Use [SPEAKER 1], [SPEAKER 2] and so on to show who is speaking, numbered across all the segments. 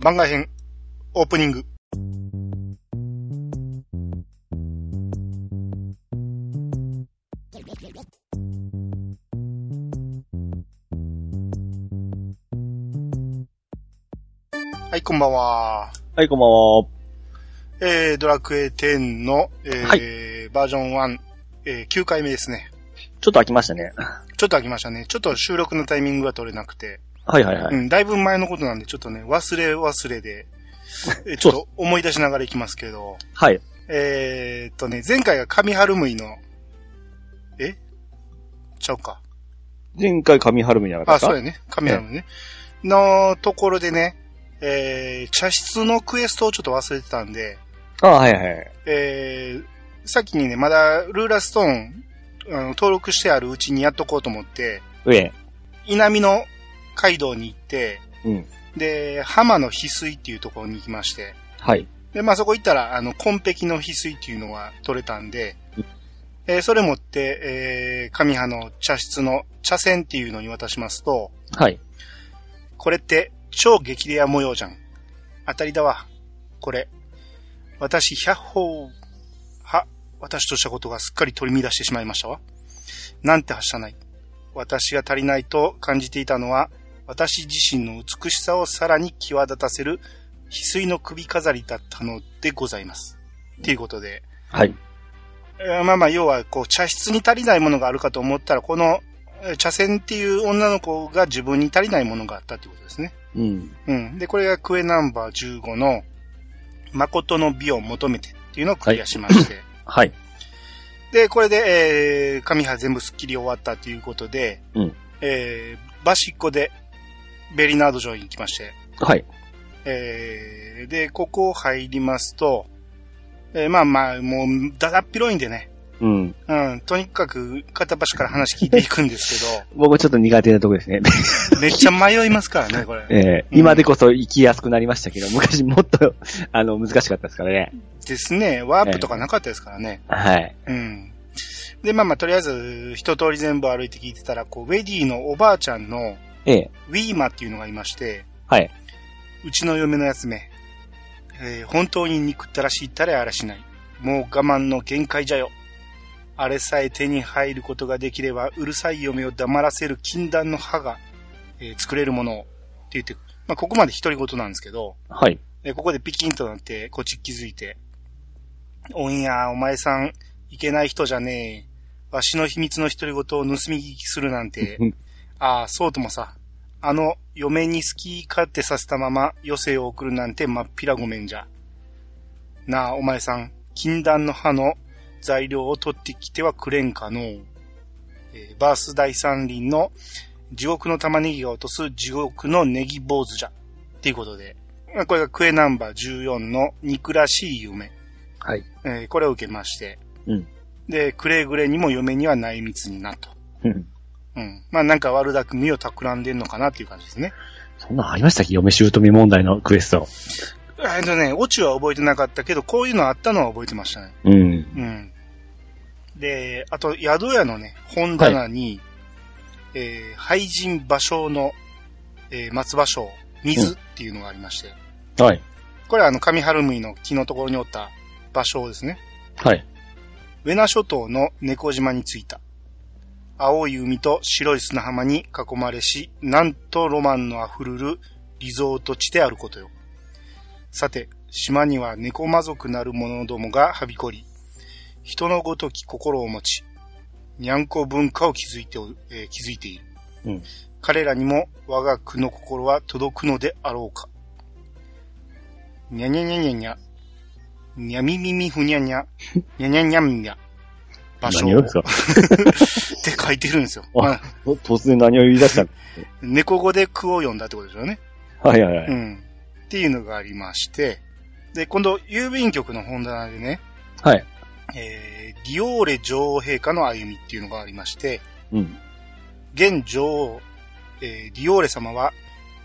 [SPEAKER 1] 番外編、オープニング。はい、こんばんは。
[SPEAKER 2] はい、こんばんは。
[SPEAKER 1] えー、ドラクエ10の、えー
[SPEAKER 2] は
[SPEAKER 1] バージョン1、えー、9回目ですね。
[SPEAKER 2] ちょっと飽きましたね。
[SPEAKER 1] ちょっと飽きましたね。ちょっと収録のタイミングが取れなくて。
[SPEAKER 2] はいはいはい。
[SPEAKER 1] うん、だいぶ前のことなんで、ちょっとね、忘れ忘れで、えーちょっと思い出しながらいきますけど、
[SPEAKER 2] はい。
[SPEAKER 1] えー、っとね、前回が神春むいの、えちゃうか。
[SPEAKER 2] 前回、神春見じゃなか
[SPEAKER 1] あ、
[SPEAKER 2] った
[SPEAKER 1] そうやね。神春むね。のところでね、えー、茶室のクエストをちょっと忘れてたんで、
[SPEAKER 2] あはいはい。
[SPEAKER 1] えー、先にね、まだルーラストーン、あの登録してあるうちにやっとこうと思って、
[SPEAKER 2] 上。
[SPEAKER 1] 稲美の街道に行って、
[SPEAKER 2] うん。
[SPEAKER 1] で、浜の翡翠っていうところに行きまして、
[SPEAKER 2] はい。
[SPEAKER 1] で、まあそこ行ったら、あの、紺碧の翡翠っていうのが取れたんで、えーそれ持って、えー、神葉の茶室の茶筅っていうのに渡しますと、
[SPEAKER 2] はい。
[SPEAKER 1] これって超激レア模様じゃん。当たりだわ。これ。私、百歩は、私としたことがすっかり取り乱してしまいましたわ。なんてはしたない。私が足りないと感じていたのは、私自身の美しさをさらに際立たせる、翡翠の首飾りだったのでございます。っていうことで、
[SPEAKER 2] はい。
[SPEAKER 1] えーまあまあ、要は、こう、茶室に足りないものがあるかと思ったら、この、えー茶筅っていう女の子が自分に足りないものがあったってことですね。
[SPEAKER 2] うん。
[SPEAKER 1] うん。で、これがクエナンバー15の、誠の美を求めてっていうのをクリアしまして。
[SPEAKER 2] はい。
[SPEAKER 1] で、これで、えー、神派全部スッキリ終わったということで、
[SPEAKER 2] うん
[SPEAKER 1] えー、バシッコで、ベリナード城に行きまして、
[SPEAKER 2] はい。
[SPEAKER 1] えー、で、ここ入りますと、えー、まあまあ、もう、だだっ広いんでね、
[SPEAKER 2] うん。
[SPEAKER 1] うん、とにかく、片っ端から話聞いていくんです
[SPEAKER 2] 僕ちょっと苦手なとこ ですね。
[SPEAKER 1] けど、めっちゃ迷いますからね、これ。
[SPEAKER 2] えー、今でこそ行きやすくなりましたけど、昔もっと、 あの、難しかったですからね。
[SPEAKER 1] ですね、ワープとかなかったですからね。
[SPEAKER 2] はい。
[SPEAKER 1] うん。で、まあまあ、とりあえず、一通り全部歩いて聞いてたら、こう、ウェディのおばあちゃんの、
[SPEAKER 2] ええ
[SPEAKER 1] ウィーマっていうのがいまして、
[SPEAKER 2] はい。
[SPEAKER 1] うちの嫁のやつめ、えー本当に憎ったらしいったらやらしない。もう我慢の限界じゃよ。あれさえ手に入ることができれば、うるさい嫁を黙らせる禁断の歯が、えー作れるものを、って言って、まあ、ここまで独り言なんですけど、
[SPEAKER 2] はい。
[SPEAKER 1] で、ここでピキンとなって、こっち気づいて。おんや、お前さん、いけない人じゃねえ。わしの秘密の独り言を盗み聞きするなんて。ああ、そうともさ。あの、嫁に好き勝手させたまま余生を送るなんてまっぴらごめんじゃ。なあ、お前さん、禁断の歯の材料を取ってきてはくれんかのう。えーバース第三輪の地獄の玉ねぎが落とす地獄のネギ坊主じゃ。っていうことで。まあこれがクエナンバー14の憎らしい夢。
[SPEAKER 2] はい。
[SPEAKER 1] えーこれを受けまして。
[SPEAKER 2] うん
[SPEAKER 1] で、くれぐれにも嫁には内密になと。
[SPEAKER 2] うん。
[SPEAKER 1] うん。まあなんか悪だくみを企んでんのかなっていう感じですね。
[SPEAKER 2] そんなんありましたっけ嫁姑問題のクエスト。
[SPEAKER 1] えっとね、オチは覚えてなかったけど、こういうのあったのは覚えてましたね。
[SPEAKER 2] うん。
[SPEAKER 1] うん。で、あと、宿屋のね、本棚に、えー廃人芭蕉の、えー松芭蕉、水っていうのがありまして。
[SPEAKER 2] はい。
[SPEAKER 1] これはあの、上春海の木のところにおった芭蕉ですね。
[SPEAKER 2] はい。
[SPEAKER 1] ウェナ諸島の猫島に着いた。青い海と白い砂浜に囲まれし、なんとロマンの溢れるリゾート地であることよ。さて、島には猫魔族なる者どもがはびこり、人のごとき心を持ち、にゃんこ文化を築いておる、えー築いている。
[SPEAKER 2] うん
[SPEAKER 1] 彼らにも我が国の心は届くのであろうか。にゃにゃにゃにゃにゃ、にゃみみみふにゃに ゃ、にゃにゃにゃんにゃ、場所
[SPEAKER 2] 何を
[SPEAKER 1] を
[SPEAKER 2] で。 す
[SPEAKER 1] って
[SPEAKER 2] か
[SPEAKER 1] 書いてるんですよ。
[SPEAKER 2] あ
[SPEAKER 1] まあ、
[SPEAKER 2] お突然何を言い出したの
[SPEAKER 1] 猫語で句を読んだってことですよね。
[SPEAKER 2] はいはいは
[SPEAKER 1] う
[SPEAKER 2] い。
[SPEAKER 1] ん。っていうのがありまして、で、今度、郵便局の本棚でね、
[SPEAKER 2] はい。
[SPEAKER 1] えー、ディオーレ女王陛下の歩みっていうのがありまして、
[SPEAKER 2] うん。
[SPEAKER 1] 現女王、えーディオーレ様は、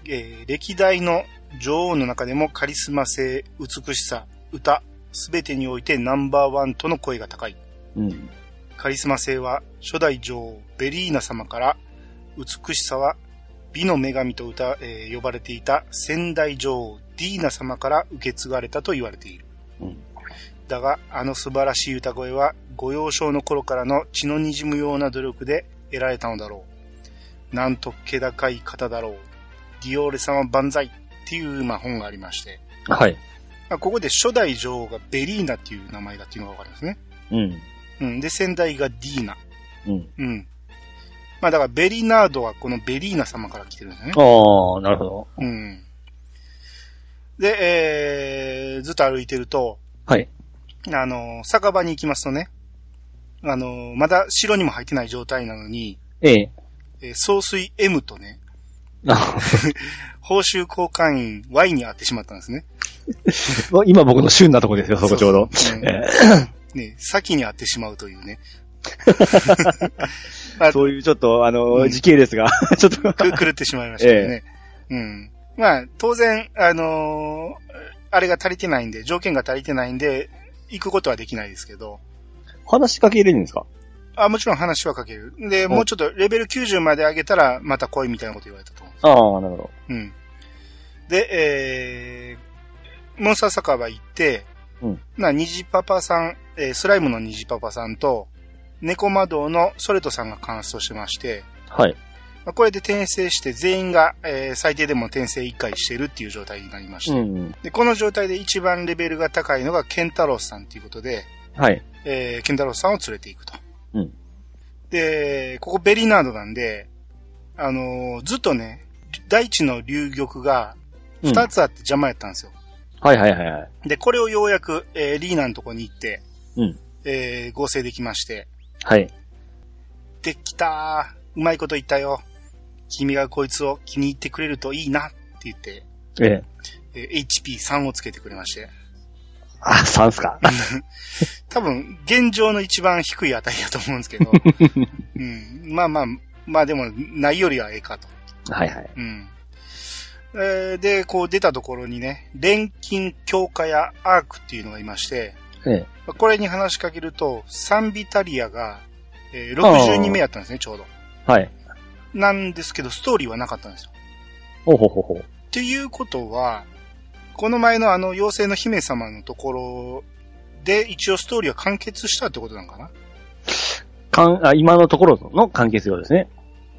[SPEAKER 1] えー歴代の女王の中でもカリスマ性、美しさ、歌、すべてにおいてナンバーワンとの声が高い。
[SPEAKER 2] うん。
[SPEAKER 1] カリスマ性は初代女王ベリーナ様から、美しさは美の女神と歌、えー呼ばれていた仙台女王ディーナ様から受け継がれたと言われている。
[SPEAKER 2] うん
[SPEAKER 1] だが、あの素晴らしい歌声は、ご幼少の頃からの血の滲むような努力で得られたのだろう。なんと気高い方だろう。ディオーレ様万歳っていう、まあ、本がありまして、
[SPEAKER 2] はい。
[SPEAKER 1] まあ、ここで初代女王がベリーナっていう名前だっていうのがわかりますね。
[SPEAKER 2] うん。
[SPEAKER 1] うん。で、仙台がディーナ。
[SPEAKER 2] うん。
[SPEAKER 1] うん。まあだからベリナードはこのベリーナ様から来てるんだよね。
[SPEAKER 2] ああ、なるほど。
[SPEAKER 1] うん。で、えー、ずっと歩いてると、
[SPEAKER 2] はい。
[SPEAKER 1] あの、酒場に行きますとね、あの、まだ城にも入ってない状態なのに、
[SPEAKER 2] ええ。
[SPEAKER 1] えー総帥 M とね、
[SPEAKER 2] あ
[SPEAKER 1] 報酬交換員 Y に会ってしまったんですね。
[SPEAKER 2] 今僕の旬なとこですよ、そこちょうど。
[SPEAKER 1] そうそう。
[SPEAKER 2] え
[SPEAKER 1] うんね、先に会ってしまうというね。
[SPEAKER 2] えそういうちょっと、あの、
[SPEAKER 1] うん
[SPEAKER 2] 時系列が、 ちょっと、
[SPEAKER 1] く 狂ってしまいましたよね。うん。まあ、当然、あのーあれが足りてないんで、条件が足りてないんで、行くことはできないですけど、
[SPEAKER 2] 話しかけれるんですか
[SPEAKER 1] あもちろん話はかける。で、
[SPEAKER 2] ん
[SPEAKER 1] もうちょっとレベル90まで上げたら、また来いみたいなこと言われたと思
[SPEAKER 2] ああ、なるほど。
[SPEAKER 1] う。うん。で、えー、モンスター酒場行って、
[SPEAKER 2] うん
[SPEAKER 1] な、虹パパさん、えースライムの虹パパさんと、猫魔道のソレトさんがカンストしてまして、
[SPEAKER 2] はい。
[SPEAKER 1] まあこれで転生して全員が、えー最低でも転生1回してるっていう状態になりました。
[SPEAKER 2] うん。
[SPEAKER 1] で、この状態で一番レベルが高いのがケンタロウさんということで、
[SPEAKER 2] はい。
[SPEAKER 1] えー、ケンタロウさんを連れていくと。
[SPEAKER 2] うん
[SPEAKER 1] で、ここベリナードなんで、あのーずっとね、大地の流玉が
[SPEAKER 2] うん
[SPEAKER 1] 2つあって邪魔やったんですよ。
[SPEAKER 2] はいはいはいはい。
[SPEAKER 1] で、これをようやく、えーリーナのとこに行って、
[SPEAKER 2] うん
[SPEAKER 1] えー合成できまして、
[SPEAKER 2] はい。
[SPEAKER 1] できたーうまいこと言ったよ君がこいつを気に入ってくれるといいなって言って、
[SPEAKER 2] ええ。
[SPEAKER 1] えー HP3 をつけてくれまして。
[SPEAKER 2] あ、3っすか。
[SPEAKER 1] 多分、現状の一番低い値だと思うんですけ ど。うん、まあまあ、まあでも、ないよりはええかと。
[SPEAKER 2] はいはい。
[SPEAKER 1] うん。えーで、こう出たところにね、錬金強化やアークっていうのがいまして、
[SPEAKER 2] ええ。
[SPEAKER 1] これに話しかけると、サンビタリアが、えー62名やったんですね、ちょうど。
[SPEAKER 2] はい。
[SPEAKER 1] なんですけど、ストーリーはなかったんですよ。
[SPEAKER 2] おほほほ。
[SPEAKER 1] っていうことは、この前のあの妖精の姫様のところで一応ストーリーは完結したってことなのかな
[SPEAKER 2] かん、あ、今のところの完結ようですね。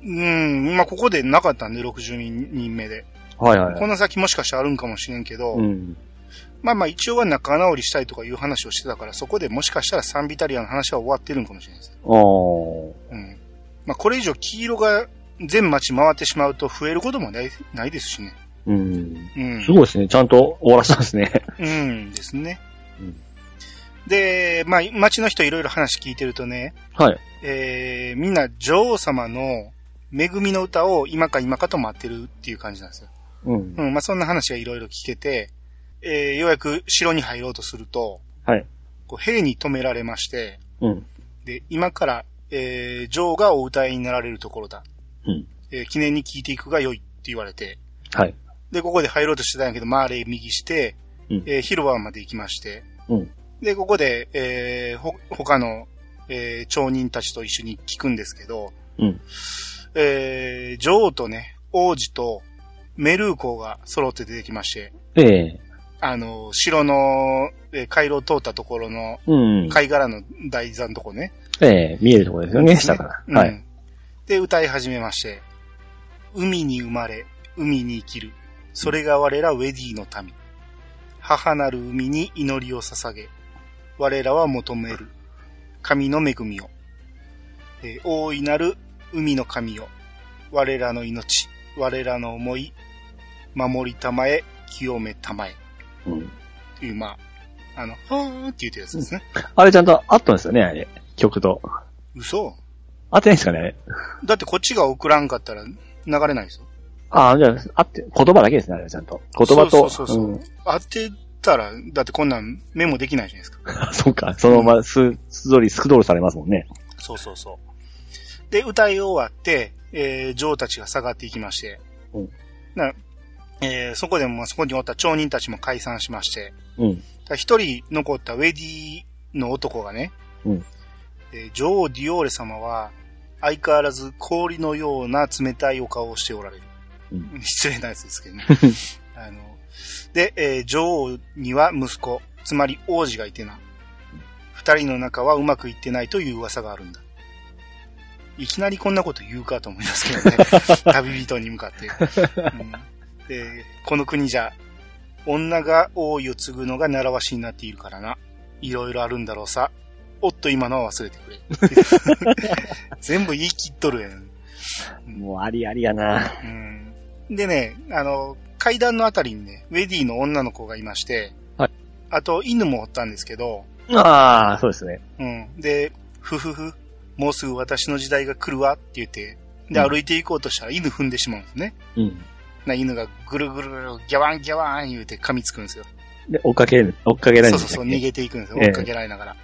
[SPEAKER 1] うん、まあここでなかったんで、60人目で。
[SPEAKER 2] はいはいは
[SPEAKER 1] こ
[SPEAKER 2] い。
[SPEAKER 1] の先もしかしたらあるんかもしれんけど、
[SPEAKER 2] うん。
[SPEAKER 1] まあまあ一応は仲直りしたいとかいう話をしてたから、そこでもしかしたらサンビタリアの話は終わってるんかもしれないです。
[SPEAKER 2] おー。
[SPEAKER 1] うん。まあこれ以上黄色が全町回ってしまうと増えることもないないですしね。
[SPEAKER 2] うん。
[SPEAKER 1] うん。
[SPEAKER 2] すごいですね。ちゃんと終わらせたんですね。
[SPEAKER 1] うんですね。
[SPEAKER 2] うん
[SPEAKER 1] で、まあ町の人いろいろ話聞いてるとね、
[SPEAKER 2] はい。
[SPEAKER 1] えー、みんな女王様の恵みの歌を今か今かと待ってるっていう感じなんですよ。
[SPEAKER 2] うん。
[SPEAKER 1] うん、まあそんな話がいろいろ聞けて、えー、ようやく城に入ろうとすると、
[SPEAKER 2] はい。
[SPEAKER 1] こう兵に止められまして、
[SPEAKER 2] うん。
[SPEAKER 1] で、今から、えー、女王がお歌いになられるところだ。
[SPEAKER 2] うん。
[SPEAKER 1] えー記念に聞いていくが良いって言われて、
[SPEAKER 2] はい。
[SPEAKER 1] で、ここで入ろうとしてたんやけど、マーレー右して、
[SPEAKER 2] うん
[SPEAKER 1] えー広場まで行きまして、
[SPEAKER 2] うん。
[SPEAKER 1] で、ここで、えーほ、他の、えー町人たちと一緒に聞くんですけど、
[SPEAKER 2] うん。
[SPEAKER 1] えー女王とね、王子とメルー公が揃って出てきまして、
[SPEAKER 2] ええ。
[SPEAKER 1] あの、城の、えー回廊を通ったところの
[SPEAKER 2] うん。
[SPEAKER 1] 貝殻の台座のとこね。
[SPEAKER 2] ええ。見えるところですよね、下か
[SPEAKER 1] うん
[SPEAKER 2] ら。はい。
[SPEAKER 1] で、歌い始めまして、海に生まれ、海に生きる。それが我らウェディの民。母なる海に祈りを捧げ、我らは求める。神の恵みを。えー大いなる海の神よ。我らの命、我らの思い、守りたまえ、清めたまえ。
[SPEAKER 2] うん。
[SPEAKER 1] という、まあ、あの、はーんって言ってるやつですね。
[SPEAKER 2] あれちゃんとあったんですよね、あれ。曲と。
[SPEAKER 1] 嘘
[SPEAKER 2] 合ってないですかね、あれ。
[SPEAKER 1] だってこっちが送らんかったら流れないですよ。
[SPEAKER 2] ああ、じゃあ、合って、言葉だけですね、あれはちゃんと。言葉と。
[SPEAKER 1] そうそうそうそう、
[SPEAKER 2] うん
[SPEAKER 1] 当てたら、だってこんなんメモできないじゃないですか。
[SPEAKER 2] そうか、そのまま、す、素通り、スクドールされますもんね。
[SPEAKER 1] そうそうそう。で、歌い終わって、えー、女王たちが下がっていきまして。
[SPEAKER 2] うん
[SPEAKER 1] なえーそこでも、そこにおった町人たちも解散しまして。
[SPEAKER 2] うん。
[SPEAKER 1] ただ一人残ったウェディの男がね、
[SPEAKER 2] うん
[SPEAKER 1] えー女王ディオーレ様は、相変わらず氷のような冷たいお顔をしておられる。
[SPEAKER 2] う ん
[SPEAKER 1] 失礼なやつですけ どね。あの、で、えー女王には息子、つまり王子がいてな。二人の仲はうまくいってないという噂があるんだ。いきなりこんなこと言うかと思いますけ どね。旅人に向かって、うんで。この国じゃ、女が王位を継ぐのが習わしになっているからな。いろいろあるんだろうさ。おっと今のは忘れて くれ。全部言い切っとるやん。
[SPEAKER 2] もうありありやな。
[SPEAKER 1] うんでね、あの、階段のあたりにね、ウェディの女の子がいまして、
[SPEAKER 2] はい
[SPEAKER 1] あと、犬もおったんですけど、
[SPEAKER 2] ああ、そうですね。
[SPEAKER 1] うん。で、ふふふ、もうすぐ私の時代が来るわって言って、で、
[SPEAKER 2] うん
[SPEAKER 1] 歩いていこうとしたら犬踏んでしまうんですね。
[SPEAKER 2] うん。
[SPEAKER 1] な犬がぐるぐるぐるギャワンギャワン言うて噛みつくんですよ。
[SPEAKER 2] で、追っかける、追っかけ
[SPEAKER 1] そ
[SPEAKER 2] られる
[SPEAKER 1] うんそ
[SPEAKER 2] で
[SPEAKER 1] う
[SPEAKER 2] した
[SPEAKER 1] そ
[SPEAKER 2] っ
[SPEAKER 1] う、
[SPEAKER 2] け
[SPEAKER 1] 逃げていくんですよ。
[SPEAKER 2] ええ
[SPEAKER 1] 追っかけられながら。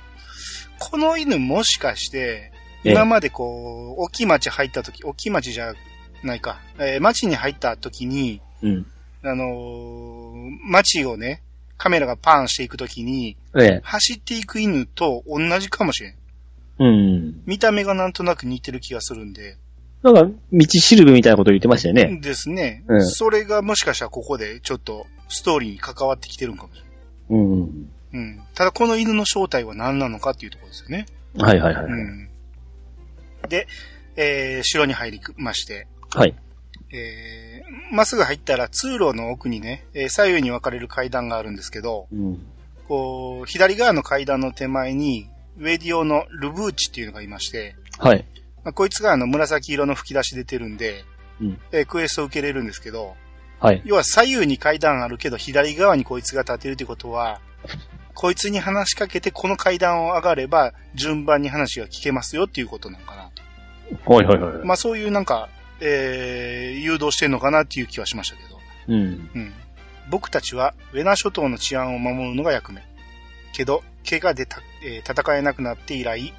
[SPEAKER 1] この犬もしかして、
[SPEAKER 2] ええ
[SPEAKER 1] 今までこう、大きい町入った時、大きい町じゃないか、えー町に入った時に、
[SPEAKER 2] うん。
[SPEAKER 1] あのー街をね、カメラがパンしていくときに、
[SPEAKER 2] ええ。
[SPEAKER 1] 走っていく犬と同じかもしれん。
[SPEAKER 2] うん。
[SPEAKER 1] 見た目がなんとなく似てる気がするんで。
[SPEAKER 2] なんか、道しるべみたいなこと言ってましたよね。
[SPEAKER 1] ですね。
[SPEAKER 2] うん
[SPEAKER 1] それがもしかしたらここでちょっとストーリーに関わってきてるんかもしれん。
[SPEAKER 2] うん。
[SPEAKER 1] うん。ただこの犬の正体は何なのかっていうところですよね。
[SPEAKER 2] はいはいはい。
[SPEAKER 1] うん。で、えー、城に入りまして、
[SPEAKER 2] はい。
[SPEAKER 1] えー、まっすぐ入ったら通路の奥にね、えー左右に分かれる階段があるんですけど、
[SPEAKER 2] うん。
[SPEAKER 1] こう、左側の階段の手前に、ウェディオのルブーチっていうのがいまして、
[SPEAKER 2] はい。
[SPEAKER 1] まあ、こいつがあの紫色の吹き出し出てるんで、
[SPEAKER 2] うん
[SPEAKER 1] えークエストを受けれるんですけど、
[SPEAKER 2] はい。
[SPEAKER 1] 要は左右に階段あるけど左側にこいつが立てるってことは、こいつに話しかけてこの階段を上がれば順番に話が聞けますよっていうことなのかなと。
[SPEAKER 2] はいはいはい。
[SPEAKER 1] まあそういうなんか、えー、誘導してんのかなっていう気はしましたけど。
[SPEAKER 2] うん。
[SPEAKER 1] うん。僕たちはウェナ諸島の治安を守るのが役目。けど、怪我でた、えー戦えなくなって以来、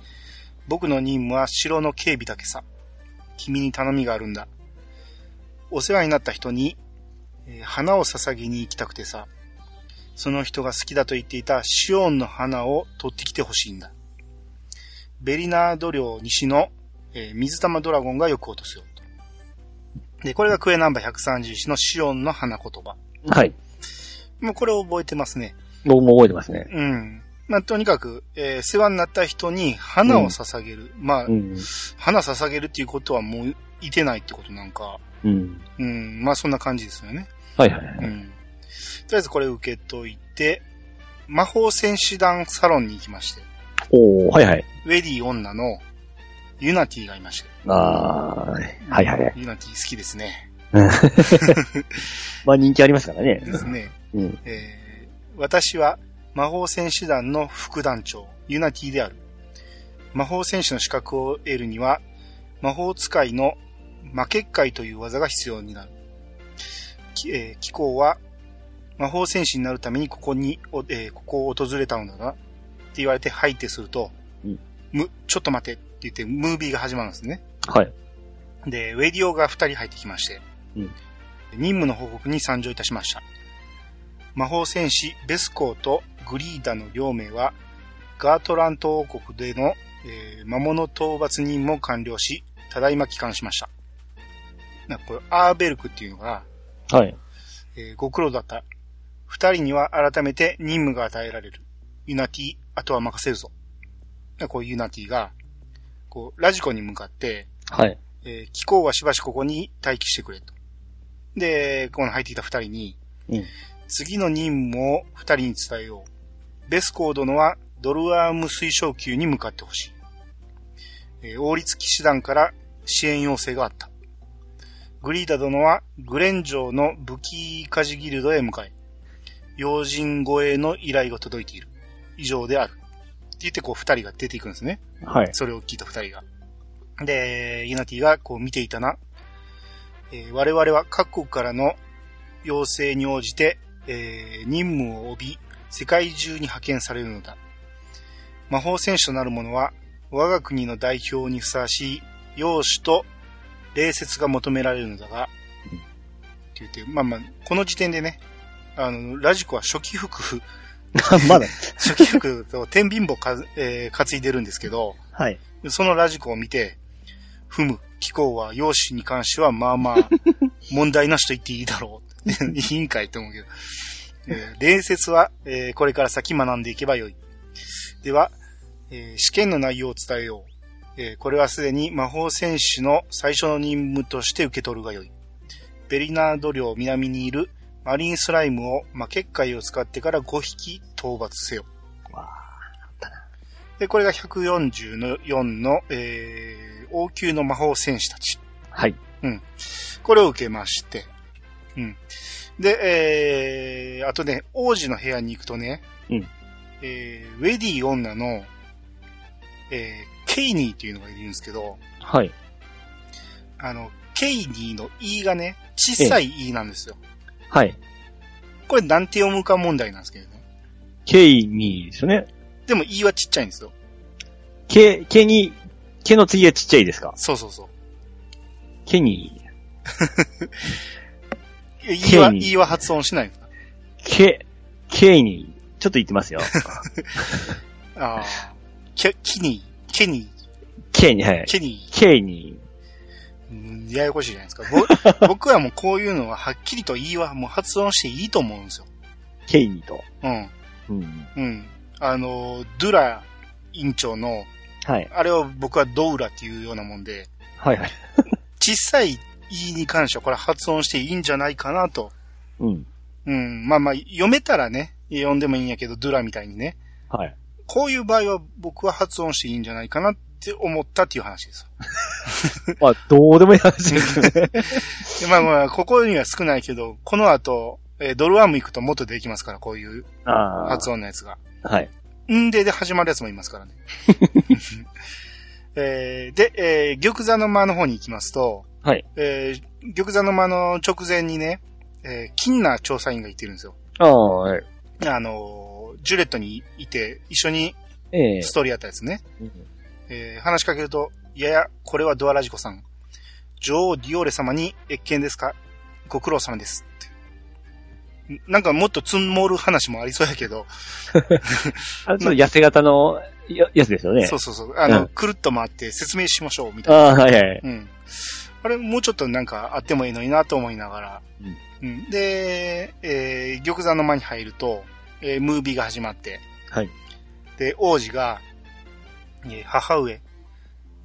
[SPEAKER 1] 僕の任務は城の警備だけさ。君に頼みがあるんだ。お世話になった人に、えー花を捧げに行きたくてさ。その人が好きだと言っていたシオンの花を取ってきてほしいんだ。ベリナード領西の、えー水玉ドラゴンがよく落とすよ。で、これがクエナンバー131のシオンの花言葉。
[SPEAKER 2] はい。
[SPEAKER 1] もうこれを覚えてますね。
[SPEAKER 2] 僕も覚えてますね。
[SPEAKER 1] うん。まあ、とにかく、えー世話になった人に花を捧げる。まあ、
[SPEAKER 2] うん。
[SPEAKER 1] 花捧げるっていうことはもういてないってことなんか。
[SPEAKER 2] うん。
[SPEAKER 1] うん。まあ、そんな感じですよね。
[SPEAKER 2] はいはいは
[SPEAKER 1] う
[SPEAKER 2] い。
[SPEAKER 1] ん。とりあえずこれ受けといて、魔法戦士団サロンに行きまして、
[SPEAKER 2] おー、はいはい。
[SPEAKER 1] ウェディ女のユナティがいまして。
[SPEAKER 2] あー、はいはいはい。
[SPEAKER 1] ユナティ好きですね。
[SPEAKER 2] まあ人気ありますからね
[SPEAKER 1] で。すね。
[SPEAKER 2] うん。
[SPEAKER 1] えー私は魔法戦士団の副団長、ユナティである。魔法戦士の資格を得るには、魔法使いの魔結界という技が必要になる。きえー、機構は、魔法戦士になるためにここに、おえーここを訪れたのだな、って言われて、はいってすると、
[SPEAKER 2] うん
[SPEAKER 1] む、ちょっと待てって言って、ムービーが始まるんですね。
[SPEAKER 2] はい。
[SPEAKER 1] で、ウェディオが2人入ってきまして、
[SPEAKER 2] うん
[SPEAKER 1] 任務の報告に参上いたしました。魔法戦士ベスコーとグリーダの両名は、ガートラント王国での、えー魔物討伐任務を完了し、ただいま帰還しました。なこれ、アーベルクっていうのが、
[SPEAKER 2] はい。
[SPEAKER 1] えーご苦労だった。二人には改めて任務が与えられる。ユナティ、あとは任せるぞ。なこう、ユナティが、こう、ラジコに向かって、
[SPEAKER 2] はい。
[SPEAKER 1] えー気候はしばしここに待機してくれと。で、この入ってきた二人に、
[SPEAKER 2] うん
[SPEAKER 1] 次の任務を二人に伝えよう。ベスコー殿はドルアーム推奨級に向かってほしい。えー王立騎士団から支援要請があった。グリーダ殿はグレン城の武器家事ギルドへ向かえ。用心護衛の依頼が届いている。以上である。って言ってこう二人が出ていくんですね。
[SPEAKER 2] はい。
[SPEAKER 1] それを聞いた二人が。で、ユナティがこう見ていたな。えー我々は各国からの要請に応じて、えー任務を帯び、世界中に派遣されるのだ。魔法戦士となる者は、我が国の代表にふさわしい、容姿と礼節が求められるのだが、
[SPEAKER 2] うん
[SPEAKER 1] って言って、まあまあ、この時点でね、あの、ラジコは初期服、
[SPEAKER 2] まだ。
[SPEAKER 1] 初期服と天秤棒か、えー担いでるんですけど、
[SPEAKER 2] はい。
[SPEAKER 1] そのラジコを見て、ふむ、気候は容姿に関してはまあまあ、問題なしと言っていいだろう。いいんかいって思うけど。えー伝説は、えーこれから先学んでいけばよい。では、えー試験の内容を伝えよう。えーこれはすでに魔法戦士の最初の任務として受け取るがよい。ベリナード領南にいるマリンスライムを魔結界を使ってから5匹討伐せよ。
[SPEAKER 2] わ
[SPEAKER 1] で、これが144の、えー王宮の魔法戦士たち。
[SPEAKER 2] はい。
[SPEAKER 1] これを受けまして。うん。で、えー、あとね、王子の部屋に行くとね、
[SPEAKER 2] うん
[SPEAKER 1] えー、ウェディ女の、えー、ケイニーっていうのがいるんですけど、
[SPEAKER 2] はい。
[SPEAKER 1] あの、ケイニーの E がね、小さい E なんですよ。
[SPEAKER 2] はい。
[SPEAKER 1] これなんて読むか問題なんですけどね。
[SPEAKER 2] ケイにですよね。
[SPEAKER 1] でも E はちっちゃいんですよ。
[SPEAKER 2] ケ、ケに、ケの次はちっちゃいですか
[SPEAKER 1] そうそうそう。
[SPEAKER 2] ケに、
[SPEAKER 1] E は、
[SPEAKER 2] ケイニー
[SPEAKER 1] E は発音しないんですか
[SPEAKER 2] ケ、ケに、ちょっと言ってますよ。
[SPEAKER 1] ああ。ケ、キニー、ケニ
[SPEAKER 2] ケに、は
[SPEAKER 1] ー、。
[SPEAKER 2] い
[SPEAKER 1] ケニー。
[SPEAKER 2] ケに、
[SPEAKER 1] うんややこしいじゃないですか。ぼ僕はもうこういうのははっきりと言いはもう発音していいと思うんですよ。
[SPEAKER 2] ケにと。
[SPEAKER 1] うん。
[SPEAKER 2] うん。
[SPEAKER 1] うん。あの、ドゥラ委員長の、
[SPEAKER 2] はい。
[SPEAKER 1] あれを僕はドウラっていうようなもんで、
[SPEAKER 2] はいはい。
[SPEAKER 1] 小さい E に関してはこれ発音していいんじゃないかなと。
[SPEAKER 2] うん。
[SPEAKER 1] うん。まあまあ、読めたらね、読んでもいいんやけど、ドゥラみたいにね。
[SPEAKER 2] はい。
[SPEAKER 1] こういう場合は僕は発音していいんじゃないかなって思ったっていう話です。
[SPEAKER 2] まあ、どうでもいい話ですけどね。
[SPEAKER 1] でまあまあ、ここには少ないけど、この後、えードルワーム行くともっとできますから、こういう
[SPEAKER 2] ああ。
[SPEAKER 1] 発音のやつが。
[SPEAKER 2] はい。
[SPEAKER 1] んでで始まるやつもいます からね。えーで、えー玉座の間の方に行きますと、
[SPEAKER 2] はい。
[SPEAKER 1] えー玉座の間の直前にね、えー金な調査員がいてるんですよ。
[SPEAKER 2] ああ、はい。
[SPEAKER 1] あのージュレットにいて、一緒に
[SPEAKER 2] ええ
[SPEAKER 1] ストーリーやったやつね。えー話しかけると、いやや、これはドアラジコさん。女王ディオーレ様に謁見ですかご苦労様です。ってんなんかもっと積もる話もありそうやけど、
[SPEAKER 2] あれ、ちょっと痩せ型のややつですよね。
[SPEAKER 1] そうそうそう、あの、
[SPEAKER 2] うん
[SPEAKER 1] くるっと回って説明しましょう、みたい
[SPEAKER 2] ああ、はいはい。
[SPEAKER 1] な。うん。あれ、もうちょっとなんかあってもいいのになと思いながら。うん。で、えー玉座の間に入ると、えームービーが始まって、
[SPEAKER 2] はい。
[SPEAKER 1] で、王子が、えー母上、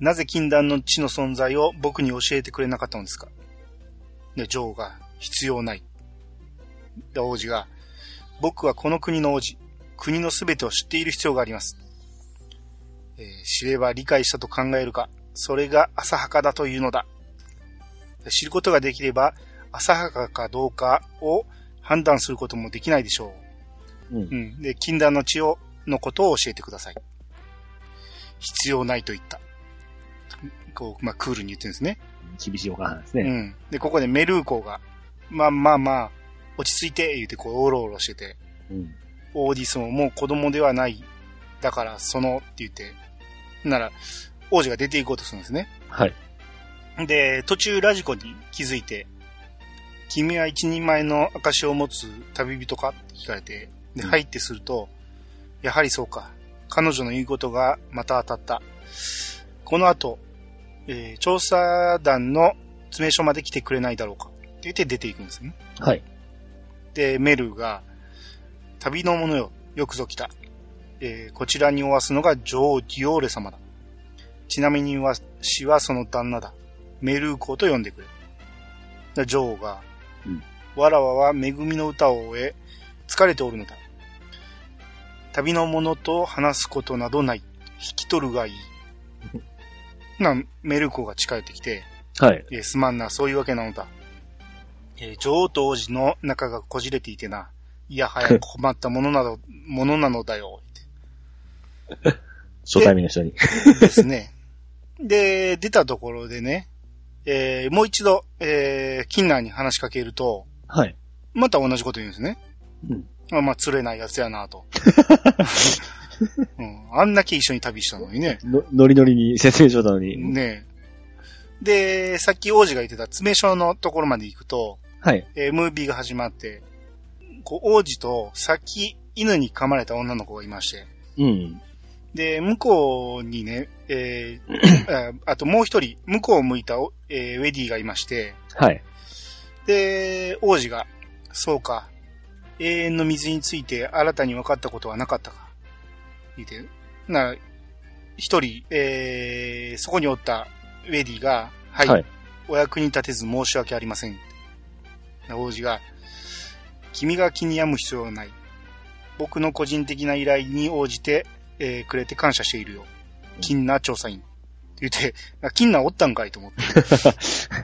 [SPEAKER 1] なぜ禁断の地の存在を僕に教えてくれなかったのですかで、女王が、必要ない。で、王子が、僕はこの国の王子、国のすべてを知っている必要があります。えー知れば理解したと考えるか、それが浅はかだというのだ。で知ることができれば、浅はかかどうかを判断することもできないでしょう。
[SPEAKER 2] うん
[SPEAKER 1] う。ん。で、禁断の血を、のことを教えてください。必要ないと言った。こう、まあ、クールに言ってるんですね。
[SPEAKER 2] 厳しいお母さんです
[SPEAKER 1] う
[SPEAKER 2] ね。
[SPEAKER 1] ん。で、ここでメルーコが、まあまあまあ、落ち着いて、言うて、こう、おろおろしてて、
[SPEAKER 2] うん。
[SPEAKER 1] オーディスももう子供ではない。だから、その、って言って、なら、王子が出て行こうとするんですね。
[SPEAKER 2] はい。
[SPEAKER 1] で、途中ラジコに気づいて、君は一人前の証を持つ旅人かって聞かれて、で、
[SPEAKER 2] うん
[SPEAKER 1] 入ってすると、やはりそうか。彼女の言うことがまた当たった。この後、えー調査団の詰め所まで来てくれないだろうか。って言って出ていくんですよね。
[SPEAKER 2] はい。
[SPEAKER 1] で、メルが、旅の者よ、よくぞ来た。えーこちらにおわすのが女王ディオーレ様だ。ちなみに私はその旦那だ。メルー公と呼んでくれ。で女王が、
[SPEAKER 2] うん
[SPEAKER 1] わらわは恵みの歌を終え、疲れておるのだ。旅の者と話すことなどない。引き取る がいい。な、メルー公が近寄ってきて、
[SPEAKER 2] はい。
[SPEAKER 1] えーすまんな、そういうわけなのだ。えー女王と王子の仲がこじれていてな、いやはや困ったものなど、ものなのだよ、
[SPEAKER 2] 初対面の人に。
[SPEAKER 1] です ね。で、出たところでね、えーもう一度、えー、キンナーに話しかけると、
[SPEAKER 2] はい。
[SPEAKER 1] また同じこと言うんですね。
[SPEAKER 2] うん。
[SPEAKER 1] まあ、まあ、釣れないやつやな と、うん。あんだけ一緒に旅したのにね。
[SPEAKER 2] のノリノリに 説明書なのに。
[SPEAKER 1] ねえで、さっき王子が言ってた詰め所のところまで行くと、
[SPEAKER 2] はい。
[SPEAKER 1] えームービーが始まって、こう、王子と先、犬に噛まれた女の子がいまして、
[SPEAKER 2] うん。
[SPEAKER 1] で、向こうにね、えーああともう一人、向こうを向いたお、えーウェディがいまして、
[SPEAKER 2] はい。
[SPEAKER 1] で、王子が、そうか、永遠の水について新たに分かったことはなかったか。言って、なら、一人、えー、そこにおったウェディが、はい、
[SPEAKER 2] はい
[SPEAKER 1] お役に立てず申し訳ありません。王子が、君が気に病む必要はない。僕の個人的な依頼に応じて、えーくれて感謝しているよ。金な調査員。って言って、あ金なおったんかいと思って。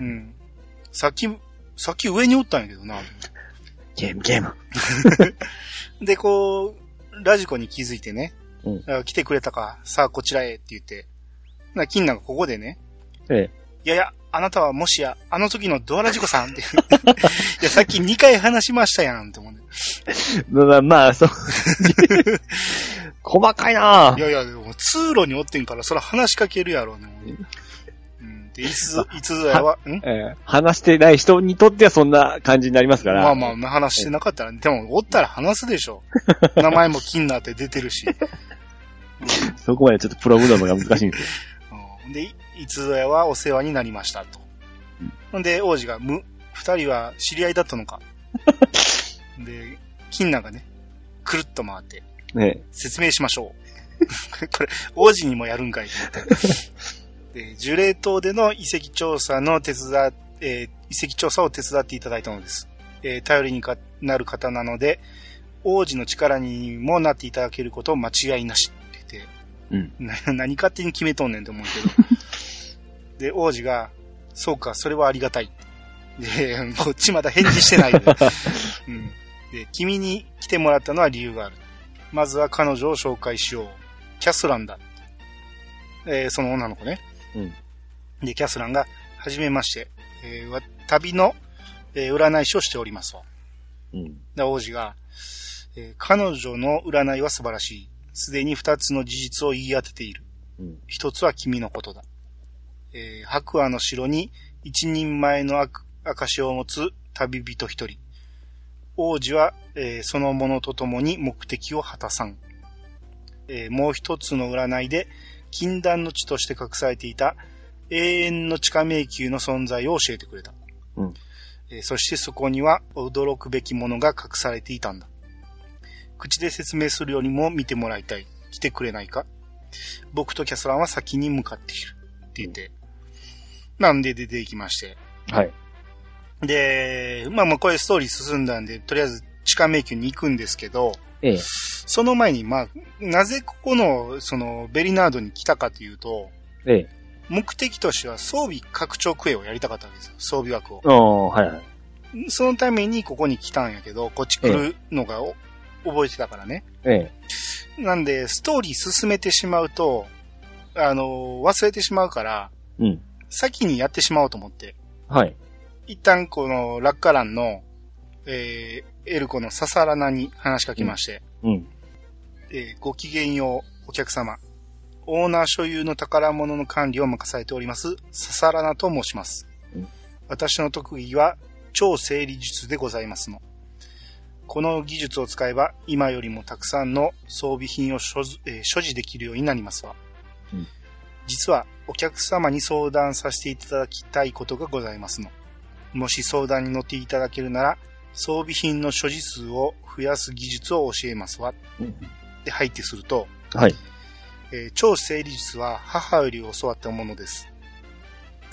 [SPEAKER 1] うん。さっき、さっき上におったんやけどな。
[SPEAKER 2] ゲーム、ゲーム。
[SPEAKER 1] で、こう、ラジコに気づいてね、
[SPEAKER 2] うん
[SPEAKER 1] あ来てくれたか、さあこちらへって言って、な、金なんかここでね、
[SPEAKER 2] え
[SPEAKER 1] いやいや、あなたはもしや、あの時のドアラジコさんって。い や、さっき2回話しましたやんって 思うね。
[SPEAKER 2] え。まあ、まあ、そう。 細かいない
[SPEAKER 1] やいや、でも通路におってんから、そら話しかけるやろうね。うん、で、いつぞ、いつぞやは、ん
[SPEAKER 2] ええ話してない人にとってはそんな感じになりますから。
[SPEAKER 1] まあまあ、話してなかったら、でも、おったら話すで しょ。名前も金なって出てるし。
[SPEAKER 2] そこまでちょっとプログラムが難しいんですよ。
[SPEAKER 1] うんで、いいつぞやはお世話になりましたと。ほんで、王子が、む、二人は知り合いだったのか。で、金なんかね、くるっと回って、
[SPEAKER 2] ね
[SPEAKER 1] 説明しましょう。 これ、王子にもやるんかいと思って。で、樹齢島での遺跡調査の手伝、えー遺跡調査を手伝っていただいたのです。えー頼りにかなる方なので、王子の力にもなっていただけること間違いなしって言って、な何勝手に決めとんねんって思うけど。で、王子が、そうか、それはありがたい。で、こっちまだ返事してないよ、うん。で、君に来てもらったのは理由がある。まずは彼女を紹介しよう。キャスランだ。えーその女の子ね。
[SPEAKER 2] うん
[SPEAKER 1] で、キャスランが、はじめまして、えーわ旅の、えー占い師をしておりますと。
[SPEAKER 2] うん。
[SPEAKER 1] で、王子が、えー彼女の占いは素晴らしい。すでに二つの事実を言い当てている。
[SPEAKER 2] うん
[SPEAKER 1] 一つは君のことだ。えー白亜の城に一人前の証証を持つ旅人一人。王子は、えーそのものと共に目的を果たさん。えーもう一つの占いで、禁断の地として隠されていた永遠の地下迷宮の存在を教えてくれた。
[SPEAKER 2] うん
[SPEAKER 1] えーそしてそこには驚くべきものが隠されていたんだ。口で説明するよりも見てもらいたい。来てくれないか僕とキャスランは先に向かっている。って言って。なんで出てきまして。
[SPEAKER 2] はい。
[SPEAKER 1] で、まあまあこれストーリー進んだんで、とりあえず地下迷宮に行くんですけど、
[SPEAKER 2] ええ。
[SPEAKER 1] その前にまあ、なぜここの、その、ベリナードに来たかというと、
[SPEAKER 2] ええ。
[SPEAKER 1] 目的としては装備拡張クエをやりたかったわけですよ。装備枠を。
[SPEAKER 2] ああ、はいはい。
[SPEAKER 1] そのためにここに来たんやけど、こっち来るのがお覚えてたからね。
[SPEAKER 2] ええ。
[SPEAKER 1] なんで、ストーリー進めてしまうと、あの、忘れてしまうから、
[SPEAKER 2] うん。
[SPEAKER 1] 先にやってしまおうと思って。
[SPEAKER 2] はい。
[SPEAKER 1] 一旦この落下欄の、えー、エルコのササラナに話しかけまして、
[SPEAKER 2] うん。
[SPEAKER 1] えーごきげんよう、お客様。オーナー所有の宝物の管理を任されております、ササラナと申します。
[SPEAKER 2] うん
[SPEAKER 1] 私の特技は、超整理術でございますの。この技術を使えば、今よりもたくさんの装備品を所,、えー所持できるようになりますわ。
[SPEAKER 2] うん
[SPEAKER 1] 実は、お客様に相談させていただきたいことがございますの。もし相談に乗っていただけるなら、装備品の所持数を増やす技術を教えますわ。で入ってすると、
[SPEAKER 2] はい。
[SPEAKER 1] えー超整理術は母より教わったものです。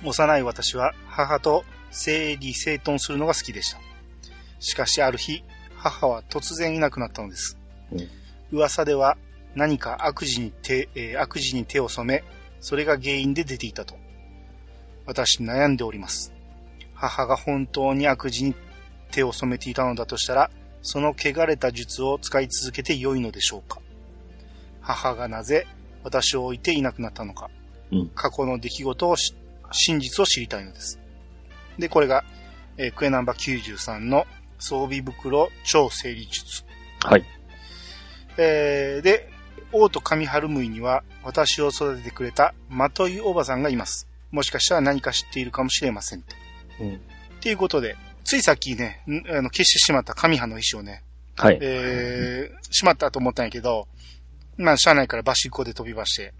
[SPEAKER 1] 幼い私は母と整理整頓するのが好きでした。しかしある日、母は突然いなくなったのです。
[SPEAKER 2] うん
[SPEAKER 1] 噂では何か悪事に手、えー悪事に手を染め、それが原因で出ていたと。私悩んでおります。母が本当に悪事に手を染めていたのだとしたら、その汚れた術を使い続けて良いのでしょうか母がなぜ私を置いていなくなったのか、
[SPEAKER 2] うん
[SPEAKER 1] 過去の出来事をし真実を知りたいのです。で、これが、えークエナンバー93の装備袋超整理術。
[SPEAKER 2] はい。
[SPEAKER 1] えーで、王と神春むいには私を育ててくれたまといおばさんがいます。もしかしたら何か知っているかもしれませんと。
[SPEAKER 2] うん
[SPEAKER 1] っていうことで、ついさっきね、んあの消してしまった神派の石をね、
[SPEAKER 2] はい。
[SPEAKER 1] えー、しまったと思ったんやけど、まあ、車内からバシッコで飛びまして、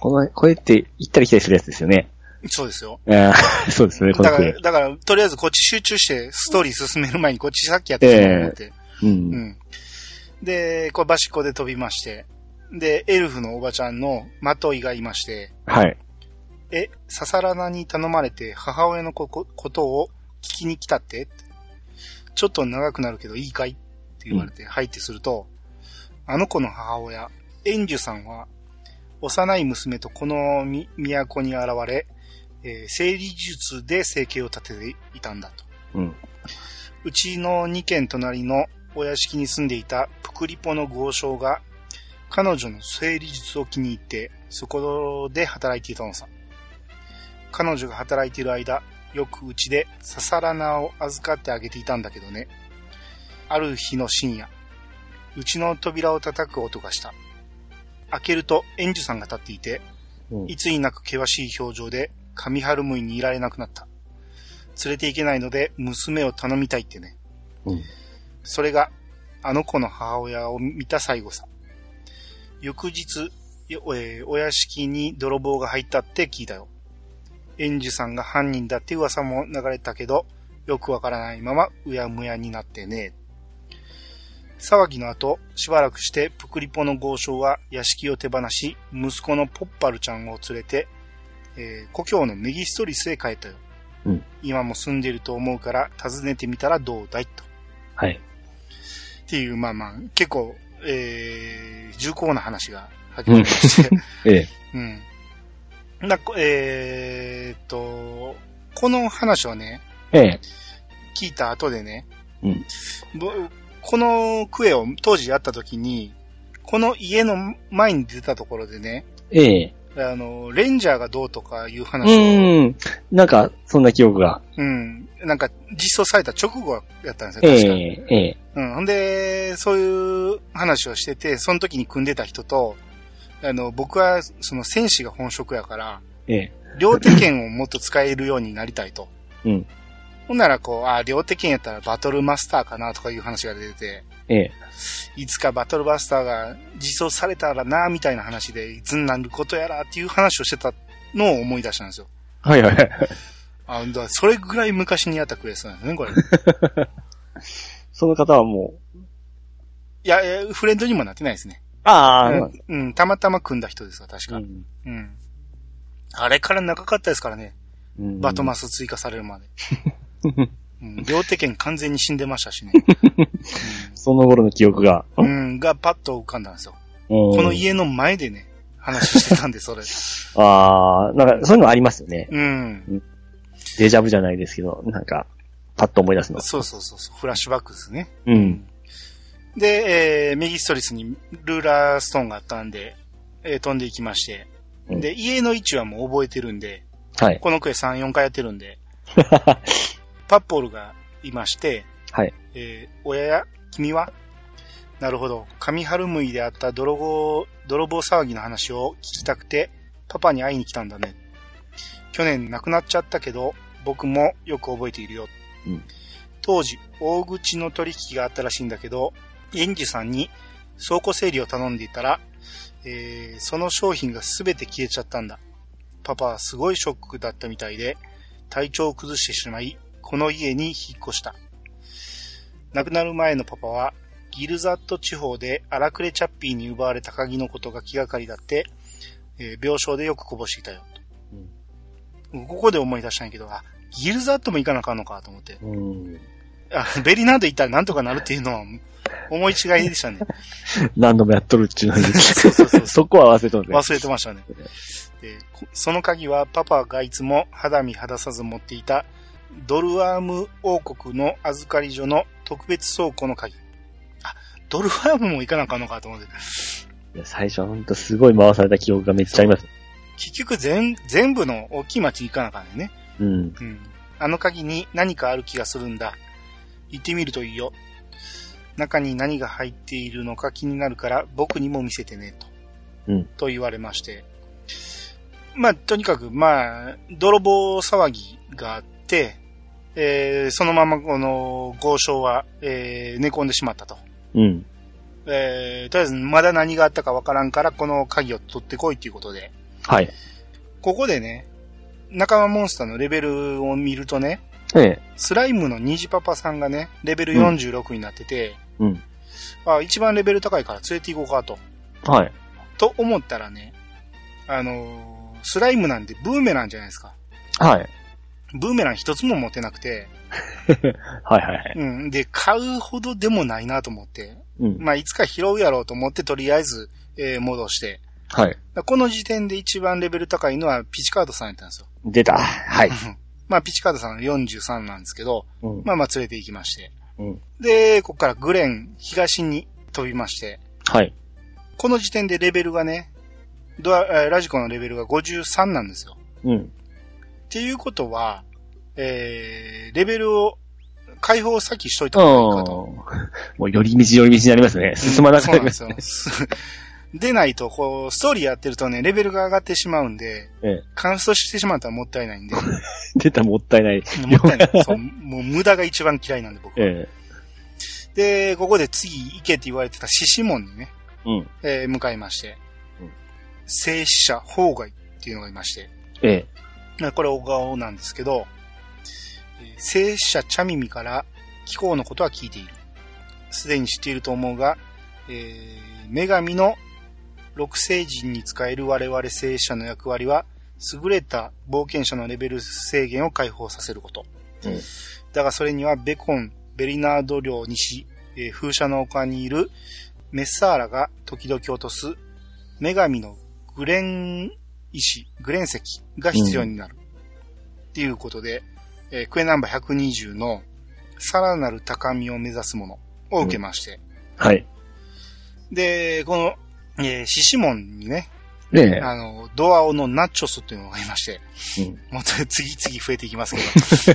[SPEAKER 2] この、これって行ったり来たりするやつですよね。
[SPEAKER 1] そうですよ。
[SPEAKER 2] えーそうですね、こ
[SPEAKER 1] だ
[SPEAKER 2] の
[SPEAKER 1] か
[SPEAKER 2] ク
[SPEAKER 1] ら、
[SPEAKER 2] エ。
[SPEAKER 1] だから、とりあえずこっち集中して、ストーリー進める前にこっちさっきやってたと思って。
[SPEAKER 2] う。
[SPEAKER 1] うんん。で、こう、バシッコで飛びまして。で、エルフのおばちゃんのマトイがいまして、
[SPEAKER 2] はい。
[SPEAKER 1] え、ササラナに頼まれて母親のここことを聞きに来たってちょっと長くなるけどいいかいって言われて入ってすると、あの子の母親、エンジュさんは、幼い娘とこのみ都に現れ、えー生理術で生計を立てていたんだと。
[SPEAKER 2] うん。
[SPEAKER 1] うちの2軒隣のお屋敷に住んでいたプクリポの豪商が、彼女の整理術を気に入って、そこで働いていたのさ。彼女が働いている間、よくうちでササラナを預かってあげていたんだけどね。ある日の深夜、うちの扉を叩く音がした。開けると、エンジュさんが立っていて、
[SPEAKER 2] うん
[SPEAKER 1] いつになく険しい表情で、上春むいにいられなくなった。連れて行けないので、娘を頼みたいってね。
[SPEAKER 2] うん。
[SPEAKER 1] それが、あの子の母親を見た最後さ。翌日、よえーお屋敷に泥棒が入ったって聞いたよ。園児さんが犯人だって噂も流れたけど、よくわからないままうやむやになってね。騒ぎの後、しばらくしてプクリポの豪商は屋敷を手放し、息子のポッパルちゃんを連れて、えー故郷のメギストリスへ帰ったよ。
[SPEAKER 2] うん
[SPEAKER 1] 今も住んでると思うから訪ねてみたらどうだいと。
[SPEAKER 2] はい。
[SPEAKER 1] っていう、まあまあ、結構、えー、重厚な話が始まりまして、
[SPEAKER 2] ええ。
[SPEAKER 1] うん。な、こえーっと、この話をね、
[SPEAKER 2] ええ。
[SPEAKER 1] 聞いた後でね、
[SPEAKER 2] うん
[SPEAKER 1] ぼこのクエを当時やった時に、この家の前に出たところでね、
[SPEAKER 2] ええ。
[SPEAKER 1] あの、レンジャーがどうとかいう
[SPEAKER 2] う
[SPEAKER 1] 話を、
[SPEAKER 2] ーん。なんか、そんな記憶が。
[SPEAKER 1] うん、なんか実装された直後やったんですよ、
[SPEAKER 2] え
[SPEAKER 1] 確か。
[SPEAKER 2] え。ええ。
[SPEAKER 1] うん。ほんで、そういう話をしてて、その時に組んでた人と、あの、僕は、その戦士が本職やから、
[SPEAKER 2] ええ。
[SPEAKER 1] 両手剣をもっと使えるようになりたいと。
[SPEAKER 2] うん。
[SPEAKER 1] ほんなら、こう、あ両手剣やったらバトルマスターかなとかいう話が出てて、
[SPEAKER 2] ええ。
[SPEAKER 1] いつかバトルマスターが実装されたらな、みたいな話で、いつになることやらっていう話をしてたのを思い出したんですよ。
[SPEAKER 2] はいはいはい。
[SPEAKER 1] あだからそれぐらい昔にやったクエストなんです ね、これ。い
[SPEAKER 2] その方はもう、
[SPEAKER 1] や、えフレンドにもなってないですね。
[SPEAKER 2] ああ、
[SPEAKER 1] うん、うん、たまたま組んだ人ですわ、確か。
[SPEAKER 2] うん
[SPEAKER 1] うん。あれから長かったですからね。
[SPEAKER 2] うん
[SPEAKER 1] バトマス追加されるま で。うん、両手剣完全に死んでましたしね。
[SPEAKER 2] その頃の記憶が。
[SPEAKER 1] うん、うんがパッと浮かんだんですよ。
[SPEAKER 2] こ
[SPEAKER 1] この。家の前でね、話してたんで、そ れ。
[SPEAKER 2] ああ、なんか、そういうのありますよね。
[SPEAKER 1] うん。
[SPEAKER 2] デジャブじゃないですけど、なんか、パッと思い出すの。
[SPEAKER 1] そうそうそうそう、フラッシュバックですね。
[SPEAKER 2] うん。
[SPEAKER 1] で、えー、メギストリスにルーラーストーンがあったんで、えー飛んでいきまして。
[SPEAKER 2] うん
[SPEAKER 1] で、家の位置はもう覚えてるんで、
[SPEAKER 2] はい。
[SPEAKER 1] このクエ3、4回やってるん で、パッポールがいまして、
[SPEAKER 2] はい。
[SPEAKER 1] えー親や君はなるほど。上春むいであった泥棒、泥棒騒ぎの話を聞きたくて、パパに会いに来たんだね。去年亡くなっちゃったけど、僕もよく覚えているよ。
[SPEAKER 2] うん
[SPEAKER 1] 当時、大口の取引があったらしいんだけど、園児さんに倉庫整理を頼んでいたら、えーその商品が全て消えちゃったんだ。パパはすごいショックだったみたいで、体調を崩してしまい、この家に引っ越した。亡くなる前のパパは、ギルザット地方で荒くれチャッピーに奪われた鍵のことが気がかりだって、えー病床でよくこぼしていたよ。ここで思い出したんやけど、あ、ギルザットも行かなあかんのかと思って。
[SPEAKER 2] うん。
[SPEAKER 1] あ、ベリナード行ったらなんとかなるっていうのは、思い違いでしたね。
[SPEAKER 2] 何度もやっとるっちゅうのに。
[SPEAKER 1] そうそうそう
[SPEAKER 2] そこは忘れとるね。
[SPEAKER 1] 忘れてましたね。でこその鍵はパパがいつも肌身離さず持っていたドルアーム王国の預かり所の特別倉庫の鍵。あ、ドルアームも行かなあかんのかと思って。
[SPEAKER 2] いや最初はほんとすごい回された記憶がめっちゃあります。
[SPEAKER 1] 結局全、全部の大きい町行かなあかんねんね。
[SPEAKER 2] うん。
[SPEAKER 1] うん。あの鍵に何かある気がするんだ。行ってみるといいよ。中に何が入っているのか気になるから僕にも見せてね、と。
[SPEAKER 2] うん
[SPEAKER 1] と言われまして。まあ、とにかく、まあ、泥棒騒ぎがあって、えーそのままこの豪商は、えー寝込んでしまったと。
[SPEAKER 2] うん。
[SPEAKER 1] えーとりあえず、まだ何があったかわからんから、この鍵を取ってこいということで。
[SPEAKER 2] はい。
[SPEAKER 1] ここでね、仲間モンスターのレベルを見るとね、
[SPEAKER 2] ええ。
[SPEAKER 1] スライムの虹パパさんがね、レベル
[SPEAKER 2] うん
[SPEAKER 1] 46になってて、
[SPEAKER 2] うん。
[SPEAKER 1] あ、一番レベル高いから連れて行こうかと。
[SPEAKER 2] はい。
[SPEAKER 1] と思ったらね、あのースライムなんてブーメランじゃないですか。
[SPEAKER 2] はい。
[SPEAKER 1] ブーメラン一つも持てなくて、
[SPEAKER 2] はいはいはい。
[SPEAKER 1] うん。で、買うほどでもないなと思って、
[SPEAKER 2] うん。
[SPEAKER 1] まあ、いつか拾うやろうと思って、とりあえず、えー戻して。
[SPEAKER 2] はい。
[SPEAKER 1] だこの時点で一番レベル高いのはピチカードさんやったんですよ。
[SPEAKER 2] 出た。はい。
[SPEAKER 1] まあ、ピチカードさんは43なんですけど、
[SPEAKER 2] うん。
[SPEAKER 1] まあまあ連れて行きまして。
[SPEAKER 2] うん
[SPEAKER 1] で、ここからグレン東に飛びまして、
[SPEAKER 2] はい。
[SPEAKER 1] この時点でレベルがね、ドアえーラジコのレベルが53なんですよ。
[SPEAKER 2] うん。
[SPEAKER 1] っていうことは、えー、レベルを解放先しといた
[SPEAKER 2] うん。
[SPEAKER 1] 方がいいかと。
[SPEAKER 2] もう寄り道寄り道になりますね。進まなくなります
[SPEAKER 1] そう
[SPEAKER 2] ね
[SPEAKER 1] なん。ですよ。 でないと、こう、ストーリーやってるとね、レベルが上がってしまうんで、
[SPEAKER 2] ええ
[SPEAKER 1] カンストしてしまったらもったいない んで、も
[SPEAKER 2] 出た、もったいない。
[SPEAKER 1] ったいない。そうもう無駄が一番嫌いなんで、僕は。
[SPEAKER 2] え
[SPEAKER 1] で、ここで次行けって言われてた獅子門にね、
[SPEAKER 2] え。うん。
[SPEAKER 1] えー向かいまして
[SPEAKER 2] うん、
[SPEAKER 1] 静止者法外っていうのがいまして、
[SPEAKER 2] ええ。
[SPEAKER 1] まあこれ小顔なんですけど、えー静止者茶耳から気候のことは聞いている。すでに知っていると思うが、えー女神の六星人に使える我々聖者の役割は、優れた冒険者のレベル制限を解放させること。
[SPEAKER 2] うん
[SPEAKER 1] だがそれにはベコン、ベリナード領西、えー風車の丘にいるメッサーラが時々落とす女神のグレン石、グレン石が必要になる。っていうことで、えークエナンバー120のさらなる高みを目指すものを受けまして、
[SPEAKER 2] はい。
[SPEAKER 1] で、この、えー獅子門にね、
[SPEAKER 2] ねえ。
[SPEAKER 1] あの、ドアオのナチョスというのがいまして、
[SPEAKER 2] うん
[SPEAKER 1] もう次々増えていきます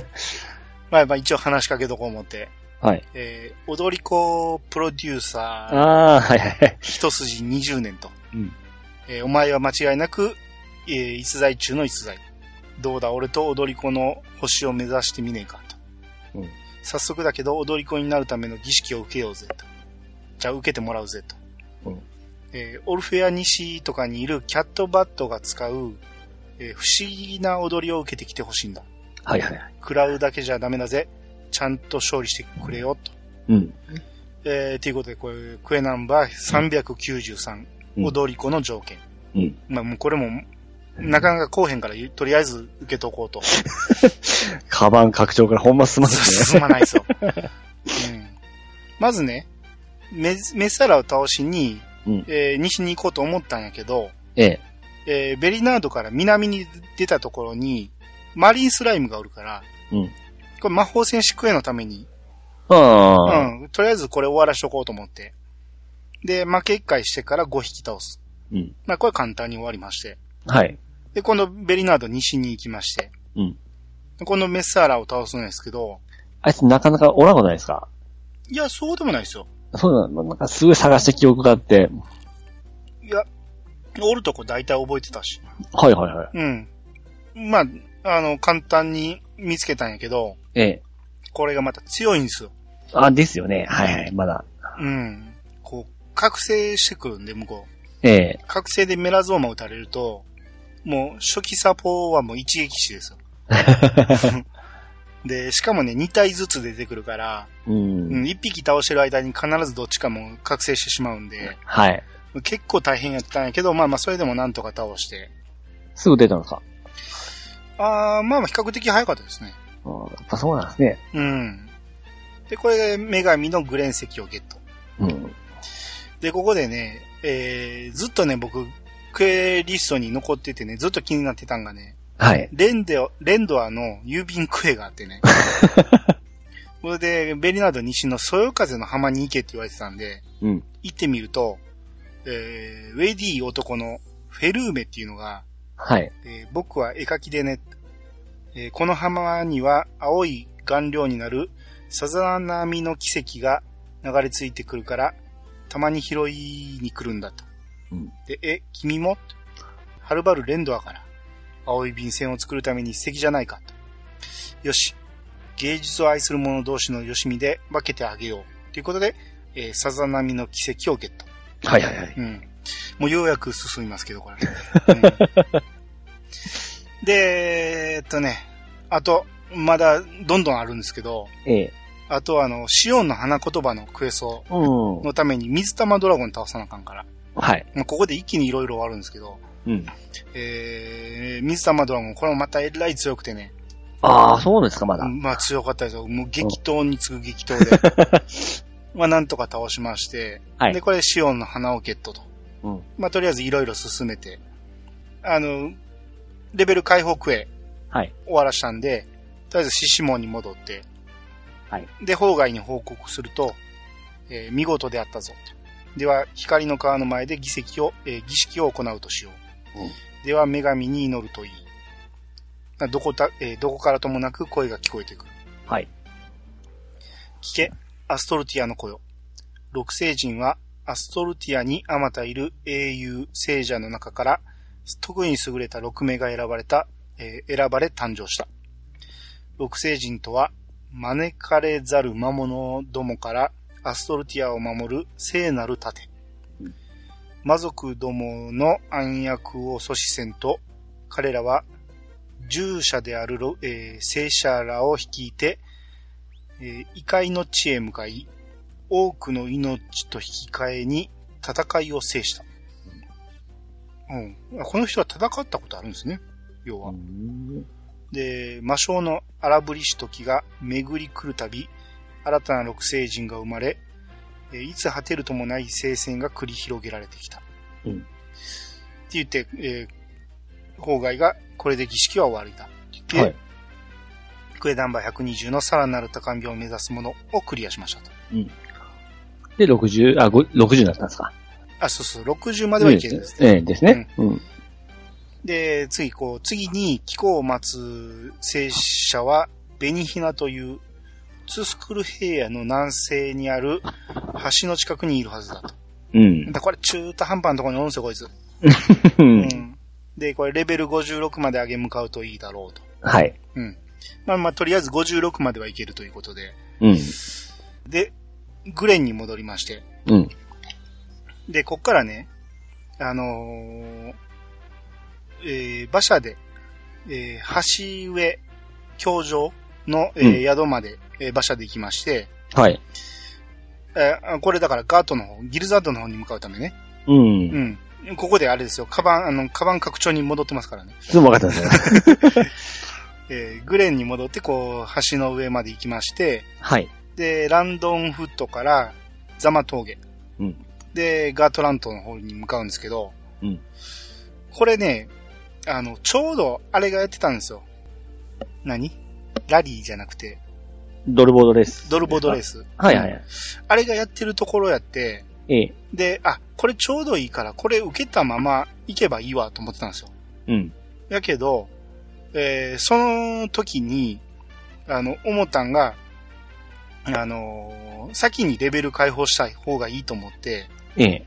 [SPEAKER 1] けど、 まあまあ一応話しかけとこう思って、
[SPEAKER 2] はい。
[SPEAKER 1] えー踊り子プロデューサー、
[SPEAKER 2] ああ、はいはいはい。
[SPEAKER 1] 一筋20年と。
[SPEAKER 2] うん
[SPEAKER 1] えーお前は間違いなく、えー逸材中の逸材。どうだ、俺と踊り子の星を目指してみねえかと。
[SPEAKER 2] うん
[SPEAKER 1] 早速だけど、踊り子になるための儀式を受けようぜと。じゃあ受けてもらうぜと。
[SPEAKER 2] うん
[SPEAKER 1] えーオルフェア西とかにいるキャットバットが使う、えー不思議な踊りを受けてきてほしいんだ。
[SPEAKER 2] はいはいはい。
[SPEAKER 1] 食らうだけじゃダメだぜ。ちゃんと勝利してくれよと。
[SPEAKER 2] うん。
[SPEAKER 1] えー、ということで、これ、クエナンバー393、
[SPEAKER 2] うん
[SPEAKER 1] 踊り子の条件。
[SPEAKER 2] うん。
[SPEAKER 1] まあ、もうこれも、なかなかこうへんから、とりあえず受けとこうと。
[SPEAKER 2] カバン拡張からほんま進まんです
[SPEAKER 1] 進
[SPEAKER 2] ね。
[SPEAKER 1] まないぞ。うん。まずね、メメサラを倒しに、
[SPEAKER 2] うん
[SPEAKER 1] えー西に行こうと思ったんやけど、
[SPEAKER 2] ええ。
[SPEAKER 1] えーベリナードから南に出たところに、マリンスライムがおるから、
[SPEAKER 2] うん
[SPEAKER 1] これ魔法戦士クエのために、
[SPEAKER 2] ああ。
[SPEAKER 1] うん、とりあえずこれ終わらしとこうと思って。で、負け1回してから5匹倒す。
[SPEAKER 2] うん。
[SPEAKER 1] まあ、これ簡単に終わりまして。
[SPEAKER 2] はい。
[SPEAKER 1] で、今度、ベリナード西に行きまして。
[SPEAKER 2] うん。
[SPEAKER 1] このメッサーラを倒すんですけど、
[SPEAKER 2] あいつなかなかおらんことないですか
[SPEAKER 1] いや、そうでもないですよ。
[SPEAKER 2] そうなの、なんかすごい探した記憶があって。
[SPEAKER 1] いや、おるとこ大体覚えてたし。
[SPEAKER 2] はいはいはい。
[SPEAKER 1] うん。まあ、あの、簡単に見つけたんやけど、
[SPEAKER 2] ええ。
[SPEAKER 1] これがまた強いんですよ。
[SPEAKER 2] あ、ですよね。はいはい。まだ。
[SPEAKER 1] うん。こう、覚醒してくるんで、向こう。
[SPEAKER 2] ええ。
[SPEAKER 1] 覚醒でメラゾーマ打たれると、もう、初期サポはもう一撃死です よ。で、しかもね、2体ずつ出てくるから、
[SPEAKER 2] う。
[SPEAKER 1] うんん、一匹倒してる間に必ずどっちかも覚醒してしまうんで、
[SPEAKER 2] はい。
[SPEAKER 1] 結構大変やったんやけど、まあまあそれでもなんとか倒して。
[SPEAKER 2] すぐ出たのか。
[SPEAKER 1] あーまあまあ比較的早かったですね。
[SPEAKER 2] うんやっぱそうなんですね。
[SPEAKER 1] うん。で、これで女神のグレン石をゲット。
[SPEAKER 2] うん。
[SPEAKER 1] で、ここでね、えー、ずっとね、僕、クエリストに残っててね、ずっと気になってたんがね、
[SPEAKER 2] はい。
[SPEAKER 1] レンデオ、レンドアの郵便クエがあって ね。それで、ベリナード西のそよ風の浜に行けって言われてたんで、
[SPEAKER 2] うん。
[SPEAKER 1] 行ってみると、えー、ウェディ男のフェルーメっていうのが、
[SPEAKER 2] はい。
[SPEAKER 1] えー僕は絵描きでね、えーこの浜には青い顔料になるさざ波の奇跡が流れ着いてくるから、たまに拾いに来るんだと。
[SPEAKER 2] うん
[SPEAKER 1] で、え、君もはるばるレンドアから、青い便箋を作るために一石じゃないかと。よし、芸術を愛する者同士のよしみで分けてあげよう。ということで、えー、さざ波の奇跡をゲット。
[SPEAKER 2] はいはいはい。
[SPEAKER 1] うん。もうようやく進みますけど、これ。うんで、えっとね、あと、まだどんどんあるんですけど、
[SPEAKER 2] ええ。
[SPEAKER 1] あとはあの、シオンの花言葉のクエスト
[SPEAKER 2] うん。
[SPEAKER 1] のために水玉ドラゴン倒さなあかんから、
[SPEAKER 2] はい。
[SPEAKER 1] まあ、ここで一気にいろいろあるんですけど、
[SPEAKER 2] うん。
[SPEAKER 1] えー、水玉ドラゴン、これもまたえらい強くてね、
[SPEAKER 2] ああ、そうなんですか、まだ。
[SPEAKER 1] まあ強かったですよ。もう激闘に次ぐ激闘で。 まあなんとか倒しまして、
[SPEAKER 2] はい
[SPEAKER 1] で、これシオンの花をゲットと。
[SPEAKER 2] うん
[SPEAKER 1] まあとりあえずいろいろ進めて、あの、レベル解放クエ
[SPEAKER 2] はい。
[SPEAKER 1] 終わらしたんで、とりあえず獅子門に戻って、
[SPEAKER 2] はい
[SPEAKER 1] で、方外に報告すると、えー見事であったぞ。では、光の川の前で儀式を、えー儀式を行うとしよう。
[SPEAKER 2] うん
[SPEAKER 1] では、女神に祈るといい。などこた、えーどこからともなく声が聞こえてくる。
[SPEAKER 2] はい。
[SPEAKER 1] 聞け、アストルティアの子よ。六星人は、アストルティアにあまたいる英雄、聖者の中から、特に優れた六名が選ばれた、えー選ばれ誕生した。六星人とは、招かれざる魔物どもからアストルティアを守る聖なる盾
[SPEAKER 2] うん。
[SPEAKER 1] 魔族どもの暗躍を阻止せんと、彼らは従者であるろ、えー聖者らを率いて、えー異界の地へ向かい、多くの命と引き換えに戦いを制した。うん。この人は戦ったことあるんですね。要は。で、魔性の荒ぶりし時が巡り来るたび、新たな六星人が生まれ、えーいつ果てるともない聖戦が繰り広げられてきた。
[SPEAKER 2] う
[SPEAKER 1] っ
[SPEAKER 2] ん
[SPEAKER 1] て言って、えー、郊外が、これで儀式は終わりだ。って言っ
[SPEAKER 2] は
[SPEAKER 1] て
[SPEAKER 2] い。
[SPEAKER 1] クエナンバー120のさらなる高みを目指すものをクリアしましたと。
[SPEAKER 2] で、60、あ、ご60になったんですか。
[SPEAKER 1] あ、そうそう、60まではいけるんです。
[SPEAKER 2] ええ、ですね。うん。
[SPEAKER 1] で、次、こう、次に、気候を待つ聖者は、ベニヒナという、ツスクル平野の南西にある橋の近くにいるはずだと。
[SPEAKER 2] うん。
[SPEAKER 1] だこれ中途半端なところにおるんですよ、こいつ。
[SPEAKER 2] う。
[SPEAKER 1] うんん。で、これレベル56まで上げ向かうといいだろうと。
[SPEAKER 2] はい。
[SPEAKER 1] まあまあ、とりあえず56まではいけるということで。
[SPEAKER 2] うん。
[SPEAKER 1] で、グレンに戻りまして。
[SPEAKER 2] うん。
[SPEAKER 1] で、こっからね、あのーえー馬車で、えー橋上、橋上の、えー
[SPEAKER 2] うん
[SPEAKER 1] 宿まで、えー馬車で行きまして、
[SPEAKER 2] はい。
[SPEAKER 1] えーあこれだからガートの方、ギルザードの方に向かうためね。
[SPEAKER 2] う。
[SPEAKER 1] うんん。ここであれですよ、カバン、あの、カバン拡張に戻ってますからね。
[SPEAKER 2] すぐ分かったんですよ。
[SPEAKER 1] えーグレンに戻って、こう、橋の上まで行きまして、
[SPEAKER 2] はい。
[SPEAKER 1] で、ランドンフットからザマ峠。
[SPEAKER 2] うん
[SPEAKER 1] で、ガートラントの方に向かうんですけど、
[SPEAKER 2] うん
[SPEAKER 1] これね、あの、ちょうどあれがやってたんですよ。何ラリーじゃなくて、
[SPEAKER 2] ドルボードレース。
[SPEAKER 1] ドルボードレース。
[SPEAKER 2] はいはい。
[SPEAKER 1] あれがやってるところやって、
[SPEAKER 2] ええ。
[SPEAKER 1] で、あ、これちょうどいいから、これ受けたまま行けばいいわと思ってたんですよ。
[SPEAKER 2] うん。
[SPEAKER 1] やけど、えーその時に、あの、思ったんが、あのー先にレベル解放した方がいいと思って、
[SPEAKER 2] ええ。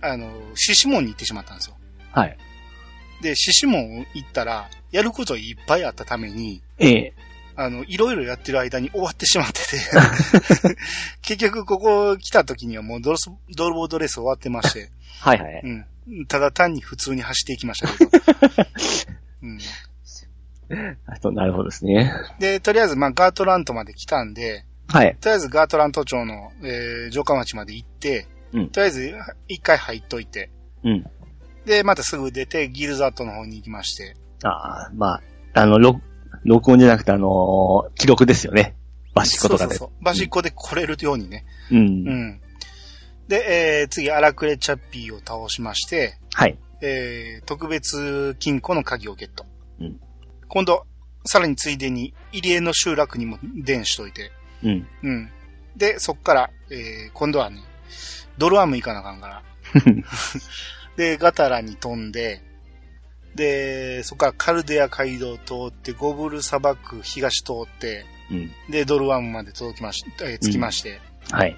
[SPEAKER 1] あのー獅子門に行ってしまったんですよ。
[SPEAKER 2] はい。
[SPEAKER 1] で、獅子門行ったら、やることいっぱいあったために、
[SPEAKER 2] ええ。
[SPEAKER 1] あの、いろいろやってる間に終わってしまってて、結局ここ来た時にはもうドロスドルボードレース終わってまして、
[SPEAKER 2] はいはい。
[SPEAKER 1] うん。ただ単に普通に走っていきましたけど。うん
[SPEAKER 2] あと、なるほどですね。
[SPEAKER 1] で、とりあえず、まあ、ガートラントまで来たんで、
[SPEAKER 2] はい。
[SPEAKER 1] とりあえずガートラント町の、えー、城下町まで行って、
[SPEAKER 2] うん
[SPEAKER 1] とりあえず、一回入っといて、
[SPEAKER 2] うん。
[SPEAKER 1] で、またすぐ出て、ギルザートの方に行きまして、
[SPEAKER 2] ああ、まあ、あの、録、録音じゃなくて、あのー記録ですよね。バシッコとかで。
[SPEAKER 1] そうそうそう。バシッコで来れるようにね。
[SPEAKER 2] う。
[SPEAKER 1] うんん。で、えー、次、アラクレチャッピーを倒しまして、
[SPEAKER 2] はい。
[SPEAKER 1] えー、特別金庫の鍵をゲット。
[SPEAKER 2] うん
[SPEAKER 1] 今度、さらについでに、入江の集落にも伝しといて、
[SPEAKER 2] うん。
[SPEAKER 1] うん。で、そっから、えー、今度はね、ドルアーム行かなあかん から。で、ガタラに飛んで、で、そっからカルデア街道を通って、ゴブル砂漠東通って、
[SPEAKER 2] うん。
[SPEAKER 1] で、ドルアームまで届きまし、えー着きまして、
[SPEAKER 2] はい。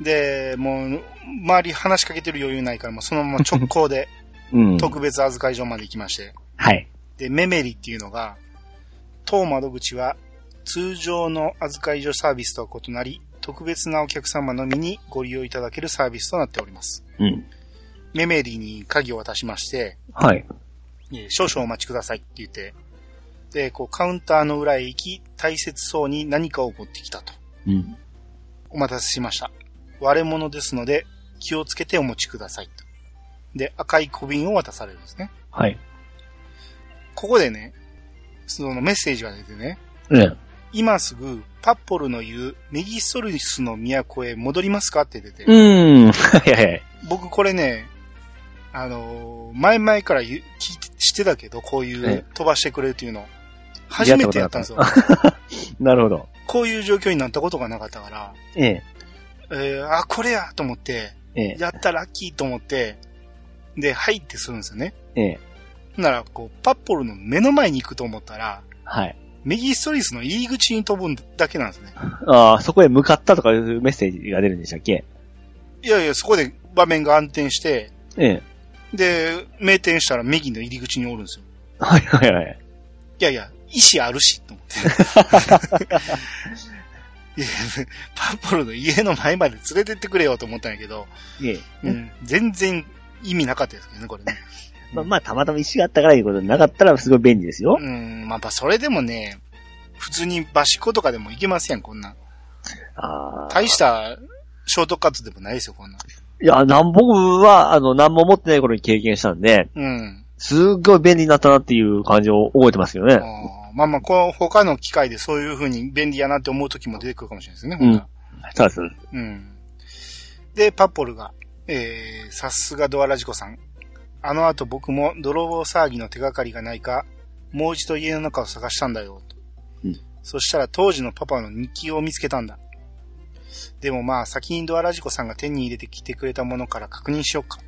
[SPEAKER 1] で、もう、周り話しかけてる余裕ないから、もうそのまま直行で
[SPEAKER 2] うん。
[SPEAKER 1] 特別預かり所まで行きまして、
[SPEAKER 2] はい。
[SPEAKER 1] で、メメリっていうのが、当窓口は通常の預かり所サービスとは異なり、特別なお客様のみにご利用いただけるサービスとなっております。
[SPEAKER 2] うん。
[SPEAKER 1] メメリに鍵を渡しまして、
[SPEAKER 2] はい。
[SPEAKER 1] えー少々お待ちくださいって言って、で、こう、カウンターの裏へ行き、大切そうに何かを持ってきたと。
[SPEAKER 2] うん。
[SPEAKER 1] お待たせしました。割れ物ですので、気をつけてお持ちくださいと。で、赤い小瓶を渡されるんですね。
[SPEAKER 2] はい。
[SPEAKER 1] ここでね、そのメッセージが出てね、
[SPEAKER 2] うん。
[SPEAKER 1] 今すぐパッポルの言うメギストルスの都へ戻りますかって出て、
[SPEAKER 2] うーん。はいはいはい。
[SPEAKER 1] 僕これね、あのー前々から言う聞いて、してたけど、こうい
[SPEAKER 2] え
[SPEAKER 1] う飛ばしてくれるっていうの。初めてやったんですよ。
[SPEAKER 2] なるほど。
[SPEAKER 1] こういう状況になったことがなかったから、
[SPEAKER 2] ええ。
[SPEAKER 1] えー、あ、これやと思って、
[SPEAKER 2] ええ。
[SPEAKER 1] やったラッキーと思って、で、はいってするんですよね。
[SPEAKER 2] ええ。
[SPEAKER 1] なら、こう、パッポルの目の前に行くと思ったら、
[SPEAKER 2] はい。
[SPEAKER 1] 右ストリスの入り口に飛ぶんだけなんですね。
[SPEAKER 2] ああ、そこへ向かったとかいうメッセージが出るんでしたっけ
[SPEAKER 1] いやいや、そこで場面が暗転して、
[SPEAKER 2] ええ。
[SPEAKER 1] で、名店したら右の入り口におるんですよ。
[SPEAKER 2] はいはいはい。
[SPEAKER 1] いやいや、意思あるし、と思って。 いやパッポルの家の前まで連れてってくれよと思ったんやけど、
[SPEAKER 2] ええ。
[SPEAKER 1] うん、全然意味なかったですけどね、これね。
[SPEAKER 2] まあ、まあ、たまたま石があったからいうことなかったらすごい便利ですよ。
[SPEAKER 1] うん、まあやっぱそれでもね、普通にバシコとかでもいけません、こんなん。
[SPEAKER 2] ああ。
[SPEAKER 1] 大したショートカットでもないですよ、こんなん。
[SPEAKER 2] いや、なん、僕は、あの、何も持ってない頃に経験したんで、
[SPEAKER 1] うん。
[SPEAKER 2] すっごい便利になったなっていう感じを覚えてますよね。
[SPEAKER 1] あーまあまあ、こう他の機械でそういう風に便利やなって思う時も出てくるかもしれないですね、ほんなら
[SPEAKER 2] そうです。
[SPEAKER 1] うん。で、パッポルが、えー、さすがドアラジコさん。あの後僕も泥棒騒ぎの手がかりがないか、もう一度家の中を探したんだよ。と
[SPEAKER 2] うん
[SPEAKER 1] そしたら当時のパパの日記を見つけたんだ。でもまあ、先にドアラジコさんが手に入れてきてくれたものから確認しようか。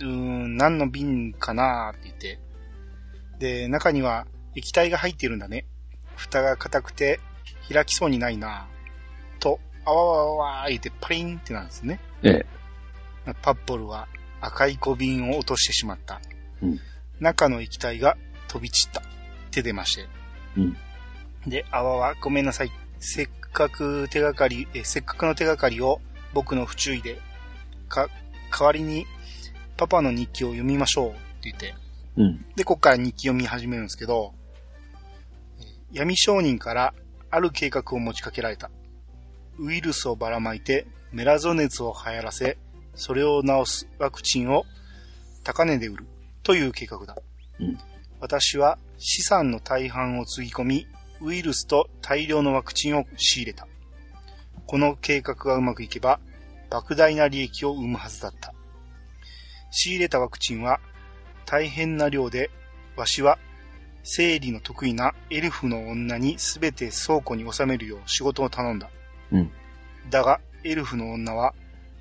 [SPEAKER 1] うーん、何の瓶かなーって言って。で、中には液体が入っているんだね。蓋が硬くて開きそうにないなー。と、あわわわわー言ってパリンってなんですね。
[SPEAKER 2] ええ。
[SPEAKER 1] パッポルは赤い小瓶を落としてしまった。
[SPEAKER 2] うん
[SPEAKER 1] 中の液体が飛び散った。手出まして。
[SPEAKER 2] うん
[SPEAKER 1] で、あわわ、ごめんなさい。せっかく手がかり、えせっかくの手がかりを僕の不注意で、か、代わりにパパの日記を読みましょうって言って。
[SPEAKER 2] うん。
[SPEAKER 1] で、こっから日記読み始めるんですけど、えー闇商人からある計画を持ちかけられた。ウイルスをばらまいてメラゾ熱を流行らせ、それを治すワクチンを高値で売るという計画だ。
[SPEAKER 2] うん
[SPEAKER 1] 私は資産の大半をつぎ込み、ウイルスと大量のワクチンを仕入れた。この計画がうまくいけば、莫大な利益を生むはずだった。仕入れたワクチンは大変な量で、わしは、生理の得意なエルフの女にすべて倉庫に収めるよう仕事を頼んだ。
[SPEAKER 2] うん
[SPEAKER 1] だが、エルフの女は、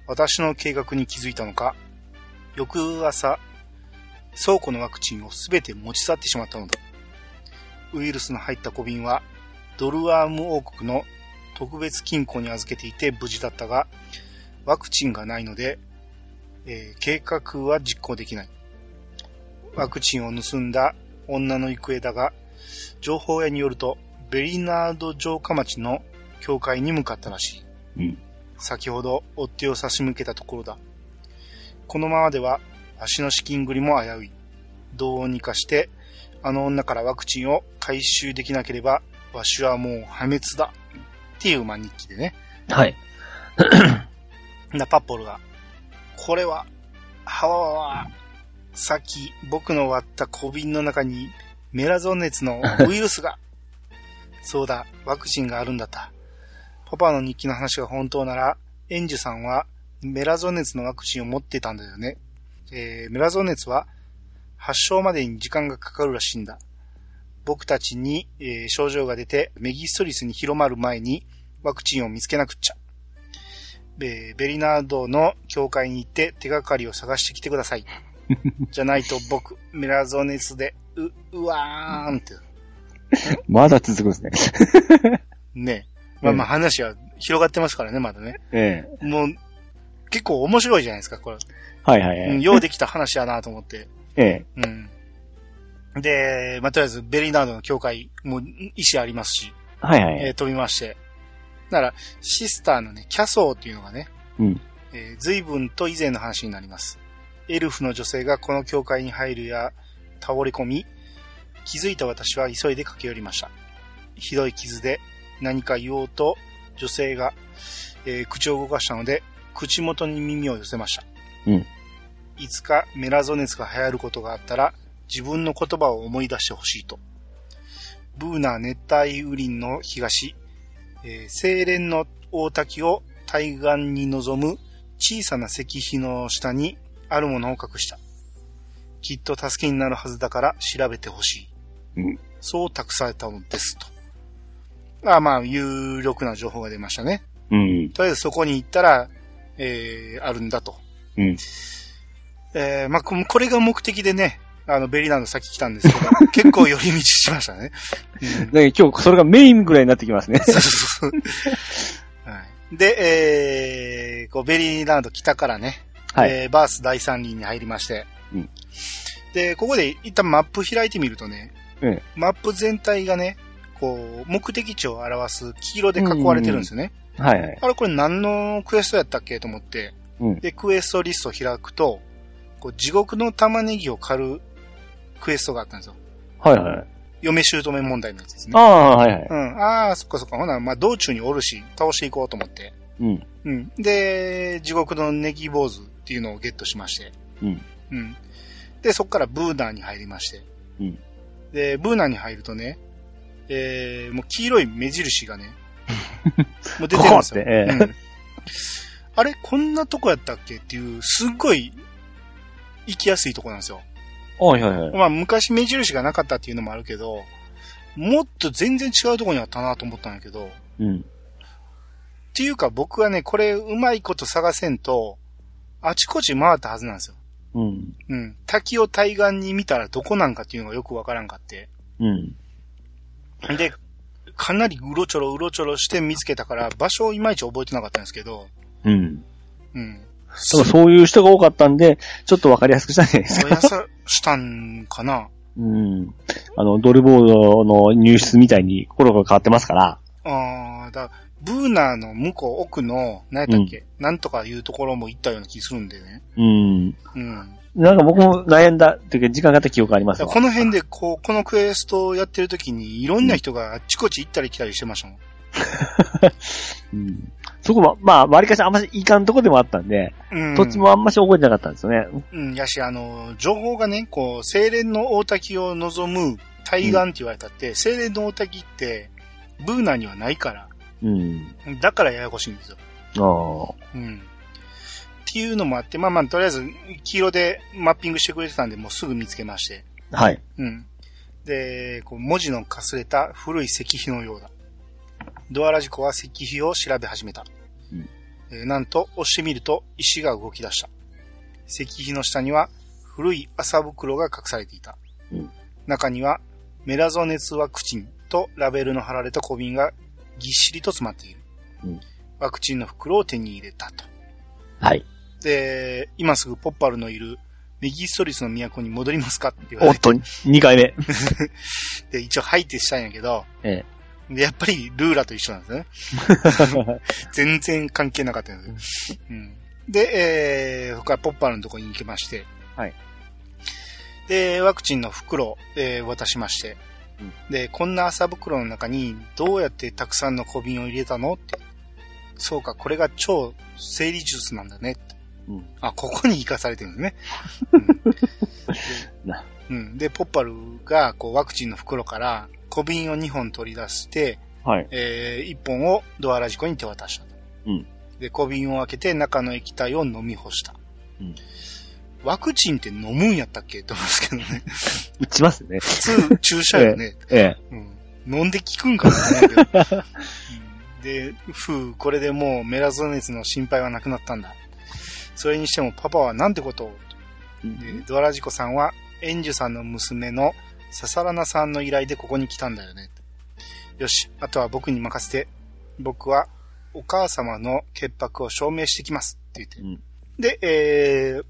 [SPEAKER 1] 私の計画に気づいたのか、翌朝、倉庫のワクチンをすべて持ち去ってしまったのだ。ウイルスの入った小瓶は、ドルアーム王国の特別金庫に預けていて無事だったが、ワクチンがないので、えー計画は実行できない。ワクチンを盗んだ女の行方だが、情報屋によると、ベリナード城下町の教会に向かったらしい。
[SPEAKER 2] うん
[SPEAKER 1] 先ほど追っ手を差し向けたところだ。このままでは、足の資金繰りも危うい。どうにかして、あの女からワクチンを回収できなければ、わしはもう破滅だ。っていう、まあ、日記でね。
[SPEAKER 2] はい。
[SPEAKER 1] なパッポルが、これは、はわわわ、さっき僕の割った小瓶の中にメラゾ熱のウイルスが、そうだ、ワクチンがあるんだった。パパの日記の話が本当なら、エンジュさんはメラゾ熱のワクチンを持ってたんだよね。えーメラゾ熱は発症までに時間がかかるらしいんだ。僕たちに、えー症状が出てメギストリスに広まる前にワクチンを見つけなくっちゃ。えーベリナードの教会に行って手がかりを探してきてください。じゃないと僕、メラゾネスで、う、うわーんって。
[SPEAKER 2] まだ続くんですね。
[SPEAKER 1] ね。まあまあ話は広がってますからね、まだね。
[SPEAKER 2] ええ。
[SPEAKER 1] もう、結構面白いじゃないですか、これ。
[SPEAKER 2] はいはい
[SPEAKER 1] うん、ようできた話やなと思って。
[SPEAKER 2] ええ。
[SPEAKER 1] うん。で、まあ、とりあえず、ベリナードの教会、もう、意思ありますし、
[SPEAKER 2] はいは
[SPEAKER 1] えー。飛びまして。なら、シスターのね、キャソーっていうのがね、
[SPEAKER 2] うん
[SPEAKER 1] えー随分と以前の話になります。エルフの女性がこの教会に入るや、倒れ込み、気づいた私は急いで駆け寄りました。ひどい傷で何か言おうと女性が、えー口を動かしたので、口元に耳を寄せました。
[SPEAKER 2] うん
[SPEAKER 1] いつかメラゾネスが流行ることがあったら、自分の言葉を思い出してほしいと。ブーナー熱帯雨林の東、えー清廉の大滝を対岸に望む小さな石碑の下にあるものを隠した。きっと助けになるはずだから調べてほしい。
[SPEAKER 2] うん
[SPEAKER 1] そう託されたのですと。あまあ、有力な情報が出ましたね。
[SPEAKER 2] うん。
[SPEAKER 1] とりあえずそこに行ったら、えー、あるんだと。
[SPEAKER 2] うん。
[SPEAKER 1] えー、まあ、ここれが目的でね、あの、ベリーランドさっき来たんですけど、 結構寄り道しましたね。うん
[SPEAKER 2] だけど今日それがメインぐらいになってきますね。
[SPEAKER 1] そうそうそう。 はい、で、えー、こう、ベリーランド北からね、
[SPEAKER 2] はい。
[SPEAKER 1] えーバース第三輪に入りまして、
[SPEAKER 2] うん
[SPEAKER 1] で、ここで一旦マップ開いてみるとね、
[SPEAKER 2] ええ
[SPEAKER 1] マップ全体がね、こう、目的地を表す黄色で囲われてるんですよね。
[SPEAKER 2] はいはい。
[SPEAKER 1] あれ、これ何のクエストやったっけと思って、
[SPEAKER 2] うん
[SPEAKER 1] で、クエストリスト開くと、こう地獄の玉ねぎを狩るクエストがあったんですよ。
[SPEAKER 2] はいはい。
[SPEAKER 1] 嫁姑問題のやつですね
[SPEAKER 2] あ。あ、はいはい。
[SPEAKER 1] うん。ああ、そっかそっか。ほな、まあ、道中におるし、倒していこうと思って。
[SPEAKER 2] うん。
[SPEAKER 1] うん。で、地獄のネギ坊主っていうのをゲットしまして。
[SPEAKER 2] うん。
[SPEAKER 1] うん。で、そこからブーナーに入りまして。
[SPEAKER 2] うん
[SPEAKER 1] で、ブーナーに入るとね、えー、もう黄色い目印 がね、もう出てるんですよ。
[SPEAKER 2] ここってええ
[SPEAKER 1] うんあれこんなとこやったっけっていう、すっごい行きやすいとこなんですよ。
[SPEAKER 2] ああ、はいはいはい。
[SPEAKER 1] まあ昔目印がなかったっていうのもあるけど、もっと全然違うとこにあったなと思ったんやけど、
[SPEAKER 2] うん。
[SPEAKER 1] っていうか僕はね、これうまいこと探せんと、あちこち回ったはずなんですよ。
[SPEAKER 2] うん。
[SPEAKER 1] うん。滝を対岸に見たらどこなんかっていうのがよくわからんかって。
[SPEAKER 2] うん。
[SPEAKER 1] で、かなりうろちょろうろちょろして見つけたから、場所をいまいち覚えてなかったんですけど、
[SPEAKER 2] うん。
[SPEAKER 1] うん。
[SPEAKER 2] 多分そういう人が多かったんで、ちょっとわかりやすくしたんじゃないですか。
[SPEAKER 1] 燃やさしたんかな
[SPEAKER 2] うん。あの、ドルボードの入室みたいに心が変わってますから。
[SPEAKER 1] あーだ、ブーナーの向こう奥の、何やったっけ、なんとかいうところも行ったような気するんでね。
[SPEAKER 2] うん。
[SPEAKER 1] うん。
[SPEAKER 2] なんか僕も悩んだというか、時間があった記憶がありますわ
[SPEAKER 1] この辺で、こう、このクエストをやってる時に、いろんな人があっちこっち行ったり来たりしてましたもん。
[SPEAKER 2] うん。そこも、まあ、割かしあんましいかんとこでもあったんで、
[SPEAKER 1] うん。
[SPEAKER 2] 土地もあんまし覚えてなかったんですよね。
[SPEAKER 1] うん、やし、あの、情報がね、こう、清廉の大滝を望む対岸って言われたって、清廉の大滝って、ブーナにはないから、
[SPEAKER 2] うん。
[SPEAKER 1] だからややこしいんですよ。
[SPEAKER 2] ああ。
[SPEAKER 1] うん。っていうのもあって、まあまあ、とりあえず、黄色でマッピングしてくれてたんで、もうすぐ見つけまして。
[SPEAKER 2] はい。
[SPEAKER 1] うん。で、こう文字のかすれた古い石碑のようだ。ドアラジコは石碑を調べ始めた。
[SPEAKER 2] うん
[SPEAKER 1] えーなんと、押してみると石が動き出した。石碑の下には古い麻袋が隠されていた。
[SPEAKER 2] うん
[SPEAKER 1] 中には、メラゾネツワクチンとラベルの貼られた小瓶がぎっしりと詰まっている。
[SPEAKER 2] うん
[SPEAKER 1] ワクチンの袋を手に入れたと。
[SPEAKER 2] はい。
[SPEAKER 1] で、今すぐポッパルのいるメギストリスの都に戻りますかって言われ
[SPEAKER 2] お
[SPEAKER 1] て
[SPEAKER 2] っと、2回目。
[SPEAKER 1] で、一応入ってしたんやけど、
[SPEAKER 2] え
[SPEAKER 1] で、やっぱりルーラと一緒なんですね。全然関係なかったんですよ。うん、で、えー、他ポッパーのとこに行きまして、
[SPEAKER 2] はい。
[SPEAKER 1] で、ワクチンの袋を、えー渡しまして、
[SPEAKER 2] うん
[SPEAKER 1] で、こんな麻袋の中にどうやってたくさんの小瓶を入れたのって。そうか、これが超整理術なんだねって。
[SPEAKER 2] うん
[SPEAKER 1] あ、ここに生かされてるんですね。うんで
[SPEAKER 2] な
[SPEAKER 1] うん、で、ポッパルがこうワクチンの袋から小瓶を2本取り出して、
[SPEAKER 2] はい。
[SPEAKER 1] えー、1本をドアラジコに手渡したと。
[SPEAKER 2] うん
[SPEAKER 1] で、小瓶を開けて中の液体を飲み干した。
[SPEAKER 2] うん
[SPEAKER 1] ワクチンって飲むんやったっけって思うんですけど ね。
[SPEAKER 2] 打ちますね。
[SPEAKER 1] 普通、注射よね。
[SPEAKER 2] ええ。
[SPEAKER 1] うん、飲んで効くんかもしれないけど。 うんで、ふう、これでもうメラゾネスの心配はなくなったんだ。それにしてもパパはなんてことをで、ドアラジコさんは、エンジュさんの娘のササラナさんの依頼でここに来たんだよね。よし、あとは僕に任せて、僕はお母様の潔白を証明してきますって
[SPEAKER 2] う
[SPEAKER 1] 言
[SPEAKER 2] ん
[SPEAKER 1] って。で、えー、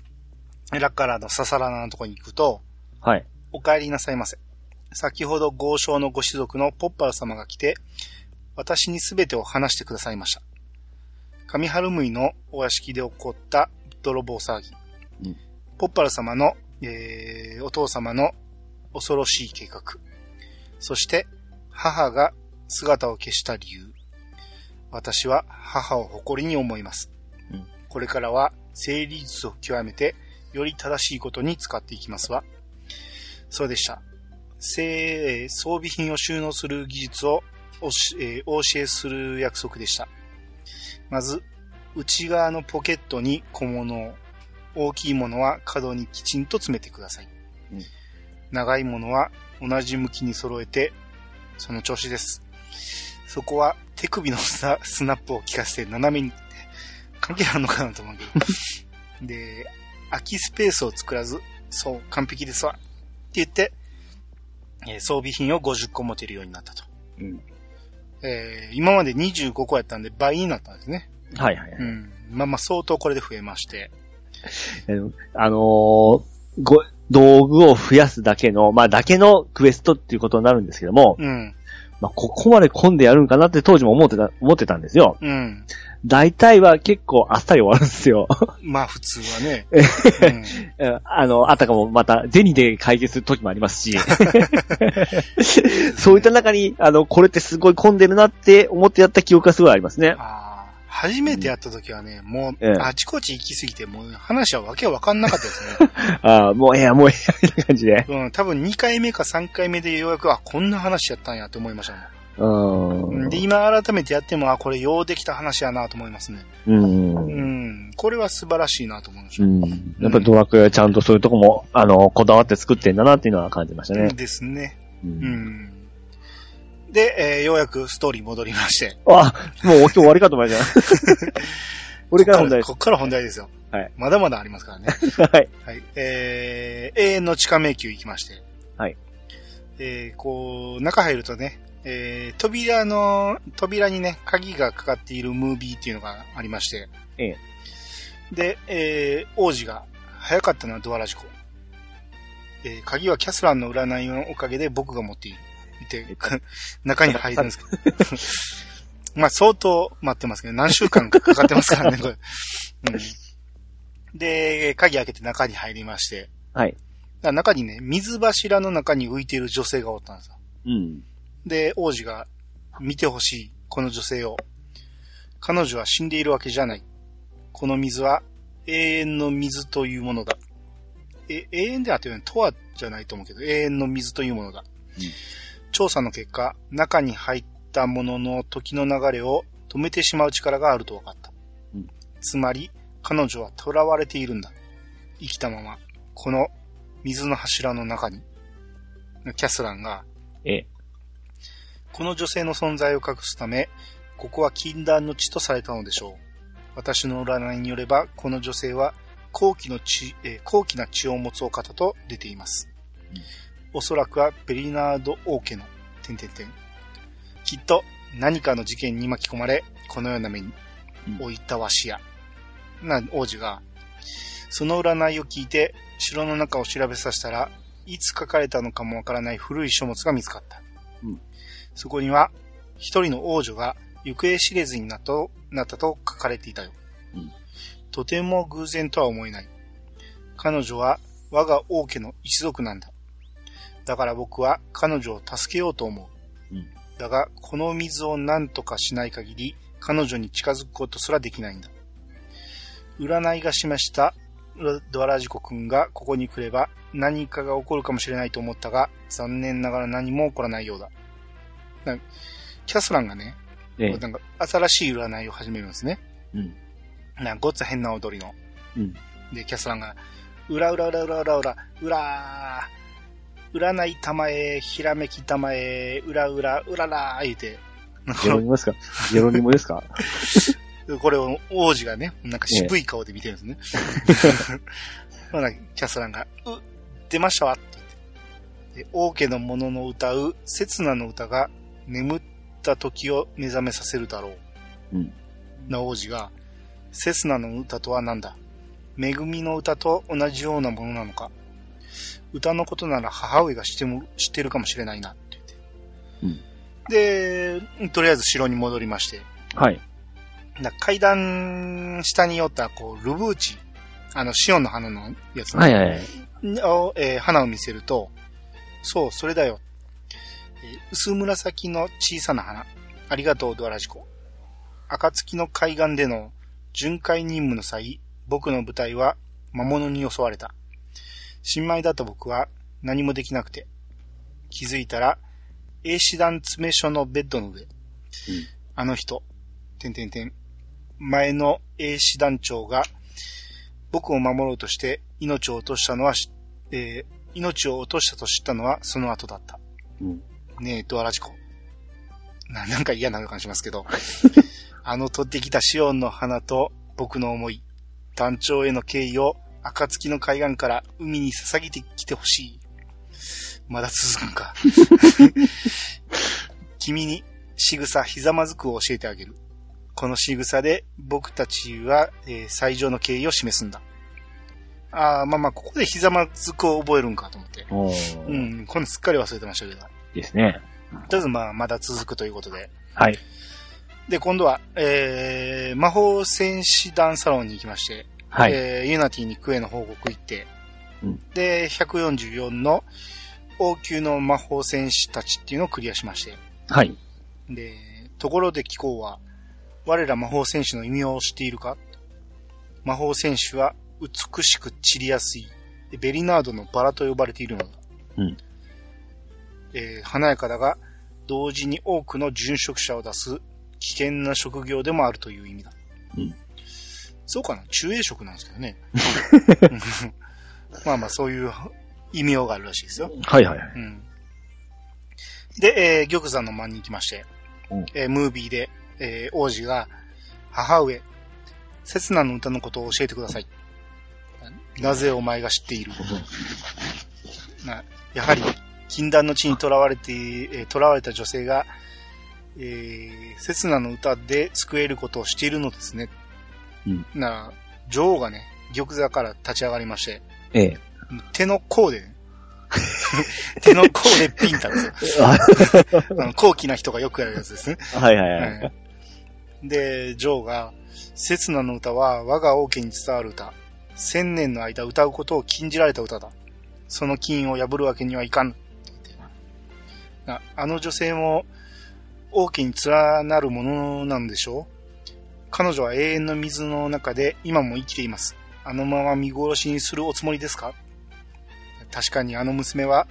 [SPEAKER 1] ラッカラーのササラナのとこに行くと、
[SPEAKER 2] はい。
[SPEAKER 1] お帰りなさいませ。先ほど豪商のご子族のポッパル様が来て、私に全てを話してくださいました。上春むいのお屋敷で起こった泥棒騒ぎ。
[SPEAKER 2] うん
[SPEAKER 1] ポッパル様の、えーお父様の恐ろしい計画。そして、母が姿を消した理由。私は母を誇りに思います。
[SPEAKER 2] うん
[SPEAKER 1] これからは整理術を極めて、より正しいことに使っていきますわ。そうでした。せ装備品を収納する技術をおし、えーお教えする約束でした。まず、内側のポケットに小物を、大きいものは角にきちんと詰めてください。
[SPEAKER 2] うん
[SPEAKER 1] 長いものは同じ向きに揃えて、その調子です。そこは手首のスナスナップを効かせて斜めに、関係あるのかなと思うけ ど。で、空きスペースを作らず、そう、完璧ですわ。って言って、えー装備品を50個持てるようになったと。
[SPEAKER 2] うん。
[SPEAKER 1] えー今まで25個やったんで倍になったんですね。。
[SPEAKER 2] はいはいはいう
[SPEAKER 1] ん。まあまあ相当これで増えまして。
[SPEAKER 2] えーあのーご、道具を増やすだけの、まあ、だけのクエストっていうことになるんですけども、
[SPEAKER 1] うん。
[SPEAKER 2] まあ、ここまで混んでやるんかなって当時も思ってた、思ってたんですよ。
[SPEAKER 1] うん。
[SPEAKER 2] 大体は結構あっさり終わるんですよ。
[SPEAKER 1] まあ普通はね。うん
[SPEAKER 2] えーあの、あたかもまた、銭で解決する時もありますし。 そういった中に、あの、これってすごい混んでるなって思ってやった記憶がすごいありますね。
[SPEAKER 1] あー初めてやった時はね、もう
[SPEAKER 2] ええ、
[SPEAKER 1] あちこち行き過ぎて、もう話はわけわかんなかったです ね。
[SPEAKER 2] ああ、もうええや、もうええや、みたいな感じで。
[SPEAKER 1] うん、多分2回目か3回目でようやく、あ、こんな話やったんやって思いましたもん。
[SPEAKER 2] うーん。
[SPEAKER 1] で、今改めてやっても、あ、これようできた話やなと思いますね。
[SPEAKER 2] うん。
[SPEAKER 1] う
[SPEAKER 2] うん
[SPEAKER 1] ん、これは素晴らしいなと思いまし
[SPEAKER 2] う
[SPEAKER 1] た。
[SPEAKER 2] ん。やっぱりドラクエはちゃんとそういうとこも、あの、こだわって作ってんだなっていうのは感じましたね。
[SPEAKER 1] ですね。
[SPEAKER 2] う。
[SPEAKER 1] うんん。で、えーようやくストーリー戻りまして。
[SPEAKER 2] あ、もう今日終わりかと思いました。これから本題です
[SPEAKER 1] こ。っから本題ですよ。
[SPEAKER 2] はい
[SPEAKER 1] まだまだありますからね。
[SPEAKER 2] はい。
[SPEAKER 1] はい。えー、永遠の地下迷宮行きまして。
[SPEAKER 2] はい。
[SPEAKER 1] えー、こう、中入るとね、えー、扉の、扉にね、鍵がかかっているムービーっていうのがありまして。
[SPEAKER 2] ええ
[SPEAKER 1] で、えー、王子が、早かったな、ドアラジコ。えー、鍵はキャスランの占いのおかげで僕が持っている。って、 中に入るんですけど。 まあ、相当待ってますけど、何週間かかかってますからね、 これ。うんで、鍵開けて中に入りまして。
[SPEAKER 2] はい。
[SPEAKER 1] だから中にね、水柱の中に浮いている女性がおったんですよ。
[SPEAKER 2] うん。
[SPEAKER 1] で、王子が見てほしい、この女性を。彼女は死んでいるわけじゃない。この水は永遠の水というものだ。え、永遠であってるのとはじゃないと思うけど、永遠の水というものだ。
[SPEAKER 2] うん
[SPEAKER 1] 調査の結果、中に入ったものの時の流れを止めてしまう力があると分かった。
[SPEAKER 2] うん
[SPEAKER 1] つまり、彼女は囚われているんだ。生きたまま、この水の柱の中に。キャスランが、
[SPEAKER 2] ええ。
[SPEAKER 1] この女性の存在を隠すため、ここは禁断の地とされたのでしょう。私の占いによれば、この女性は高貴の血、えー高貴な血を持つお方と出ています。
[SPEAKER 2] うん
[SPEAKER 1] おそらくはベリナード王家の、点々点。きっと何かの事件に巻き込まれ、このような目に
[SPEAKER 2] うん
[SPEAKER 1] 置いたわしや。な、王子が、その占いを聞いて、城の中を調べさせたら、いつ書かれたのかもわからない古い書物が見つかった。そこには、一人の王女が行方知れずになったとなったと書かれていたよ。
[SPEAKER 2] うん
[SPEAKER 1] とても偶然とは思えない。彼女は我が王家の一族なんだ。だから僕は彼女を助けようと思う。
[SPEAKER 2] うん
[SPEAKER 1] だが、この水を何とかしない限り、彼女に近づくことすらできないんだ。占いが示したドアラジコ君がここに来れば何かが起こるかもしれないと思ったが、残念ながら何も起こらないようだ。なんかキャスランがね、
[SPEAKER 2] ええ。
[SPEAKER 1] なんか新しい占いを始めるんですね。
[SPEAKER 2] うん。
[SPEAKER 1] なんかごっつ変な踊りの。
[SPEAKER 2] うん。
[SPEAKER 1] で、キャスランが、うらうらうらうらうらうら、うらー、占い玉へ、ひらめき玉へ、うらうら、うららー、言うて、なん
[SPEAKER 2] ゲロニモ ですかゲロニモですか
[SPEAKER 1] かこれを王子がね、なんか渋い顔で見てるんですね。 ほなキャスランが、う、出ましたわ、って言って。で王家の者の歌う、刹那の歌が、眠った時を目覚めさせるだろう。
[SPEAKER 2] うん。
[SPEAKER 1] な王子が、セスナの歌とは何だ恵みの歌と同じようなものなのか歌のことなら母上が知っても知ってるかもしれないなって言って。で、とりあえず城に戻りまして、
[SPEAKER 2] はい。
[SPEAKER 1] な階段下に寄った、こう、ルブーチ、あの、シオンの花のやつね、
[SPEAKER 2] はいはいはい。
[SPEAKER 1] をえー花を見せると、そう、それだよ。えー薄紫の小さな花。ありがとう、ドアラジコ。暁の海岸での巡回任務の際、僕の部隊は魔物に襲われた。新米だった僕は何もできなくて。気づいたら、A 師団詰め所のベッドの上。あの人、てんてんてん。前の A 師団長が僕を守ろうとして命を落としたのはし、えー命を落としたと知ったのはその後だった。
[SPEAKER 2] うん。
[SPEAKER 1] ねえ、ドアラジコ。ななんか嫌な予感しますけ ど。あの取ってきたシオンの花と僕の思い、団長への敬意を暁の海岸から海に捧げてきてほしい。まだ続くん か。君に仕草ひざまずくを教えてあげる。この仕草で僕たちは、えー最上の敬意を示すんだ。ああ、まあまあ、ここでひざまずくを覚えるんかと思って。
[SPEAKER 2] お
[SPEAKER 1] う
[SPEAKER 2] ー
[SPEAKER 1] ん、このすっかり忘れてましたけど。
[SPEAKER 2] ですね。
[SPEAKER 1] とりあえずまあ、まだ続くということで。
[SPEAKER 2] はい。
[SPEAKER 1] で、今度は、えー、魔法戦士団サロンに行きまして、
[SPEAKER 2] はい。
[SPEAKER 1] えーユナティにクエの報告行って、
[SPEAKER 2] うん
[SPEAKER 1] で、144の王宮の魔法戦士たちっていうのをクリアしまして、
[SPEAKER 2] はい。
[SPEAKER 1] で、ところで貴公は、我ら魔法戦士の意味を知っているか魔法戦士は美しく散りやすい、ベリナードのバラと呼ばれているのだ。
[SPEAKER 2] うん
[SPEAKER 1] えー華やかだが、同時に多くの殉職者を出す危険な職業でもあるという意味だ。
[SPEAKER 2] うん
[SPEAKER 1] そうかな中英職なんですけど ね。 まあまあ、そういう異名があるらしいですよ。
[SPEAKER 2] はいはいはい。
[SPEAKER 1] うんで、えー玉座の間に行きまして
[SPEAKER 2] うん、
[SPEAKER 1] えームービーで、えー王子が、母上、刹那の歌のことを教えてください。なぜお前が知っているなやはり、禁断の地に囚われて、えー囚われた女性が、えー、刹那の歌で救えることをしているのですね。
[SPEAKER 2] うん
[SPEAKER 1] なら、女王がね、玉座から立ち上がりまして、
[SPEAKER 2] え え。
[SPEAKER 1] 手の甲でね、手の甲でピンタですよ。あの高貴な人がよくやるやつですね。
[SPEAKER 2] はいはいは。
[SPEAKER 1] はいい、で、ジョーが、刹那の歌は我が王家に伝わる歌。千年の間歌うことを禁じられた歌だ。その禁を破るわけにはいかん。って言ってなあの女性も王家に連なるものなんでしょう彼女は永遠の水の中で今も生きています。あのまま見殺しにするおつもりですか確かにあの娘は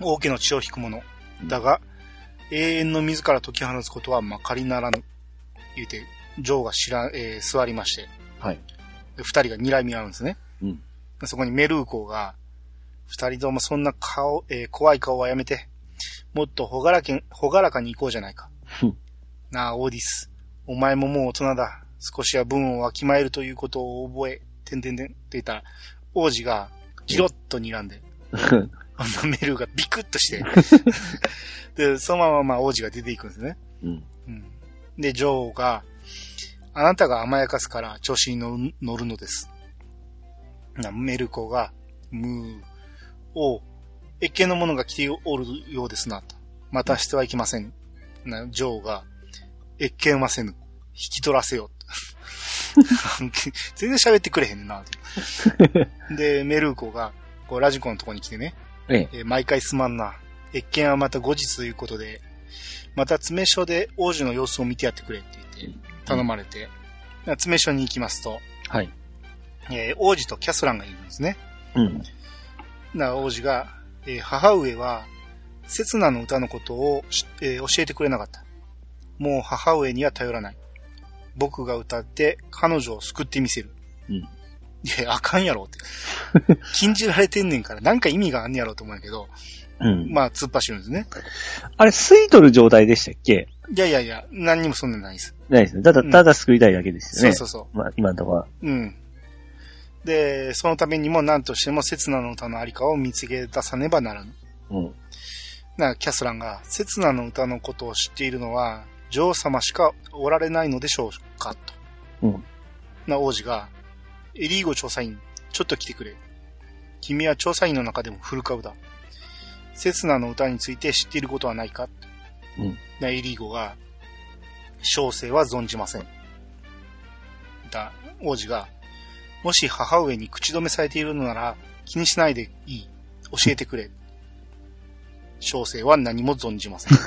[SPEAKER 1] 王家の血を引くもの。だが、永遠の自ら解き放つことはまかりならぬ。言うて、ジョーが知ら、えー座りまして。
[SPEAKER 2] はい。
[SPEAKER 1] で、二人が睨み合うんですね。
[SPEAKER 2] うん。
[SPEAKER 1] そこにメルーコが、二人ともそんな顔、えー怖い顔はやめて、もっとほがらけん、ほがらかに行こうじゃないか
[SPEAKER 2] ふん。
[SPEAKER 1] なあ、オーディス。お前ももう大人だ。少しは分をわきまえるということを覚え、てんてんてんって言ったら、王子が、ギロッと睨んで、 あのメルーがビクッと して、で、そのまままあ王子が出ていくんですね。
[SPEAKER 2] うん。
[SPEAKER 1] うんで、女王が、あなたが甘やかすから調子に乗る乗るのです。なメルコが、ムー、おう、越見の者が来ておるようですな、と。またしてはいけません。な女王が、越見はせぬ。引き取らせよ。 全然喋ってくれへんねんな、と。で、メルコが、こう、ラジコのとこに来てね、
[SPEAKER 2] ええ。
[SPEAKER 1] えー毎回すまんな。越見はまた後日ということで、また詰め所で王子の様子を見てやってくれって言って、頼まれて、詰め所に行きますと、
[SPEAKER 2] はい。
[SPEAKER 1] えー王子とキャスランがいるんですね。
[SPEAKER 2] うん。
[SPEAKER 1] な、王子が、えー母上は、刹那の歌のことをし、えー教えてくれなかった。もう母上には頼らない。僕が歌って彼女を救ってみせる。
[SPEAKER 2] うん
[SPEAKER 1] いや、あかんやろって。 禁じられてんねんから、なんか意味があんねやろと思うんやけど、
[SPEAKER 2] うん。
[SPEAKER 1] まあ、突っ走るんですね。
[SPEAKER 2] あれ、吸い取る状態でしたっけ
[SPEAKER 1] いやいやいや、何にもそんなのないです。
[SPEAKER 2] ないですね。ただ、
[SPEAKER 1] うん
[SPEAKER 2] ただ救いたいだけです
[SPEAKER 1] そ
[SPEAKER 2] よ
[SPEAKER 1] う
[SPEAKER 2] ね。
[SPEAKER 1] そうそ
[SPEAKER 2] まあ、今のところは。
[SPEAKER 1] う。うん。で、そのためにも何としても刹那の歌のありかを見つけ出さねばならぬ。
[SPEAKER 2] うん。
[SPEAKER 1] な、キャスランが、刹那の歌のことを知っているのは、女王様しかおられないのでしょうか、と。
[SPEAKER 2] うん。
[SPEAKER 1] な、王子が、エリーゴ調査員、ちょっと来てくれ。君は調査員の中でも古株だ。刹那の歌について知っていることはないか
[SPEAKER 2] うん。
[SPEAKER 1] な、エリーゴが、小生は存じません。だ、王子が、もし母上に口止めされているのなら気にしないでいい。教えてくれ。小生は何も存じません。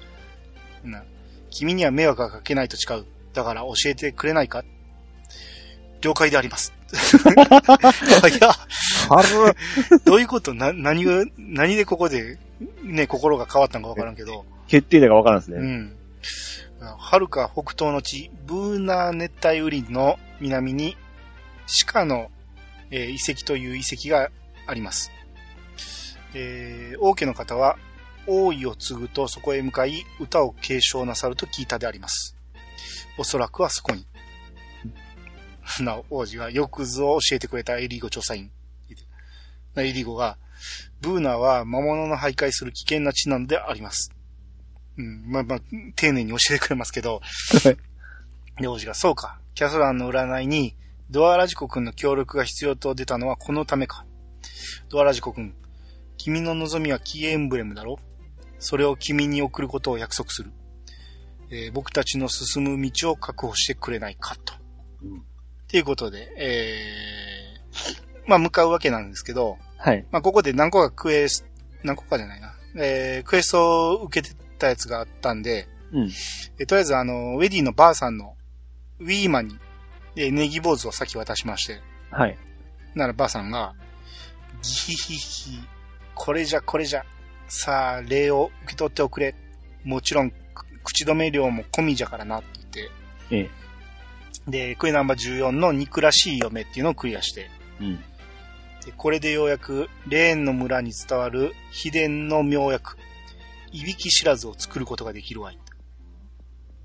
[SPEAKER 1] な君には迷惑がかけないと誓う。だから教えてくれないか了解であります。 いや、
[SPEAKER 2] 軽っ
[SPEAKER 1] どういうことな、何が、何でここで、ね、心が変わったのかわからんけど、
[SPEAKER 2] 決定打がわからんです
[SPEAKER 1] う
[SPEAKER 2] ね。
[SPEAKER 1] ん。はるか北東の地、ブーナー熱帯雨林の南に、鹿の、えー遺跡という遺跡があります。えー王家の方は、王位を継ぐとそこへ向かい、歌を継承なさると聞いたであります。おそらくはそこに。 な、王子が、よくぞ教えてくれたエリーゴ調査員。なエリーゴが、ブーナーは魔物の徘徊する危険な地なのであります。うん、まあまあ、丁寧に教えてくれますけど。
[SPEAKER 2] はい
[SPEAKER 1] で、王子が、そうか。キャスランの占いに、ドアラジコ君の協力が必要と出たのはこのためか。ドアラジコ君、君の望みはキーエンブレムだろそれを君に送ることを約束する。えー僕たちの進む道を確保してくれないかと。
[SPEAKER 2] うん
[SPEAKER 1] ということで、えー、まあ向かうわけなんですけど、
[SPEAKER 2] はい。
[SPEAKER 1] まあ、ここで何個かクエスト、何個かじゃないな。えー、クエストを受けてたやつがあったんで、
[SPEAKER 2] うん。
[SPEAKER 1] えーとりあえずあの、ウェディのばあさんの、ウィーマに、えー、ネギ坊主を先渡しまして、
[SPEAKER 2] はい。
[SPEAKER 1] ならばあさんが、ギヒヒヒ、これじゃこれじゃ、さあ、礼を受け取っておくれ。もちろん、く口止め料も込みじゃからなって言って、
[SPEAKER 2] ええ。
[SPEAKER 1] で、クエナンバー14の憎らしい嫁っていうのをクリアして、
[SPEAKER 2] うん。
[SPEAKER 1] でこれでようやく、レーンの村に伝わる秘伝の妙薬、いびき知らずを作ることができるわい。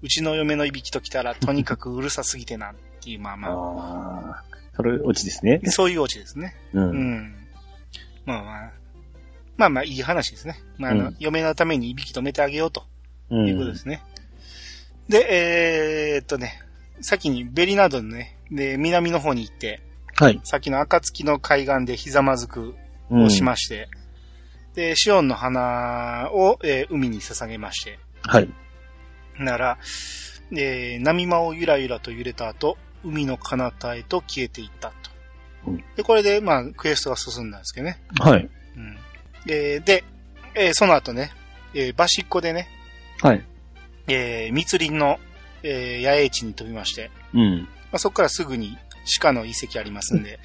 [SPEAKER 1] うちの嫁のいびきときたら、とにかくうるさすぎてな、っていう、まあま
[SPEAKER 2] ああ。それ、オチですね。
[SPEAKER 1] あ、そういうオチですね。
[SPEAKER 2] う。
[SPEAKER 1] うんん。まあまあ、まあまあ、いい話ですね。まあ、あの、
[SPEAKER 2] うん
[SPEAKER 1] 嫁のためにいびき止めてあげようと
[SPEAKER 2] う
[SPEAKER 1] いうこと
[SPEAKER 2] ん
[SPEAKER 1] で。すね。で、えーっとね、先にベリナードのね、で、南の方に行って、
[SPEAKER 2] はい。
[SPEAKER 1] さっきの暁の海岸でひざまずく
[SPEAKER 2] う
[SPEAKER 1] を
[SPEAKER 2] ん
[SPEAKER 1] しまして、で、シオンの花を、えー海に捧げまして、
[SPEAKER 2] はい。
[SPEAKER 1] なら、えー波間をゆらゆらと揺れた後、海の彼方へと消えていったと。
[SPEAKER 2] うん
[SPEAKER 1] で、これで、まあ、クエストが進んだんですけどね。
[SPEAKER 2] はい。
[SPEAKER 1] うん、で、で、えーその後ね、えー、バシッコでね、
[SPEAKER 2] はい。
[SPEAKER 1] えー密林の、えー野営地に飛びまして、
[SPEAKER 2] うん。
[SPEAKER 1] まあ、そこからすぐに鹿の遺跡ありますんで、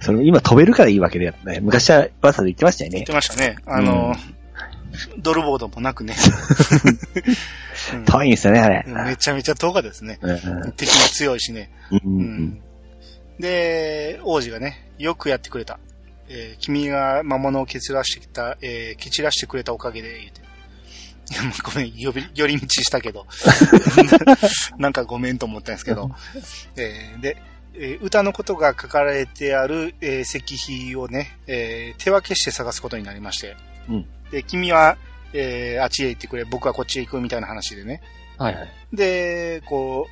[SPEAKER 2] それ、今飛べるからいいわけでやったね。昔はバサで言ってましたよ
[SPEAKER 1] 言っ
[SPEAKER 2] ね
[SPEAKER 1] て。ましたね。あの、ドルボードもな くね。 うん
[SPEAKER 2] 遠いんですよね、あれ。
[SPEAKER 1] めちゃめちゃ遠かったですね。
[SPEAKER 2] う
[SPEAKER 1] 敵も強いしね。
[SPEAKER 2] ん。
[SPEAKER 1] う
[SPEAKER 2] うん。
[SPEAKER 1] ん、で、王子がね、よくやってくれた。えー君が魔物を蹴散らしてきた、えー蹴散らしてくれたおかげで、言うて。 いやもうごめん、よび寄り道したけど。 なんかごめんと思ったんですけど。えーで、えー歌のことが書かれてある、えー石碑をね、えー手分けして探すことになりまして。
[SPEAKER 2] うん
[SPEAKER 1] で、君は、えーあっちへ行ってくれ、僕はこっちへ行くみたいな話でね。
[SPEAKER 2] はいはい。
[SPEAKER 1] で、こ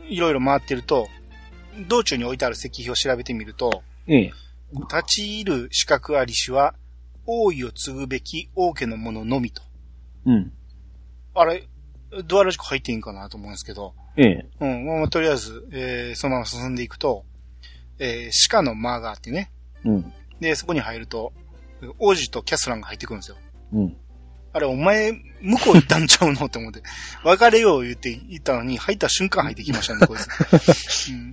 [SPEAKER 1] う、いろいろ回ってると、道中に置いてある石碑を調べてみると、
[SPEAKER 2] ええ。
[SPEAKER 1] 立ち入る資格ありしは、王位を継ぐべき王家のもののみと。
[SPEAKER 2] うん。
[SPEAKER 1] あれ、ドアラジコ入っていいんかなと思うんですけど、
[SPEAKER 2] ええ。
[SPEAKER 1] うん、まあ、とりあえず、えーそのまま進んでいくと、えー鹿の間があってね、
[SPEAKER 2] うん。
[SPEAKER 1] で、そこに入ると、王子とキャスランが入ってくるんですよ。
[SPEAKER 2] うん。
[SPEAKER 1] あれ、お前、向こう行ったんちゃうのって思って、別れよう言って行ったのに、入った瞬間入ってきましたね、こいつ。うん、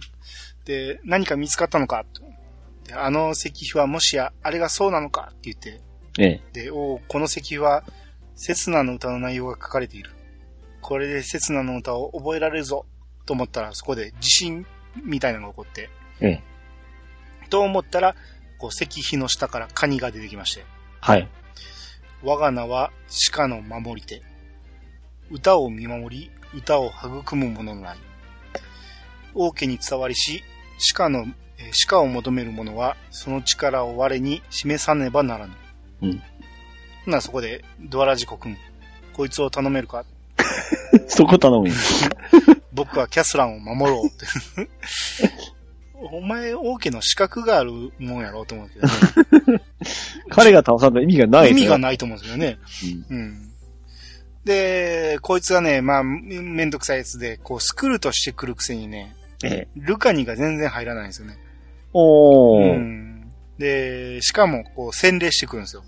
[SPEAKER 1] で、何か見つかったのかとであの石碑はもしや、あれがそうなのかって言って、
[SPEAKER 2] ええ。
[SPEAKER 1] で、おうこの石碑は、セツナの歌の内容が書かれている。これでセツナの歌を覚えられるぞ、と思ったら、そこで地震みたいなのが起こって、
[SPEAKER 2] ええ。
[SPEAKER 1] と思ったら、こう石碑の下からカニが出てきまして、
[SPEAKER 2] はい。
[SPEAKER 1] 我が名は鹿の守り手。歌を見守り、歌を育む者なり。王家に伝わりし、鹿の、えー鹿を求める者は、その力を我に示さねばならぬ。
[SPEAKER 2] うん。
[SPEAKER 1] な、そこで、ドアラジコ君、こいつを頼めるか
[SPEAKER 2] そこ頼むよ。
[SPEAKER 1] 僕はキャスランを守ろうって。 お前、王家の資格があるもんやろうと思うけど、ね、
[SPEAKER 2] 彼が倒さんと意味がない
[SPEAKER 1] 意
[SPEAKER 2] です
[SPEAKER 1] 味
[SPEAKER 2] よ
[SPEAKER 1] がないと思うんですよね。
[SPEAKER 2] うん
[SPEAKER 1] うん。で、こいつはね、まあ、めめんどくさいやつで、こう、スクルとしてくるくせにね、
[SPEAKER 2] ええ。
[SPEAKER 1] ルカニが全然入らないんですよね。
[SPEAKER 2] お
[SPEAKER 1] う
[SPEAKER 2] ー。
[SPEAKER 1] ん。で、しかも、こう、洗礼してくるんですよ。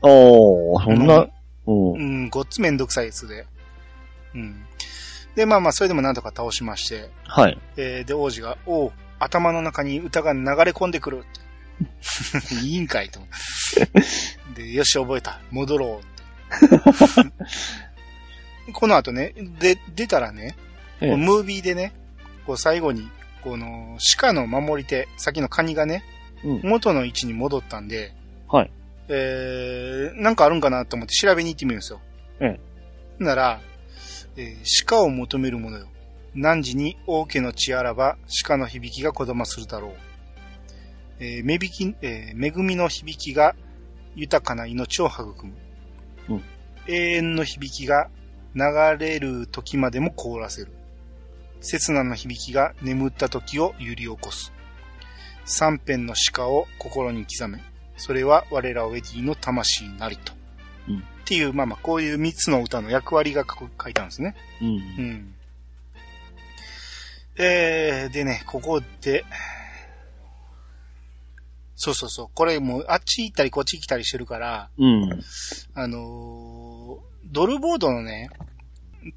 [SPEAKER 2] おー、そんな、
[SPEAKER 1] う
[SPEAKER 2] うん。
[SPEAKER 1] ん、ごっつめんどくさいやつで。うん。で、まあまあ、それでもなんとか倒しまして、
[SPEAKER 2] はい。
[SPEAKER 1] えーで、王子が、おう、頭の中に歌が流れ込んでくる。 いいんかいと思って。で、よし、覚えた。戻ろうって。この後ね、で、出たらね、
[SPEAKER 2] ええ
[SPEAKER 1] こうムービーでね、こう最後に、この、鹿の守り手、先のカニがね、
[SPEAKER 2] うん
[SPEAKER 1] 元の位置に戻ったんで、
[SPEAKER 2] はい。
[SPEAKER 1] えー、なんかあるんかなと思って調べに行ってみるんですよ。
[SPEAKER 2] え
[SPEAKER 1] なら、えー鹿を求めるものよ。何時に王家の血あらば鹿の響きがこだまするだろう。えー、めびき、えー、恵みの響きが豊かな命を育む。
[SPEAKER 2] うん
[SPEAKER 1] 永遠の響きが流れる時までも凍らせる。刹那の響きが眠った時を揺り起こす。三辺の鹿を心に刻め。それは我らウェディの魂なりと。
[SPEAKER 2] うん
[SPEAKER 1] っていう、まあまあ、こういう三つの歌の役割が書書いたんですね。
[SPEAKER 2] う。
[SPEAKER 1] うんん。えー、でね、ここで、そうそうそう、これもうあっち行ったりこっち来たりしてるから、
[SPEAKER 2] うん。
[SPEAKER 1] あのードルボードのね、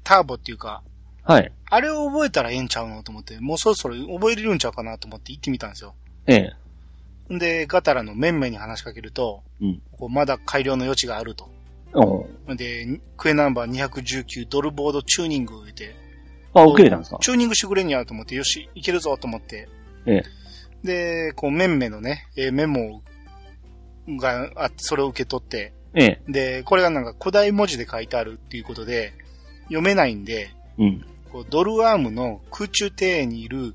[SPEAKER 1] ターボっていうか、
[SPEAKER 2] はい。
[SPEAKER 1] あれを覚えたらええんちゃうのと思って、もうそろそろ覚えれるんちゃうかなと思って行ってみたんですよ。
[SPEAKER 2] ええ。
[SPEAKER 1] んで、ガタラのメンメンに話しかけると、
[SPEAKER 2] うん
[SPEAKER 1] こうまだ改良の余地があると。
[SPEAKER 2] おー
[SPEAKER 1] で、クエナンバー219ドルボードチューニングを入れて、
[SPEAKER 2] あ、遅れたんですか
[SPEAKER 1] チューニングしてくれんやと思って、よし、いけるぞと思って。
[SPEAKER 2] え
[SPEAKER 1] で、こう、メンメのね、えーメモがあって、それを受け取って、
[SPEAKER 2] え。ええ。
[SPEAKER 1] で、これがなんか古代文字で書いてあるっていうことで、読めないんで、
[SPEAKER 2] うん。
[SPEAKER 1] こうドルアームの空中庭園にいる、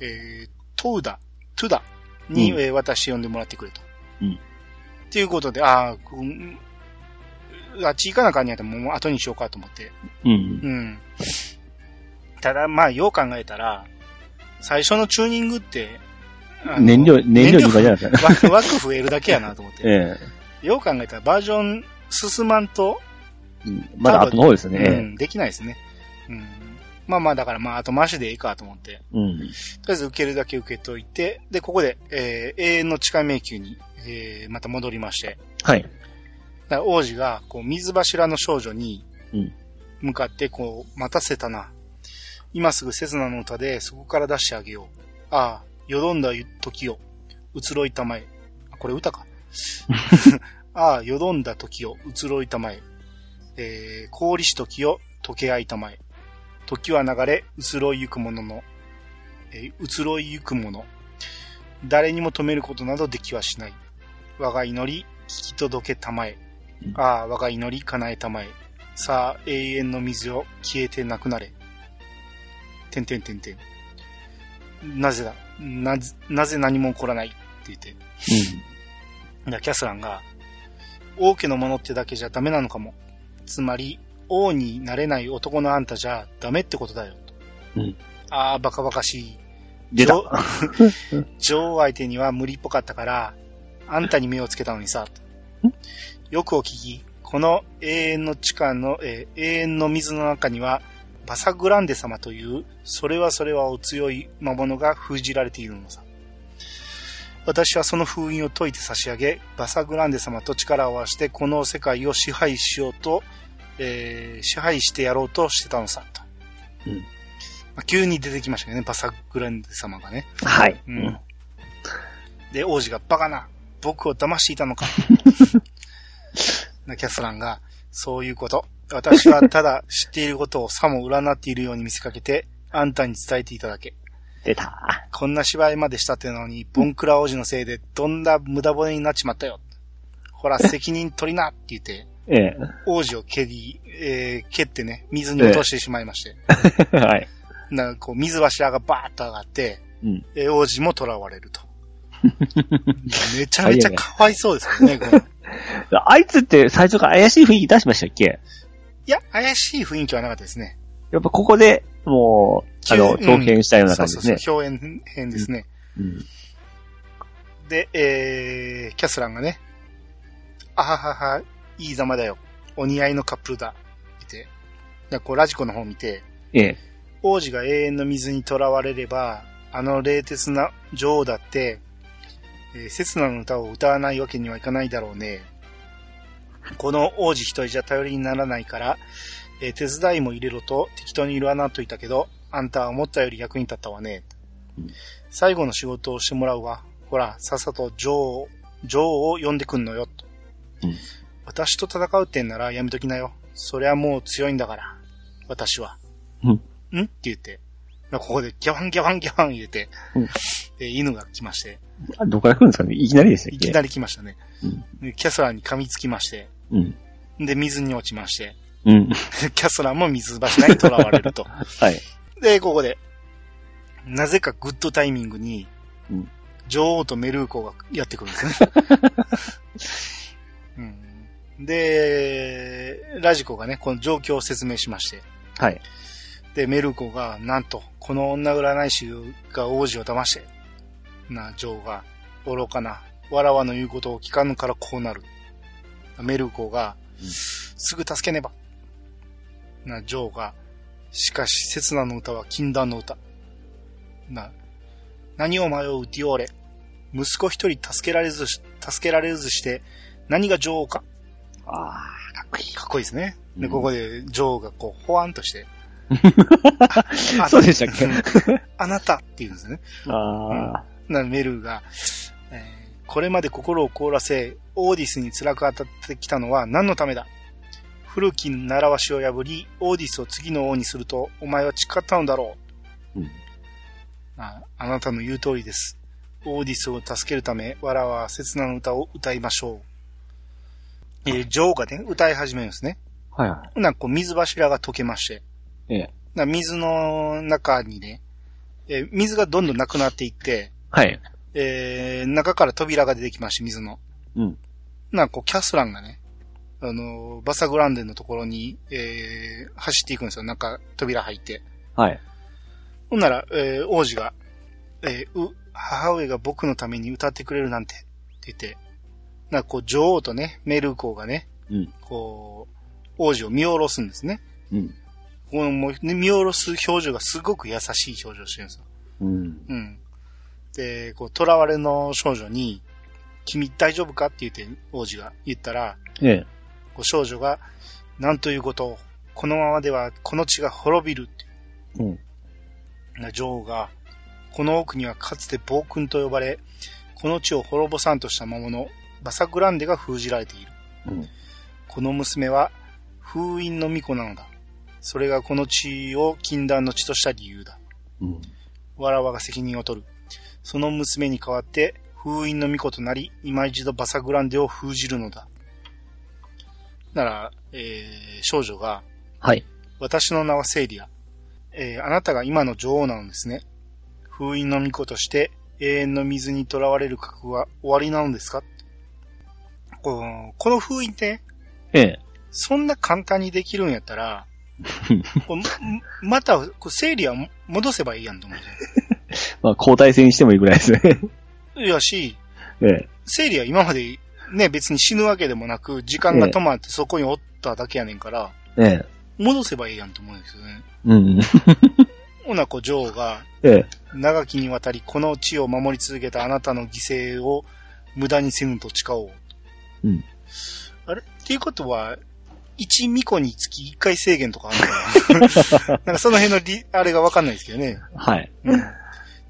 [SPEAKER 1] えートウダ、トゥダに、
[SPEAKER 2] うん
[SPEAKER 1] えー渡して呼んでもらってくれと。
[SPEAKER 2] うん
[SPEAKER 1] っていうことで、ああ、こうんあっち行かなあかんにやったらもう後にしようかと思って。
[SPEAKER 2] うん。
[SPEAKER 1] うん。ただ、まあ、よう考えたら、最初のチューニングって、あの
[SPEAKER 2] 燃料、燃料2倍じゃな いですか。
[SPEAKER 1] 枠枠増えるだけやなと思って。
[SPEAKER 2] え
[SPEAKER 1] よう考えたらバージョン進まんと、
[SPEAKER 2] え。うんまだ後の方です
[SPEAKER 1] う
[SPEAKER 2] ね。
[SPEAKER 1] ん、できないですね。うん。まあまあ、だからまあ、後回しでいいかと思って。
[SPEAKER 2] うん。
[SPEAKER 1] とりあえず受けるだけ受けといて、で、ここで、えー永遠の地下迷宮に、えーまた戻りまして、
[SPEAKER 2] はい。
[SPEAKER 1] だから王子が、こう、水柱の少女に
[SPEAKER 2] うん、
[SPEAKER 1] 向かって、こう、待たせたな。今すぐ刹那の歌で、そこから出してあげよう。ああ、よどんだ時よ、移ろいたまえ。あこれ歌 か。ああ、よどんだ時よ、移ろいたまえ。えー、氷し時よ、溶け合いたまえ。時は流れ、移ろいゆくものの、えー移ろいゆくもの。誰にも止めることなどできはしない。我が祈り、聞き届けたまえ。ああ、我が祈り叶えたまえ。さあ、永遠の水を消えてなくなれ。てんてんてんてん。なぜだなぜ、なぜ何も起こらないって言って。でキャスランが、王家のものってだけじゃダメなのかも。つまり、王になれない男のあんたじゃダメってことだよ。と
[SPEAKER 2] うん
[SPEAKER 1] ああ、バカバカしい。
[SPEAKER 2] うん。出た。
[SPEAKER 1] 女 王女王相手には無理っぽかったから、あんたに目をつけたのにさ。よくお聞き、この永遠の地下の、えー永遠の水の中には、バサグランデ様という、それはそれはお強い魔物が封じられているのさ。私はその封印を解いて差し上げ、バサグランデ様と力を合わせて、この世界を支配しようと、えー支配してやろうとしてたのさ。と
[SPEAKER 2] うん
[SPEAKER 1] まあ急に出てきましたよね、バサグランデ様がね。
[SPEAKER 2] はい。
[SPEAKER 1] う
[SPEAKER 2] うんん。
[SPEAKER 1] で、王子がバカな、僕を騙していたのか。なキャスランが、そういうこと。私はただ知っていることをさも占っているように見せかけて、あんたに伝えていただけ。
[SPEAKER 2] 出た。
[SPEAKER 1] こんな芝居までしたってのに、ボンクラ王子のせいでどんな無駄骨になっちまったよ。ほら、責任取りなって言って、
[SPEAKER 2] ええ。
[SPEAKER 1] 王子を蹴り、えー蹴ってね、水に落としてしまいまして。
[SPEAKER 2] はい。
[SPEAKER 1] なんかこう、水柱がバーッと上がって、
[SPEAKER 2] うん。
[SPEAKER 1] えー王子も囚われる と。めちゃめちゃかわいそうですよね、これ
[SPEAKER 2] あいつって最初から怪しい雰囲気出しましたっけ
[SPEAKER 1] いや、怪しい雰囲気はなかったですね。
[SPEAKER 2] やっぱここで、もう、あの、
[SPEAKER 1] 急にうん
[SPEAKER 2] 表現したような感じですね。
[SPEAKER 1] そうそうそう表現編ですね。
[SPEAKER 2] うん
[SPEAKER 1] で、えー、キャスランがね、あははは、いいざまだよ。お似合いのカップルだ。見て。でこう、ラジコの方見て、
[SPEAKER 2] ええ。
[SPEAKER 1] 王子が永遠の水に囚われれば、あの冷徹な女王だって、えー、刹那の歌を歌わないわけにはいかないだろうね。この王子一人じゃ頼りにならないから、えー手伝いも入れろと適当にいろなっといたけど、あんたは思ったより役に立ったわね。最後の仕事をしてもらうわ。ほら、さっさと女王、女王を呼んでくんのよ。と
[SPEAKER 2] うん
[SPEAKER 1] 私と戦うってんならやめときなよ。そりゃもう強いんだから。私は。
[SPEAKER 2] うん
[SPEAKER 1] んって言って。まあここでギャワンギャワンギャワン入れて、
[SPEAKER 2] うん
[SPEAKER 1] えー犬が来まして、
[SPEAKER 2] あどこから来るんですかねいきなりでした
[SPEAKER 1] い
[SPEAKER 2] っけ
[SPEAKER 1] きなり来ましたね。でキャスラーに噛みつきまして、
[SPEAKER 2] うん。
[SPEAKER 1] で、水に落ちまして、
[SPEAKER 2] うん。うん。
[SPEAKER 1] キャスラーも水柱に囚われると。
[SPEAKER 2] はい。
[SPEAKER 1] で、ここで、なぜかグッドタイミングに
[SPEAKER 2] うん、
[SPEAKER 1] 女王とメルーコがやってくるんです ね。うん、で、ラジコがね、この状況を説明しまして、
[SPEAKER 2] はい。
[SPEAKER 1] で、メルーコが、なんと、この女占い師が王子を騙して、な、女王が、愚かな、わらわの言うことを聞かぬからこうなる。メルーコが、
[SPEAKER 2] うん
[SPEAKER 1] すぐ助けねば。な、女王が、しかし、刹那の歌は禁断の歌。な、何を迷うディオーレ。息子一人助けられずし、助けられずして、何が女王か。
[SPEAKER 2] ああ、かっこい
[SPEAKER 1] かっこいいですね。で、
[SPEAKER 2] うん
[SPEAKER 1] ここで女王がこう、ほわんと して、
[SPEAKER 2] い。そうでしたっけ
[SPEAKER 1] あなたって言うんですね。
[SPEAKER 2] ああ。
[SPEAKER 1] なメルが、えーこれまで心を凍らせ、オーディスに辛く当たってきたのは何のためだ古き習わしを破り、オーディスを次の王にすると、お前は誓ったのだろ
[SPEAKER 2] うん。
[SPEAKER 1] う。ああなたの言う通りです。オーディスを助けるため、わらわは切なの歌を歌いましょう。えー女王がね、歌い始めるんですね。
[SPEAKER 2] はいは
[SPEAKER 1] なんかこう、水柱が溶けまして、
[SPEAKER 2] い。ええ。
[SPEAKER 1] な水の中にね、えー水がどんどんなくなっていって、
[SPEAKER 2] はい。
[SPEAKER 1] えー中から扉が出てきまして、水の。
[SPEAKER 2] うん。
[SPEAKER 1] なんかこう、キャスランがね、あの、バサグランデのところに、えー、走っていくんですよ。なんか、扉入って。
[SPEAKER 2] はい。
[SPEAKER 1] ほんなら、えー、王子が、えーう、母上が僕のために歌ってくれるなんて、って言って、なんかこう、女王とね、メルーコーがね、
[SPEAKER 2] うん。
[SPEAKER 1] こう、王子を見下ろすんですね。
[SPEAKER 2] うん。
[SPEAKER 1] このもう、ね見下ろす表情がすごく優しい表情をしてるんですよ。
[SPEAKER 2] うん。
[SPEAKER 1] うん。で、こう、囚われの少女に、君大丈夫かって言って、王子が言ったら、
[SPEAKER 2] ええ。
[SPEAKER 1] こう少女が、なんということを、このままではこの地が滅びるって。
[SPEAKER 2] うん。
[SPEAKER 1] 女王が、この奥にはかつて暴君と呼ばれ、この地を滅ぼさんとした魔物、バサグランデが封じられている。
[SPEAKER 2] うん。
[SPEAKER 1] この娘は、封印の巫女なのだ。それがこの地を禁断の地とした理由だ。
[SPEAKER 2] うん。
[SPEAKER 1] わらわが責任を取る。その娘に代わって、封印の巫女となり、今一度バサグランデを封じるのだ。なら、えー少女が、
[SPEAKER 2] はい。
[SPEAKER 1] 私の名はセイリア。えーあなたが今の女王なのですね。封印の巫女として永遠の水に囚われる覚悟は終わりなのですかこのこの封印って、
[SPEAKER 2] ええ。
[SPEAKER 1] そんな簡単にできるんやったら、こうままた、こうセイリア戻せばいいやんと思う。
[SPEAKER 2] まあ、交代制にしてもいいぐらいですね。
[SPEAKER 1] いやし、
[SPEAKER 2] ええ。
[SPEAKER 1] セイリア今までね、別に死ぬわけでもなく、時間が止まってそこにおっただけやねんから、
[SPEAKER 2] ええ。
[SPEAKER 1] 戻せばいいやんと思うんですよね。
[SPEAKER 2] うん。
[SPEAKER 1] ほな、こう女王が、
[SPEAKER 2] ええ。
[SPEAKER 1] 長きにわたりこの地を守り続けたあなたの犠牲を無駄にせぬと誓おう。
[SPEAKER 2] うん。
[SPEAKER 1] あれっていうことは、一巫女につき一回制限とかあるのかななんかその辺のり、あれがわかんないですけどね。
[SPEAKER 2] はい。
[SPEAKER 1] うん。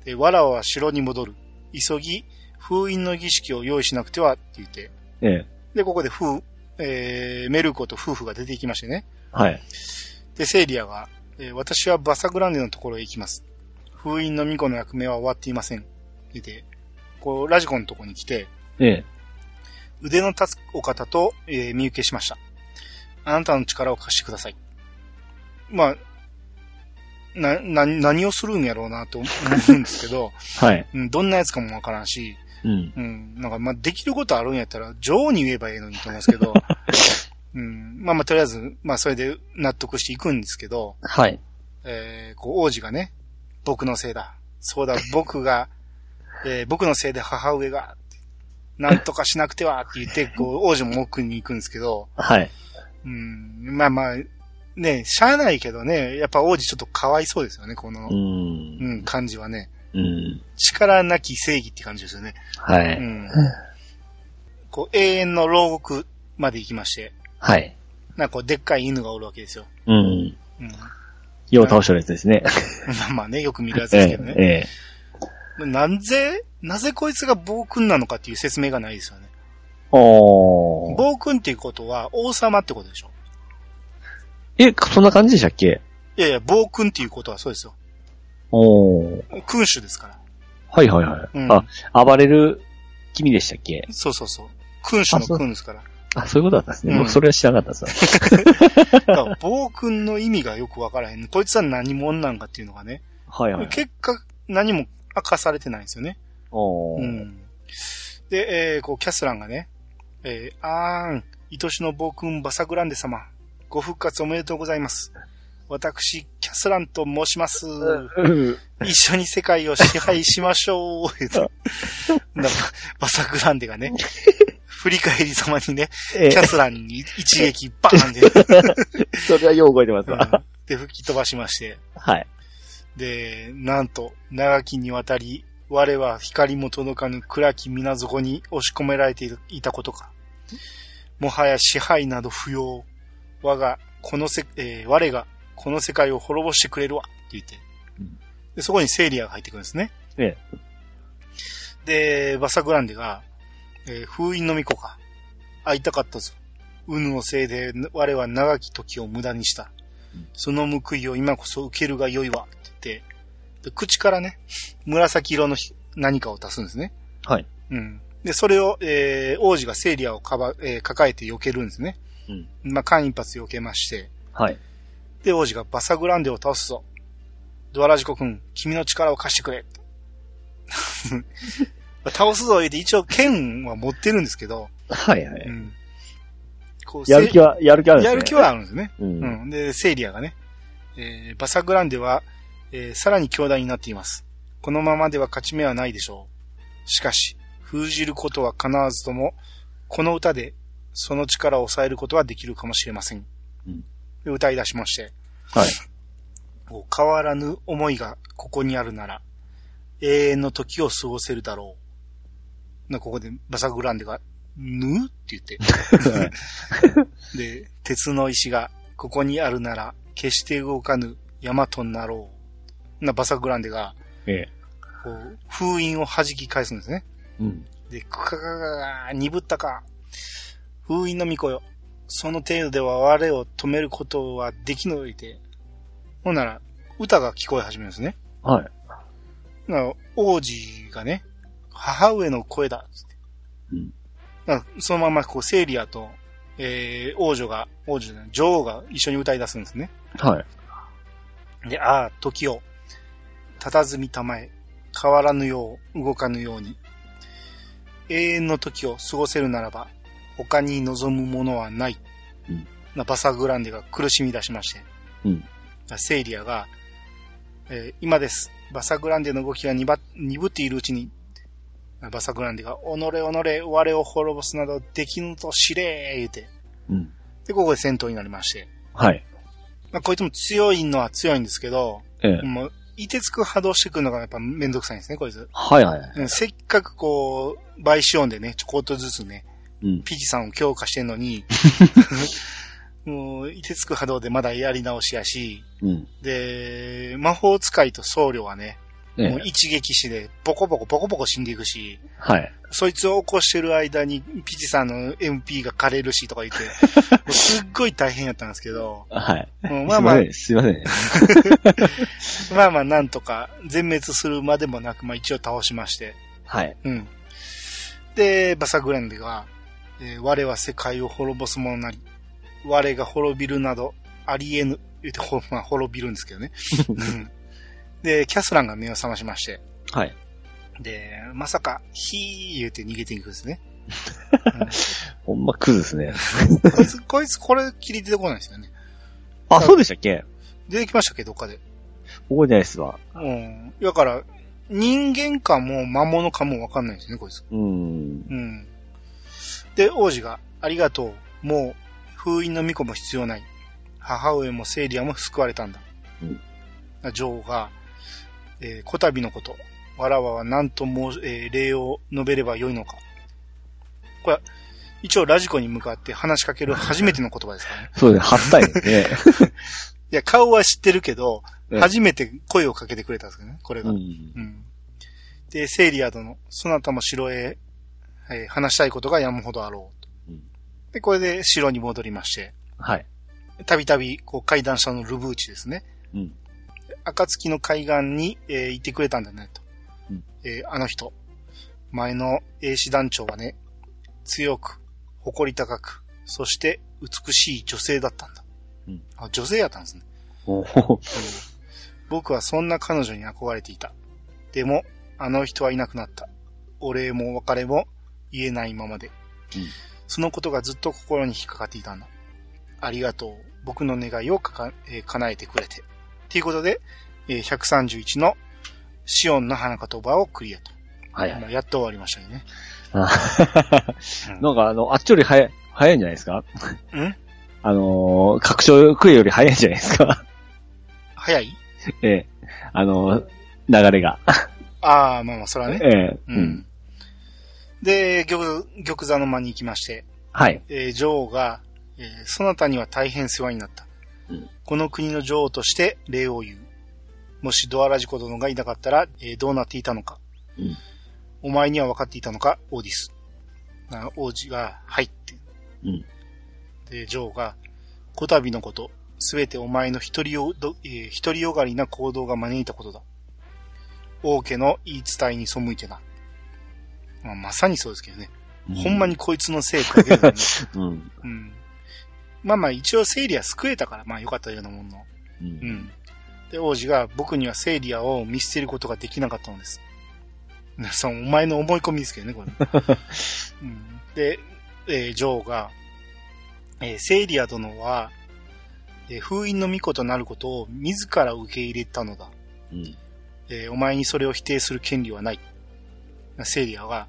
[SPEAKER 1] で、わらわは城に戻る。急ぎ、封印の儀式を用意しなくてはって言って。
[SPEAKER 2] ええ。
[SPEAKER 1] で、ここで夫、えー、メルコと夫婦が出てきましてね。
[SPEAKER 2] はい。
[SPEAKER 1] で、セイリアが、えー私はバサグランデのところへ行きます。封印の巫女の役目は終わっていません。でて、こう、ラジコのとこに来て、
[SPEAKER 2] ええ。
[SPEAKER 1] 腕の立つお方と、えー見受けしました。あなたの力を貸してください。まあ、な、な、何をするんやろうなと思うんですけど、
[SPEAKER 2] はい。
[SPEAKER 1] うん、どんなやつかもわからんし、
[SPEAKER 2] うん。
[SPEAKER 1] うん、なんか、まあ、できることあるんやったら、女王に言えばいいのにと思うんですけど、うん、まあまあ、とりあえず、まあ、それで納得していくんですけど、
[SPEAKER 2] はい。
[SPEAKER 1] えーこう、王子がね、僕のせいだ。そうだ、僕が、 えー僕のせいで母上が、なんとかしなくてはって言って、こう、王子も奥に行くんですけど、
[SPEAKER 2] はい。
[SPEAKER 1] うん、まあまあ、ね、しゃあないけどね、やっぱ王子ちょっとかわいそうですよね、この
[SPEAKER 2] う、ん。
[SPEAKER 1] うん、感じはね。
[SPEAKER 2] うん。
[SPEAKER 1] 力なき正義って感じですよね。
[SPEAKER 2] は
[SPEAKER 1] う
[SPEAKER 2] い。
[SPEAKER 1] ん。こう、永遠の牢獄まで行きまして、
[SPEAKER 2] はい。
[SPEAKER 1] なんかこう、でっかい犬がおるわけですよ。
[SPEAKER 2] うん。
[SPEAKER 1] うん。
[SPEAKER 2] よう倒してるやつですね。
[SPEAKER 1] まあまあね、よく見るやつで
[SPEAKER 2] え
[SPEAKER 1] すけ
[SPEAKER 2] え
[SPEAKER 1] どね。
[SPEAKER 2] え
[SPEAKER 1] なんぜ、なぜこいつが暴君なのかっていう説明がないですよね。
[SPEAKER 2] え。おー。
[SPEAKER 1] 暴君っていうことは王様ってことでしょ。
[SPEAKER 2] え、そんな感じでしたっけ
[SPEAKER 1] いやいや、暴君っていうことはそうですよ。
[SPEAKER 2] おー。
[SPEAKER 1] 君主ですから。
[SPEAKER 2] はいはいはい。
[SPEAKER 1] うん
[SPEAKER 2] あ、暴れる君でしたっけ
[SPEAKER 1] そうそうそう。君主の君ですから。
[SPEAKER 2] あ、そういうことだったんですね。
[SPEAKER 1] うん
[SPEAKER 2] 僕それは知らなかったですわ。
[SPEAKER 1] だから暴君の意味がよくわからへん。こいつは何者なんかっていうのがね。
[SPEAKER 2] はいはい。
[SPEAKER 1] 結果、何も明かされてないんですよね。
[SPEAKER 2] おー。
[SPEAKER 1] うん。で、えーこう、キャスランがね、えーあーん、愛しの暴君バサグランデ様、ご復活おめでとうございます。私、キャスランと申します。
[SPEAKER 2] うん
[SPEAKER 1] 一緒に世界を支配しましょう。 言うてなバサグランデがね、振り返り様にね、
[SPEAKER 2] え
[SPEAKER 1] キ
[SPEAKER 2] え
[SPEAKER 1] ャスランに一撃バーンで、
[SPEAKER 2] それはよう覚えてます
[SPEAKER 1] う
[SPEAKER 2] わ。
[SPEAKER 1] んで、吹き飛ばしまして、
[SPEAKER 2] はい。
[SPEAKER 1] で、なんと、長きにわたり、我は光も届かぬ暗き水底に押し込められていたことか。もはや支配など不要。我が、このせ、えー我が、この世界を滅ぼしてくれるわ。って言って
[SPEAKER 2] うん。
[SPEAKER 1] で、そこにセイリアが入ってくるんですね。
[SPEAKER 2] え
[SPEAKER 1] で、バサグランデが、えー封印の巫女か。会いたかったぞ。ウヌのせいで我は長き時を無駄にした
[SPEAKER 2] うん。
[SPEAKER 1] その報いを今こそ受けるが良いわ。って言って、で口からね、紫色のひ何かを足すんですね。
[SPEAKER 2] はい。
[SPEAKER 1] うん。で、それを、えー王子がセイリアをかば、えー抱えて避けるんですね。
[SPEAKER 2] うん。
[SPEAKER 1] まあ、間一髪避けまして、
[SPEAKER 2] はい。
[SPEAKER 1] で、王子がバサグランデを倒すぞ。ドアラジコ君、君の力を貸してくれ。 倒すぞ言うて、一応剣は持ってるんですけど、
[SPEAKER 2] はいは
[SPEAKER 1] う
[SPEAKER 2] い。
[SPEAKER 1] んこう
[SPEAKER 2] やる気は、やる気ある
[SPEAKER 1] せ
[SPEAKER 2] んで
[SPEAKER 1] や
[SPEAKER 2] すね。
[SPEAKER 1] る気はあるんですね。
[SPEAKER 2] う。
[SPEAKER 1] うんん。で、セイリアがね、えーバサグランデは、えーさらに強大になっています。このままでは勝ち目はないでしょう。しかし、封じることは叶わずとも、この歌で、その力を抑えることはできるかもしれません。
[SPEAKER 2] うん
[SPEAKER 1] で歌い出しまして、
[SPEAKER 2] はい。
[SPEAKER 1] こう変わらぬ思いがここにあるなら、永遠の時を過ごせるだろう。な、ここでバサグランデが、ぬって言って。で、鉄の石がここにあるなら、決して動かぬ山となろう。な、バサグランデが、
[SPEAKER 2] ええ。
[SPEAKER 1] こう、封印を弾き返すんですね。
[SPEAKER 2] うん。
[SPEAKER 1] で、クカカカカ、鈍ったか。封印の巫女よ。その程度では我を止めることはできぬいて。ほんなら、歌が聞こえ始めるんですね。
[SPEAKER 2] はい。
[SPEAKER 1] な王子がね、母上の声だっつって。
[SPEAKER 2] うん
[SPEAKER 1] なそのままこう、セイリアと、えー、王女が、王女じゃない女王が一緒に歌い出すんですね。
[SPEAKER 2] はい。
[SPEAKER 1] で、ああ、時を、佇みたまえ、変わらぬよう、動かぬように。永遠の時を過ごせるならば、他に望むものはない。
[SPEAKER 2] うん
[SPEAKER 1] なバサグランデが苦しみ出しまして。
[SPEAKER 2] うん
[SPEAKER 1] だセイリアが、えー今です。バサグランデの動きが鈍鈍っているうちに、バサグランデが、己己、我を滅ぼすなどできぬと知れ言うて。
[SPEAKER 2] うん。
[SPEAKER 1] で、ここで戦闘になりまして。
[SPEAKER 2] はい。
[SPEAKER 1] まあ、こいつも強いのは強いんですけど、
[SPEAKER 2] ええ。
[SPEAKER 1] もう、いてつく波動してくるのがやっぱめんどくさいんですね、こいつ。
[SPEAKER 2] はいはいはい。
[SPEAKER 1] うんせっかくこう、倍子音でね、ちょこっとずつね、
[SPEAKER 2] うん。
[SPEAKER 1] ピジさんを強化してんの に、もう、いてつく波動でまだやり直しやし、
[SPEAKER 2] うん。
[SPEAKER 1] で、魔法使いと僧侶はね、
[SPEAKER 2] え
[SPEAKER 1] もう
[SPEAKER 2] え。
[SPEAKER 1] 一撃死で、ボコボコボコボコ死んでいくし、
[SPEAKER 2] はい。
[SPEAKER 1] そいつを起こしてる間に、ピジさんの MP が枯れるしとか 言って、もうすっごい大変やったんですけど、
[SPEAKER 2] はい。
[SPEAKER 1] うん
[SPEAKER 2] す
[SPEAKER 1] まあ
[SPEAKER 2] い
[SPEAKER 1] ま
[SPEAKER 2] ま
[SPEAKER 1] あ
[SPEAKER 2] せ、ん。すいません。
[SPEAKER 1] まあまあ、なんとか、全滅するまでもなく、まあ一応倒しまして、
[SPEAKER 2] はい。
[SPEAKER 1] うん。で、バサグランデが、えー我は世界を滅ぼす者なり、我が滅びるなど、ありえぬ、言って、ほ まあ、滅びるんですけどね。うんで、キャスランが目を覚ましまして、
[SPEAKER 2] はい。
[SPEAKER 1] で、まさか、ひー言うて逃げていくんですね。
[SPEAKER 2] ほんまクズですね。
[SPEAKER 1] こいつ、 こいつ、これ、切り出てこないですよね。
[SPEAKER 2] あ、そうでしたっけ
[SPEAKER 1] 出てきましたっけ、どっかで。
[SPEAKER 2] 覚えてないっすわ。
[SPEAKER 1] うん。だから、人間かも魔物かもわかんないですね、こいつ。
[SPEAKER 2] うーん。
[SPEAKER 1] うん。で、王子が、ありがとう。もう、封印の巫女も必要ない。母上もセイリアも救われたんだ。
[SPEAKER 2] うん
[SPEAKER 1] 女王が、えー、こたびのこと、わらわは何ともう、えー礼を述べればよいのか。これは、一応ラジコに向かって話しかける初めての言葉ですからね。
[SPEAKER 2] そうですね、初対面 で。
[SPEAKER 1] いや、顔は知ってるけど、
[SPEAKER 2] うん
[SPEAKER 1] 初めて声をかけてくれたんですけどね、これが。
[SPEAKER 2] う
[SPEAKER 1] うん。
[SPEAKER 2] ん。
[SPEAKER 1] で、セイリア殿、そなたも城へ、えー話したいことがやむほどあろうと
[SPEAKER 2] うん
[SPEAKER 1] で、これで城に戻りまして、
[SPEAKER 2] はい。
[SPEAKER 1] たびたび、こう、階段下のルブーチですね。
[SPEAKER 2] うん。
[SPEAKER 1] 暁の海岸に、えー、いてくれたんだね、と。
[SPEAKER 2] うん
[SPEAKER 1] えーあの人、前の英師団長はね、強く、誇り高く、そして美しい女性だったんだ。
[SPEAKER 2] うん
[SPEAKER 1] あ女性やったんですね。
[SPEAKER 2] おー
[SPEAKER 1] 僕はそんな彼女に憧れていた。でも、あの人はいなくなった。お礼もお別れも言えないままで。
[SPEAKER 2] うん
[SPEAKER 1] そのことがずっと心に引っかかっていたんだ。ありがとう。僕の願いをかか、えー叶えてくれて。ということで、えー131のシオンの花言葉をクリアと。
[SPEAKER 2] はいはい。
[SPEAKER 1] まあやっと終わりましたね。
[SPEAKER 2] あ なんかあの、あっちより早い、早いんじゃないですか
[SPEAKER 1] うん
[SPEAKER 2] あのー、拡張クエより早いんじゃないですか
[SPEAKER 1] 早い
[SPEAKER 2] ええ。あのー、流れが。
[SPEAKER 1] ああ、まあまあ、それはね。
[SPEAKER 2] ええ。
[SPEAKER 1] う。ん。で、玉、玉座の間に行きまして、
[SPEAKER 2] はい。
[SPEAKER 1] えー女王が、えーそなたには大変世話になった。
[SPEAKER 2] うん
[SPEAKER 1] この国の女王として礼を言う。もしドアラジコ殿がいなかったら、えーどうなっていたのか。
[SPEAKER 2] うん
[SPEAKER 1] お前には分かっていたのか、オーディス。な王子が、はいって。
[SPEAKER 2] うん
[SPEAKER 1] で、女王が、こたびのこと、すべてお前の一人よど、えー独りよがりな行動が招いたことだ。王家の言い伝えに背いてな。まあ、まさにそうですけどね。ほんまにこいつのせいかけだよね。
[SPEAKER 2] うん。
[SPEAKER 1] うん。まあまあ、一応セイリア救えたから、まあよかったようなもんの。
[SPEAKER 2] う。
[SPEAKER 1] うんん。で、王子が僕にはセイリアを見捨てることができなかったのです。 なそのお前の思い込みですけどね、こ れ。うん、で、えー女王が、えーセイリア殿は、えー封印の巫女となることを自ら受け入れたのだ。
[SPEAKER 2] うん。
[SPEAKER 1] えーお前にそれを否定する権利はない。セイリアは、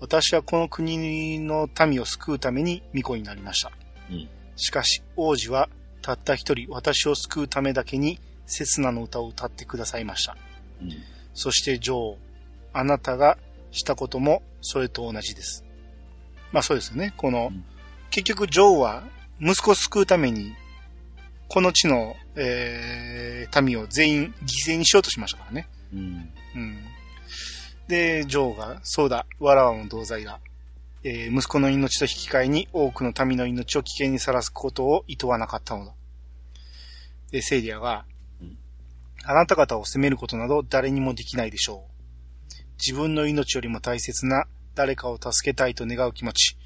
[SPEAKER 1] 私はこの国の民を救うために巫女になりました。
[SPEAKER 2] うん
[SPEAKER 1] しかし、王子はたった一人私を救うためだけに、刹那の歌を歌ってくださいました。
[SPEAKER 2] うん。
[SPEAKER 1] そして女王、あなたがしたこともそれと同じです。まあそうですよね。この、
[SPEAKER 2] うん
[SPEAKER 1] 結局女王は息子を救うために、この地の、えー民を全員犠牲にしようとしましたからね。
[SPEAKER 2] うん。
[SPEAKER 1] うん。で、ジョーが、そうだ、わらわも同罪だ。えー息子の命と引き換えに多くの民の命を危険にさらすことを厭わなかったのだ。で、セイリアが
[SPEAKER 2] うん、
[SPEAKER 1] あなた方を責めることなど誰にもできないでしょう。自分の命よりも大切な誰かを助けたいと願う気持ち。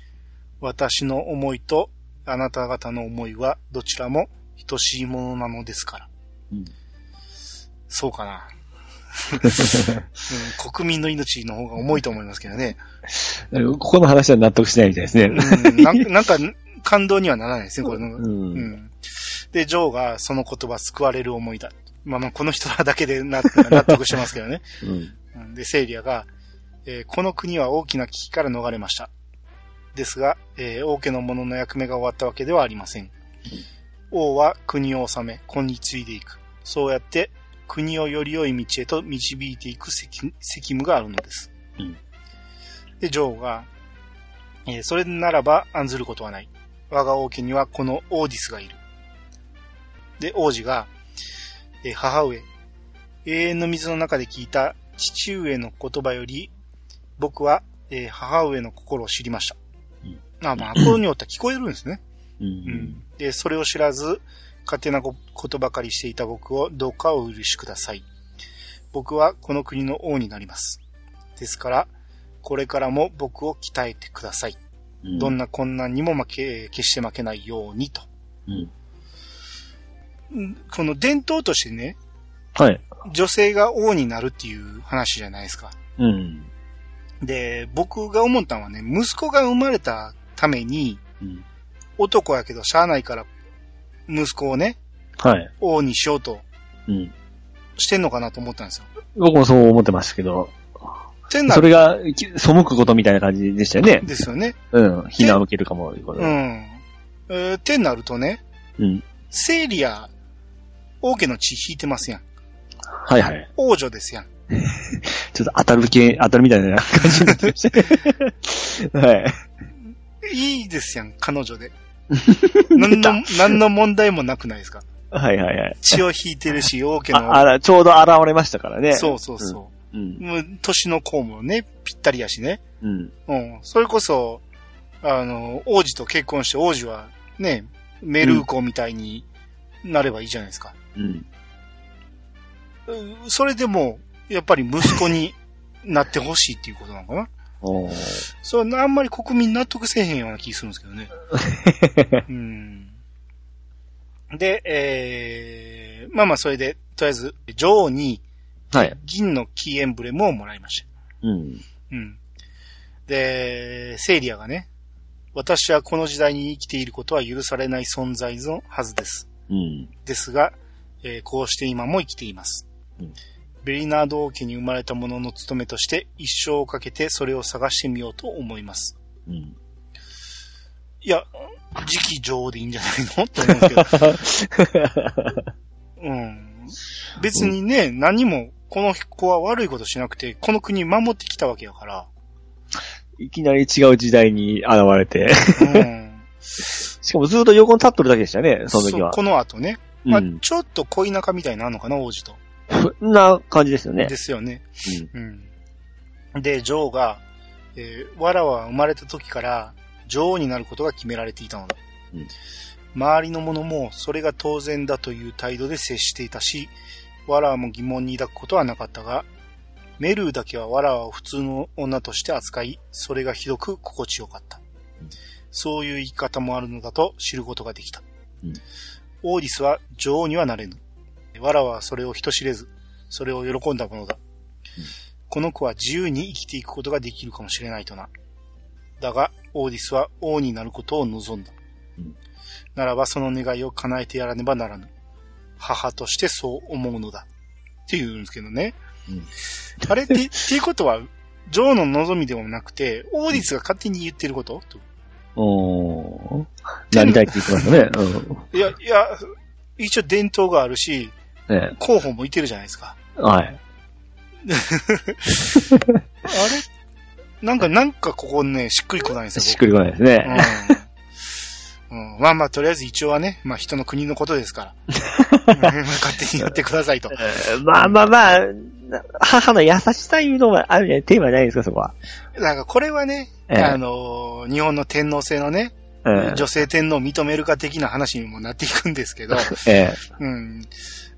[SPEAKER 1] 私の思いとあなた方の思いはどちらも等しいものなのですから。
[SPEAKER 2] うん
[SPEAKER 1] そうかな。うん国民の命の方が重いと思いますけどね。
[SPEAKER 2] ここの話は納得しないみたいですね。
[SPEAKER 1] うん、なん なんか、感動にはならないですね、これの。
[SPEAKER 2] う。
[SPEAKER 1] うんん。で、ジョーがその言葉救われる思いだ。まあまあ、この人らだけでな 納得してますけどね。
[SPEAKER 2] うん。
[SPEAKER 1] うんで、セイリアが、えーこの国は大きな危機から逃れました。ですが、えー王家の者の役目が終わったわけではありません。王は国を治め、今に継いでいく。そうやって、国をより良い道へと導いていく責責務があるのです。
[SPEAKER 2] うん
[SPEAKER 1] で、女王が、えーそれならば案ずることはない。我が王家にはこのオーディスがいる。で、王子が、えー母上、永遠の水の中で聞いた父上の言葉より、僕は、えー母上の心を知りました。
[SPEAKER 2] うん
[SPEAKER 1] あ まあ、心によっては聞こえるんですね。
[SPEAKER 2] う。
[SPEAKER 1] うんん。で、それを知らず、勝手なこことばかりしていた僕をどうかお許しください。僕はこの国の王になります。ですから、これからも僕を鍛えてください。
[SPEAKER 2] うん
[SPEAKER 1] どんな困難にも負け、決して負けないようにと。
[SPEAKER 2] うん。
[SPEAKER 1] うんこの伝統としてね、
[SPEAKER 2] はい。
[SPEAKER 1] 女性が王になるっていう話じゃないですか。
[SPEAKER 2] うん。
[SPEAKER 1] で、僕が思ったのはね、息子が生まれたために、
[SPEAKER 2] うん。
[SPEAKER 1] 男やけどしゃあないから、息子をね、
[SPEAKER 2] はい。
[SPEAKER 1] 王にしようと
[SPEAKER 2] うん。
[SPEAKER 1] してんのかなと思ったんですよ。
[SPEAKER 2] 僕もそう思ってましたけど、
[SPEAKER 1] ってな
[SPEAKER 2] そ
[SPEAKER 1] る
[SPEAKER 2] れがき背くことみたいな感じでしたよね
[SPEAKER 1] ん。ですよね。
[SPEAKER 2] うん。避難を受けるかも。こ
[SPEAKER 1] うん。
[SPEAKER 2] れ
[SPEAKER 1] えーってなるとね、
[SPEAKER 2] うん。
[SPEAKER 1] セイリア、王家の血引いてますやん。
[SPEAKER 2] はいはい。
[SPEAKER 1] 王女ですやん。
[SPEAKER 2] ちょっと当たる系、当たるみたいな感じになってましたね。はい。
[SPEAKER 1] いいですやん、彼 女で。何の、何の問題もなくないですか
[SPEAKER 2] はいはいはい。
[SPEAKER 1] 血を引いてるし、王家
[SPEAKER 2] ああ
[SPEAKER 1] の、
[SPEAKER 2] ら、ちょうど現れましたからね。
[SPEAKER 1] そうそうそ
[SPEAKER 2] うん。
[SPEAKER 1] う。もう年の子もね、ぴったりやしね。
[SPEAKER 2] うん。
[SPEAKER 1] うん。それこそ、あの、王子と結婚して、王子はね、メルーコみたいになればいいじゃないですか。
[SPEAKER 2] うん。
[SPEAKER 1] うそれでも、やっぱり息子になってほしいっていうことなのかな
[SPEAKER 2] おー
[SPEAKER 1] それあんまり国民納得せえへんような気するんですけどね。 うん。で、えー、まあまあそれで、とりあえず、女王に
[SPEAKER 2] はい。
[SPEAKER 1] 銀のキーエンブレムをもらいました。
[SPEAKER 2] うん。
[SPEAKER 1] うん。で、セイリアがね、私はこの時代に生きていることは許されない存在のはずです。
[SPEAKER 2] うん。
[SPEAKER 1] ですが、えーこうして今も生きています。
[SPEAKER 2] うん
[SPEAKER 1] ベリナード王家に生まれた者の務めとして一生をかけてそれを探してみようと思います。
[SPEAKER 2] うん。
[SPEAKER 1] いや、次期女王でいいんじゃないのって思うんです けど。うん。別にね、何も、この子は悪いことしなくて、この国守ってきたわけやから。
[SPEAKER 2] いきなり違う時代に現れて。
[SPEAKER 1] うん。
[SPEAKER 2] しかもずっと横に立っとるだけでしたね、その時
[SPEAKER 1] そう
[SPEAKER 2] は。
[SPEAKER 1] この後ね。ま
[SPEAKER 2] う
[SPEAKER 1] あ、
[SPEAKER 2] ん。
[SPEAKER 1] ちょっと恋仲みたいになるのかな、王子と。
[SPEAKER 2] そんな感じですよね
[SPEAKER 1] で。すよね。うん。で、女王が、えーわらわは生まれた時から女王になることが決められていたのだ。
[SPEAKER 2] うん
[SPEAKER 1] 周りの者もそれが当然だという態度で接していたし、わらわも疑問に抱くことはなかったが、メルーだけはわらわを普通の女として扱い、それがひどく心地よかった。
[SPEAKER 2] うん
[SPEAKER 1] そういう言い方もあるのだと知ることができた。
[SPEAKER 2] うん
[SPEAKER 1] オーディスは女王にはなれぬ。わらわはそれを人知れず、それを喜んだものだ。この子は自由に生きていくことができるかもしれないとな。だが、オーディスは王になることを望んだ。
[SPEAKER 2] うん
[SPEAKER 1] ならばその願いを叶えてやらねばならぬ。母としてそう思うのだ。って言うんですけどね。
[SPEAKER 2] うん
[SPEAKER 1] あれって、っていうことは、ジョーの望みでもなくて、オーディスが勝手に言ってること、
[SPEAKER 2] おーなりたいって言ってましたね。うん。
[SPEAKER 1] いや、いや、一応伝統があるし、
[SPEAKER 2] ね
[SPEAKER 1] 候補もいてるじゃないですか。
[SPEAKER 2] はい。
[SPEAKER 1] あれなんか、なんかここね、しっくりこないんですよ。僕
[SPEAKER 2] しっくりこないですね。
[SPEAKER 1] うんうんまあまあ、とりあえず一応はね、まあ人の国のことです から。うん勝手にやってくださいと。
[SPEAKER 2] えーまあまあまあ、な母の優しさいうのはあるね。テーマじゃないですか、そこは。
[SPEAKER 1] なんかこれはね、
[SPEAKER 2] ええ
[SPEAKER 1] あのー日本の天皇制のね、
[SPEAKER 2] うん
[SPEAKER 1] 女性天皇を認めるか的な話にもなっていくんです けど、
[SPEAKER 2] え
[SPEAKER 1] うん。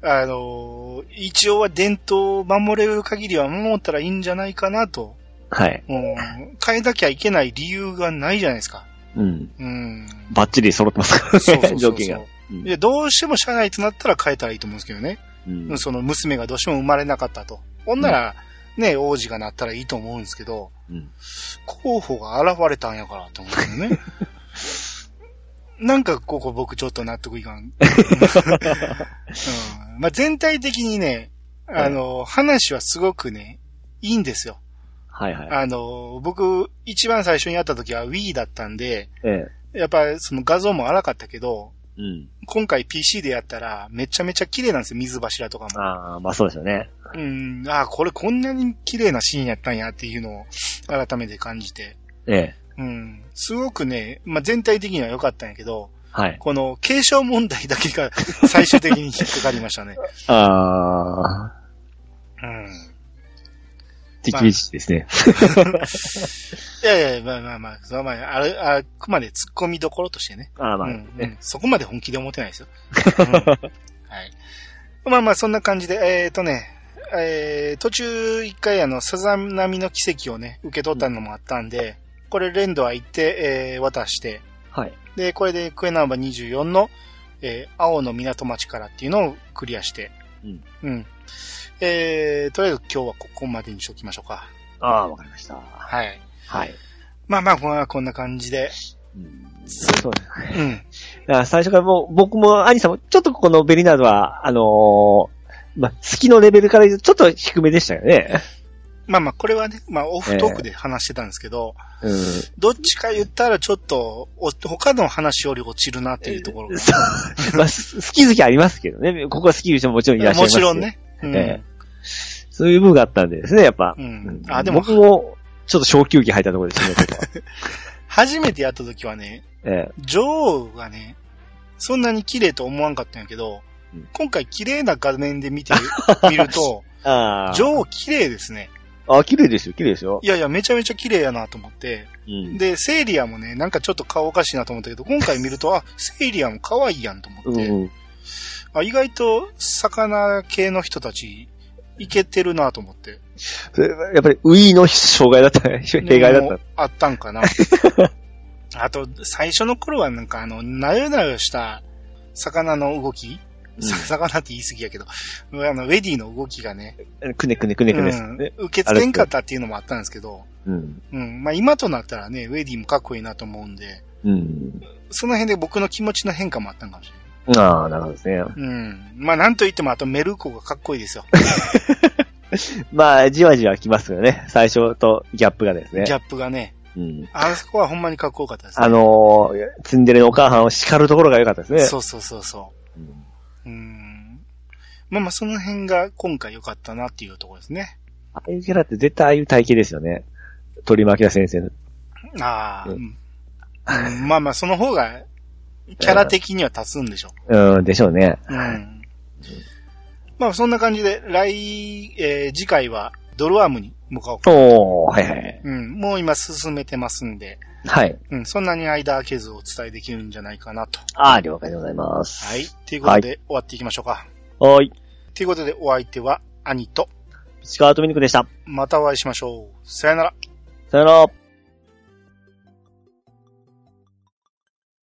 [SPEAKER 1] あのー一応は伝統を守れる限りは守ったらいいんじゃないかなと。
[SPEAKER 2] えはい。
[SPEAKER 1] うん変えなきゃいけない理由がないじゃないですか。
[SPEAKER 2] うん。
[SPEAKER 1] うん。
[SPEAKER 2] バッチリ揃ってますからね、
[SPEAKER 1] そうそうそうそう
[SPEAKER 2] 条件が。うん
[SPEAKER 1] いやどうしても社内となったら変えたらいいと思うんですけどね。
[SPEAKER 2] うん
[SPEAKER 1] その娘がどうしても生まれなかったと。ほんなら、ね、王子がなったらいいと思うんですけど、
[SPEAKER 2] うん
[SPEAKER 1] 候補が現れたんやからと思うんです よね。なんかここ僕ちょっと納得い かん。うんまあ、全体的にね、あの、話はすごくね、いいんですよ。
[SPEAKER 2] はいはい。
[SPEAKER 1] あの、僕、一番最初にやった時は Wii だったんで、
[SPEAKER 2] ええ
[SPEAKER 1] やっぱりその画像も荒かったけど、
[SPEAKER 2] うん。
[SPEAKER 1] 今回 PC でやったらめちゃめちゃ綺麗なんですよ、水柱とかも。
[SPEAKER 2] ああ、まあそうですよね。
[SPEAKER 1] うん、ああ、これこんなに綺麗なシーンやったんやっていうのを改めて感じて。
[SPEAKER 2] ええ
[SPEAKER 1] うん、すごくね、まあ、全体的には良かったんやけど、
[SPEAKER 2] はい。
[SPEAKER 1] この継承問題だけが最終的に引っかかりましたね。
[SPEAKER 2] ああ、
[SPEAKER 1] うん。
[SPEAKER 2] 手厳しいですね。
[SPEAKER 1] いやいや、まあまあまあ、その前、あれ、あくまで突っ込みどころとしてね。
[SPEAKER 2] ああ、まあ、
[SPEAKER 1] うんう
[SPEAKER 2] ね
[SPEAKER 1] ん。そこまで本気で思ってない ですよ。うんはい。まあまあ、そんな感じで、えっ、とね、えー、途中一回あの、さざ波の奇跡をね、受け取ったのもあったんで、これ連ドは行って、えー、渡して、
[SPEAKER 2] はい。
[SPEAKER 1] で、これでクエナンバー24の、えー、青の港町からっていうのをクリアして、
[SPEAKER 2] うん。
[SPEAKER 1] うん。えー、とりあえず今日はここまでにしときましょうか。
[SPEAKER 2] ああ、わかりました。
[SPEAKER 1] はい。
[SPEAKER 2] はい。
[SPEAKER 1] まあまあ、まあこんな感じで、
[SPEAKER 2] うんそうですね。
[SPEAKER 1] うん。
[SPEAKER 2] だから最初からもう、僕も、アニさんも、ちょっとこのベリナードは、あのーまあ、好きのレベルから言うと、ちょっと低めでしたよね。
[SPEAKER 1] まあまあ、これはね、まあ、オフトークで話してたんですけど、
[SPEAKER 2] うん。
[SPEAKER 1] どっちか言ったらちょっと、お他の話より落ちるなっていうところが。
[SPEAKER 2] そうまあ、す好き好きありますけどね。ここは好きいう人ももちろんいらっしゃ
[SPEAKER 1] も
[SPEAKER 2] います
[SPEAKER 1] ち
[SPEAKER 2] けど。
[SPEAKER 1] ろん。ね。うん。
[SPEAKER 2] ええそういう部分があったんでですね、やっぱ。
[SPEAKER 1] う
[SPEAKER 2] うんん。
[SPEAKER 1] あでも
[SPEAKER 2] 僕も、ちょっと小休憩入ったところですね、ここは
[SPEAKER 1] 初めてやった時はね、
[SPEAKER 2] ええ。
[SPEAKER 1] 女王がね、そんなに綺麗と思わんかったんやけど、
[SPEAKER 2] うん
[SPEAKER 1] 今回綺麗な画面で見てみる と、
[SPEAKER 2] ああ。
[SPEAKER 1] 女王綺麗ですね。
[SPEAKER 2] あ、綺麗ですよ、綺麗ですよ。
[SPEAKER 1] いやいや、めちゃめちゃ綺麗やなと思って。
[SPEAKER 2] うん。
[SPEAKER 1] で、セイリアもね、なんかちょっと顔おかしいなと思ったけど、今回見ると、あ、セイリアも可愛いやんと思
[SPEAKER 2] う
[SPEAKER 1] って、
[SPEAKER 2] ん。
[SPEAKER 1] あ意外と魚系の人たち、いけてるなと思って。
[SPEAKER 2] それやっぱり、ウィーの障害だった、弊害だっ
[SPEAKER 1] も
[SPEAKER 2] た
[SPEAKER 1] う。あったんかな。 あと、最初の頃はなんかあの、なよなよした魚の動き、さ魚って言い過ぎやけど、あの、ウェディの動きがね、
[SPEAKER 2] うんくねくねくねくね
[SPEAKER 1] うん受け付けんかったっていうのもあったんですけど、
[SPEAKER 2] うん。
[SPEAKER 1] うん、まあ今となったらね、ウェディもかっこいいなと思うんで、
[SPEAKER 2] うん。
[SPEAKER 1] その辺で僕の気持ちの変化もあったんかもしれない。
[SPEAKER 2] ああ、なるほどですね。
[SPEAKER 1] うん。まあなんといってもあとメルコがかっこいいですよ。
[SPEAKER 2] まあ、じわじわ来ますよね。最初とギャップがですね
[SPEAKER 1] ギ。ャップがね。
[SPEAKER 2] うん。
[SPEAKER 1] あそこはほんまにかっこよかったですね。
[SPEAKER 2] あのー、ツンデレのお母さんを叱るところが良かったですね。
[SPEAKER 1] そうそうそうそう。
[SPEAKER 2] うん
[SPEAKER 1] うんまあまあ、その辺が今回良かったなっていうところですね。
[SPEAKER 2] ああいうキャラって絶対ああいう体型ですよね。鳥巻田先生の。
[SPEAKER 1] ああ、
[SPEAKER 2] う
[SPEAKER 1] うんまあまあ、その方が、キャラ的には立つんでしょ
[SPEAKER 2] うん、でしょうね。
[SPEAKER 1] う。うん。まあ、そんな感じで、来、えー次回はドルアームに向かおうか。
[SPEAKER 2] おー、はいはい。
[SPEAKER 1] うん。もう今進めてますんで、
[SPEAKER 2] はい。
[SPEAKER 1] うん。そんなに間空けずお伝えできるんじゃないかなと。
[SPEAKER 2] ああ、了解でございます。
[SPEAKER 1] はい。。ということで、終わっていきましょうか。
[SPEAKER 2] おーい。
[SPEAKER 1] ということで、お相手は兄と、
[SPEAKER 2] ピチカートミニクでした。
[SPEAKER 1] またお会いしましょう。さよなら。
[SPEAKER 2] さよなら。